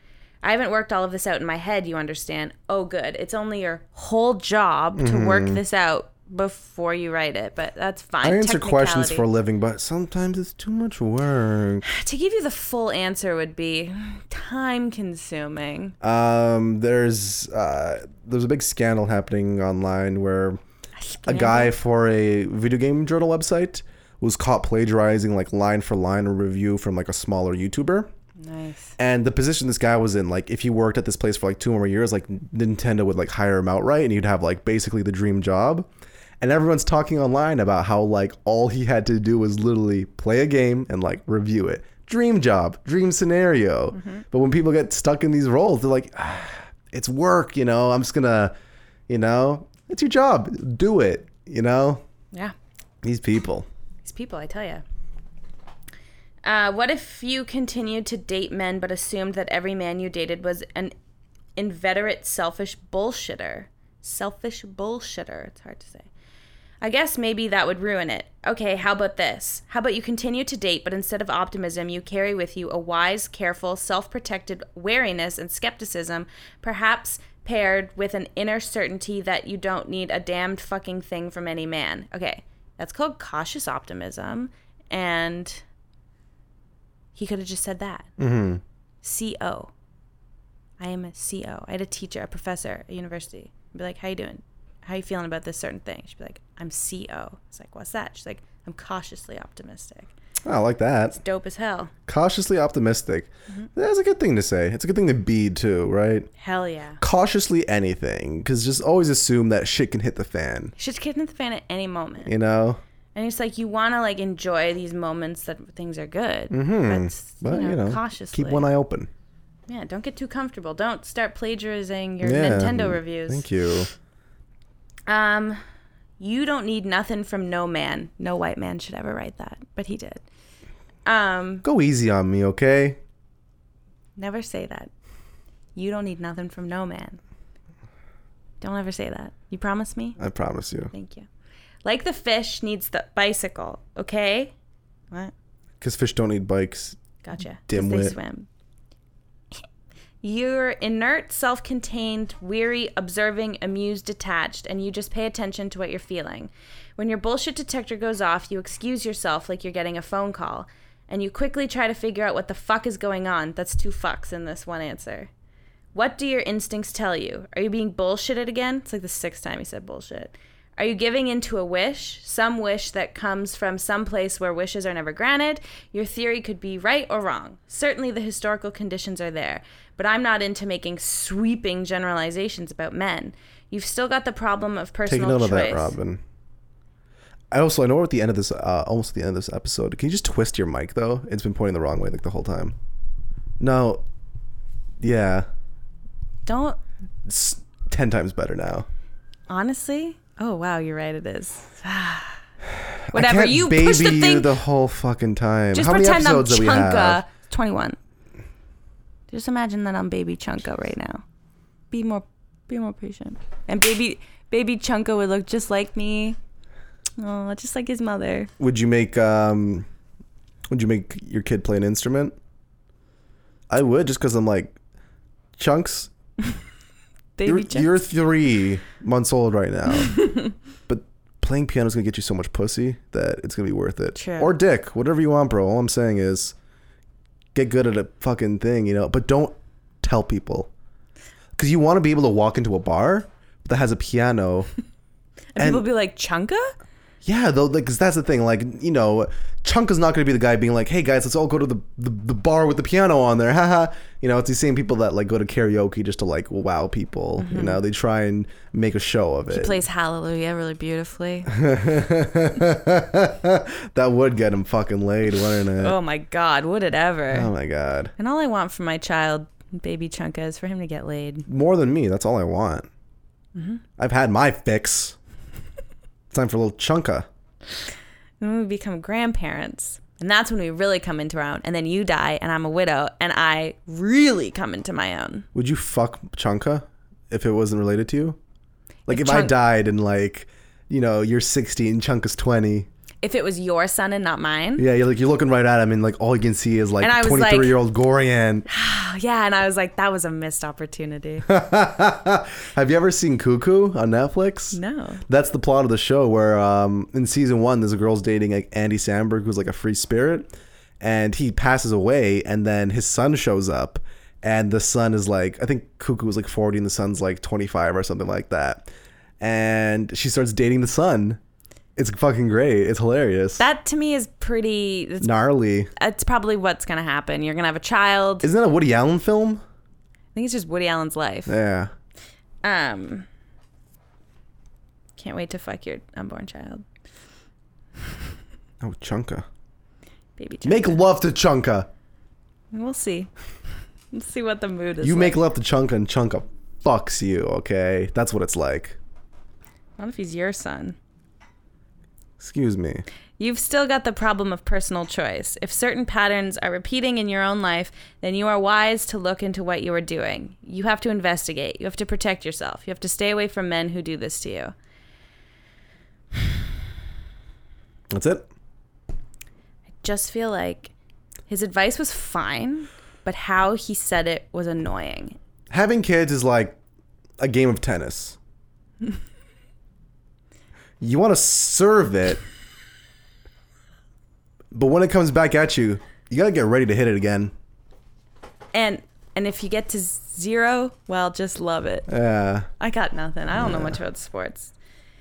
[SPEAKER 2] I haven't worked all of this out in my head, you understand. Oh, good. It's only your whole job to work this out before you write it, but that's fine.
[SPEAKER 1] Mm-hmm. I answer questions
[SPEAKER 2] Technicality.
[SPEAKER 1] for a living, but sometimes it's too much work.
[SPEAKER 2] To give you the full answer would be time consuming.
[SPEAKER 1] Um, there's uh, there's a big scandal happening online where a guy for a video game journal website was caught plagiarizing like line for line a review from like a smaller YouTuber.
[SPEAKER 2] Nice.
[SPEAKER 1] And the position this guy was in, like if he worked at this place for like two more years, like Nintendo would like hire him outright, and he'd have like basically the dream job. And everyone's talking online about how like all he had to do was literally play a game and like review it. Dream job, dream scenario. But when people get stuck in these roles, they're like, ah, "It's work, you know. I'm just gonna, you know, it's your job. Do it, you know."
[SPEAKER 2] Yeah.
[SPEAKER 1] These people.
[SPEAKER 2] These people, I tell you. Uh, what if you continued to date men but assumed that every man you dated was an inveterate selfish bullshitter? Selfish bullshitter. It's hard to say. I guess maybe that would ruin it. Okay, how about this? How about you continue to date, but instead of optimism, you carry with you a wise, careful, self protected wariness and skepticism, perhaps paired with an inner certainty that you don't need a damned fucking thing from any man. Okay, that's called cautious optimism, and he could have just said that. Mm-hmm. CO. I am a CO. I had a teacher, a professor at university. I'd be like, how you doing? How you feeling about this certain thing? She'd be like, I'm CO. It's like, what's that? She's like, I'm cautiously optimistic.
[SPEAKER 1] Oh, I like that.
[SPEAKER 2] Dope as hell.
[SPEAKER 1] Cautiously optimistic. That's a good thing to say. It's a good thing to be too, right?
[SPEAKER 2] Hell yeah.
[SPEAKER 1] cautiously anything because just always assume that shit can hit the fan
[SPEAKER 2] Shit's kicking the fan at any moment.
[SPEAKER 1] you know
[SPEAKER 2] And it's like, you want to like enjoy these moments that things are good. But, s-
[SPEAKER 1] Mm-hmm. but
[SPEAKER 2] you know, cautiously.
[SPEAKER 1] keep one eye open
[SPEAKER 2] yeah, don't get too comfortable. Don't start plagiarizing your
[SPEAKER 1] yeah
[SPEAKER 2] Nintendo reviews.
[SPEAKER 1] thank you
[SPEAKER 2] Um, you don't need nothing from no man. No white man should ever write that, but he did. Um,
[SPEAKER 1] Go easy on me, okay?
[SPEAKER 2] never say that. You don't need nothing from no man. Don't ever say that. You promise me?
[SPEAKER 1] I promise you.
[SPEAKER 2] Thank you. Like the fish needs the bicycle, okay? What?
[SPEAKER 1] Because fish don't need bikes.
[SPEAKER 2] Gotcha. 'Cause They
[SPEAKER 1] Dimwit.
[SPEAKER 2] swim. You're inert, self contained, weary, observing, amused, detached, and you just pay attention to what you're feeling. When your bullshit detector goes off, you excuse yourself like you're getting a phone call, and you quickly try to figure out what the fuck is going on. That's two fucks in this one answer. What do your instincts tell you? Are you being bullshitted again? It's like the sixth time he said bullshit. Are you giving in to a wish? Some wish that comes from some place where wishes are never granted? Your theory could be right or wrong. Certainly the historical conditions are there, but I'm not into making sweeping generalizations about men. You've still got the problem of
[SPEAKER 1] Take
[SPEAKER 2] personal
[SPEAKER 1] note of
[SPEAKER 2] choice.
[SPEAKER 1] that, Robin. I also I know we're at the end of this, uh, almost at the end of this episode. Can you just twist your mic though? It's been pointing the wrong way like the whole time. No. Yeah.
[SPEAKER 2] Don't
[SPEAKER 1] It's ten times better now.
[SPEAKER 2] honestly. Oh wow, you're right. It is. [sighs]
[SPEAKER 1] I
[SPEAKER 2] Whatever
[SPEAKER 1] can't
[SPEAKER 2] you
[SPEAKER 1] baby
[SPEAKER 2] push the
[SPEAKER 1] you
[SPEAKER 2] thing.
[SPEAKER 1] the whole fucking time.
[SPEAKER 2] Just
[SPEAKER 1] How many
[SPEAKER 2] pretend
[SPEAKER 1] episodes
[SPEAKER 2] I'm
[SPEAKER 1] do we
[SPEAKER 2] Chunka.
[SPEAKER 1] have?
[SPEAKER 2] 21. Just imagine that I'm baby Chunka right now. Be more be more patient. And baby baby Chunka would look just like me. Oh, just like his mother.
[SPEAKER 1] Would you make um, would you make your kid play an instrument? I would, just because I'm like, chunks.
[SPEAKER 2] Baby
[SPEAKER 1] You're,
[SPEAKER 2] Chunka.
[SPEAKER 1] you're three months old right now,
[SPEAKER 2] [laughs]
[SPEAKER 1] but playing piano is gonna get you so much pussy that it's gonna be worth it.
[SPEAKER 2] True.
[SPEAKER 1] Or dick, whatever you want, bro. All I'm saying is, get good at a fucking thing, you know. But don't tell people, because you want to be able to walk into a bar that has a piano
[SPEAKER 2] and people be like, Chunka?
[SPEAKER 1] Uh, Yeah, though, because that's the thing. Like, you know, Chunk is not going to be the guy being like, "Hey guys, let's all go to the, the, the bar with the piano on there." [laughs] Haha. You know, it's these same people that like go to karaoke just to like wow people. You know, they try and make a show of it.
[SPEAKER 2] Plays Hallelujah really beautifully.
[SPEAKER 1] [laughs] that would get him fucking laid, wouldn't it?
[SPEAKER 2] oh my god, would it ever?
[SPEAKER 1] Oh my god,
[SPEAKER 2] And all I want for my child, baby Chunka, is for him to get laid.
[SPEAKER 1] more than me. That's all I want. I've had my fix. It's time for a little chunka.
[SPEAKER 2] And when we become grandparents, and that's when we really come into our own. And then you die, and I'm a widow, and I really come into my own.
[SPEAKER 1] Would you fuck Chunka if it wasn't related to you? Like if, I
[SPEAKER 2] Chunk-
[SPEAKER 1] died and like, you know, you're 60 and Chunka's 20.
[SPEAKER 2] If it was your son and not mine,
[SPEAKER 1] Yeah, you're like you're looking right at him and like all you can see is like
[SPEAKER 2] And I was
[SPEAKER 1] 23
[SPEAKER 2] like-
[SPEAKER 1] year old Gorian.
[SPEAKER 2] oh, yeah. And I was like, that was a missed
[SPEAKER 1] [laughs]
[SPEAKER 2] opportunity.
[SPEAKER 1] Have you ever seen Cuckoo on Netflix?
[SPEAKER 2] No.
[SPEAKER 1] That's the plot of the show where um, in season one, there's a girl's dating like Andy Samberg, who's like a free spirit, and he passes away, and then his son shows up, and the son is like, I think Cuckoo was like 40, and the son's like 25 or something like that, and she starts dating the son. It's fucking great. It's hilarious.
[SPEAKER 2] That to me is pretty. It's,
[SPEAKER 1] Gnarly.
[SPEAKER 2] it's probably what's gonna happen. You're gonna have a child.
[SPEAKER 1] Isn't that a Woody Allen film?
[SPEAKER 2] I think it's just Woody Allen's life.
[SPEAKER 1] Yeah.
[SPEAKER 2] Um, can't wait to fuck your unborn child,
[SPEAKER 1] Oh, Chunka.
[SPEAKER 2] baby. Child.
[SPEAKER 1] Make love to Chunka.
[SPEAKER 2] We'll see. We'll see what the mood is.
[SPEAKER 1] You
[SPEAKER 2] like.
[SPEAKER 1] make love to Chunka, and Chunka fucks you, okay? That's what it's like.
[SPEAKER 2] I don't know if he's your son.
[SPEAKER 1] Excuse me.
[SPEAKER 2] You've still got the problem of personal choice. If certain patterns are repeating in your own life, then you are wise to look into what you are doing. You have to investigate. You have to protect yourself. You have to stay away from men who do this to you.
[SPEAKER 1] That's it.
[SPEAKER 2] Just feel like his advice was fine, but how he said it was annoying.
[SPEAKER 1] Having kids is like a game of tennis. [laughs] you want to serve it, [laughs] but when it comes back at you, you got to get ready to hit it again.
[SPEAKER 2] And and if you get to zero, well, just love it.
[SPEAKER 1] Uh,
[SPEAKER 2] I got nothing. I don't know much about sports.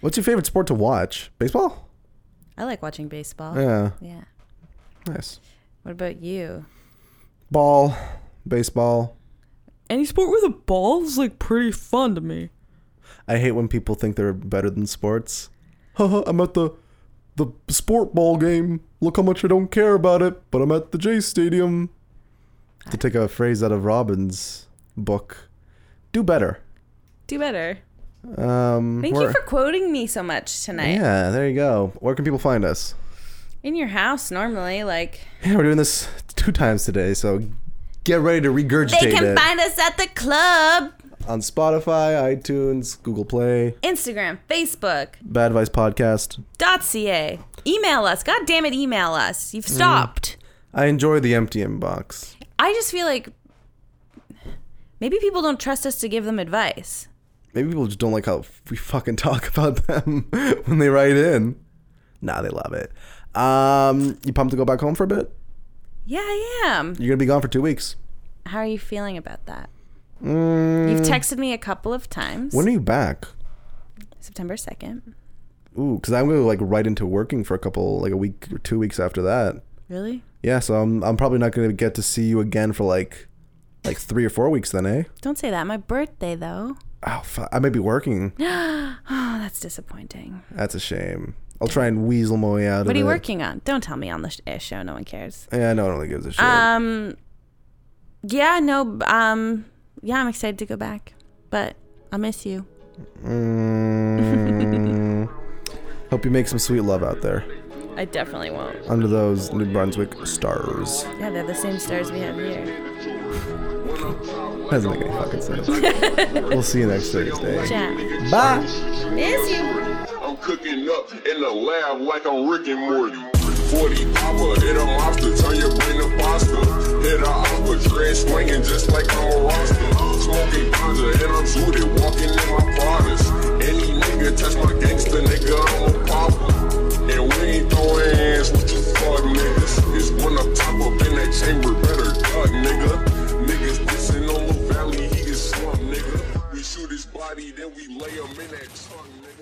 [SPEAKER 1] what's your favorite sport to watch? Baseball?
[SPEAKER 2] I like watching baseball.
[SPEAKER 1] Yeah.
[SPEAKER 2] Yeah.
[SPEAKER 1] Nice.
[SPEAKER 2] What about you?
[SPEAKER 1] Ball, baseball.
[SPEAKER 4] any sport with a ball is like pretty fun to me.
[SPEAKER 1] I hate when people think they're better than sports. Haha, I'm at the the sport ball game. Look how much I don't care about it, but I'm at the J Stadium. To take a phrase out of Robin's book, do better.
[SPEAKER 2] Do better.
[SPEAKER 1] Um,
[SPEAKER 2] Thank you
[SPEAKER 1] where-
[SPEAKER 2] for quoting me so much tonight.
[SPEAKER 1] yeah, there you go. Where can people find us?
[SPEAKER 2] In your house normally, like
[SPEAKER 1] Yeah, we're doing this two times today, so get ready to regurgitate
[SPEAKER 2] they can
[SPEAKER 1] it
[SPEAKER 2] find us at the club.
[SPEAKER 1] on Spotify, iTunes, Google Play,
[SPEAKER 2] Instagram, Facebook,
[SPEAKER 1] Bad Advice Podcast.
[SPEAKER 2] .ca. Email us. God damn it, email us. You've stopped.
[SPEAKER 1] I enjoy the empty inbox.
[SPEAKER 2] I just feel like maybe people don't trust us to give them advice.
[SPEAKER 1] Maybe people just don't like how we fucking talk about them [laughs] when they write in. Nah, they love it. Um, you pumped to go back home for a bit?
[SPEAKER 2] Yeah, I am.
[SPEAKER 1] You're gonna be gone for two weeks.
[SPEAKER 2] How are you feeling about that? You've texted me a couple of times.
[SPEAKER 1] When are you back?
[SPEAKER 2] September 2nd.
[SPEAKER 1] Ooh, because I'm gonna like right into working for a couple, like a week or two weeks after that.
[SPEAKER 2] Really?
[SPEAKER 1] Yeah, so I'm I'm probably not gonna get to see you again for like like three or four weeks then, eh?
[SPEAKER 2] Don't say that. My birthday, though.
[SPEAKER 1] Oh, fu- I may be
[SPEAKER 2] [gasps]
[SPEAKER 1] working.
[SPEAKER 2] Oh, that's disappointing.
[SPEAKER 1] That's a shame. I'll try and weasel my way out of it.
[SPEAKER 2] What are you working on? Don't tell me on the sh- air show. No one cares.
[SPEAKER 1] Yeah, no one really gives a shit.
[SPEAKER 2] Um, yeah, no, um, yeah, I'm excited to go back, but I miss you. [laughs]
[SPEAKER 1] Mm. Hope you make some sweet love out there
[SPEAKER 2] I definitely won't.
[SPEAKER 1] under those New Brunswick stars.
[SPEAKER 2] Yeah, they're the same stars we have here.
[SPEAKER 1] Doesn't make any fucking sense. we'll see you next Thursday.
[SPEAKER 2] Jack,
[SPEAKER 1] Bye.
[SPEAKER 2] miss you.
[SPEAKER 5] I'm cooking up in the lab like I'm Rick and Morty. 40 hour, hit a monster, turn your brain to pasta. Hit a aqua, dread swinging just like I'm a roster. Smoking ganja, and I'm zooted, walking in my partners. Any nigga touch my gangster, nigga, I'm a popper. And we ain't throwing hands with you fuck niggas. It's when I'm top up in that chamber, better duck, nigga. Niggas dissing on the valley, he is slump, nigga. We shoot his body, then we lay him in that trunk, nigga.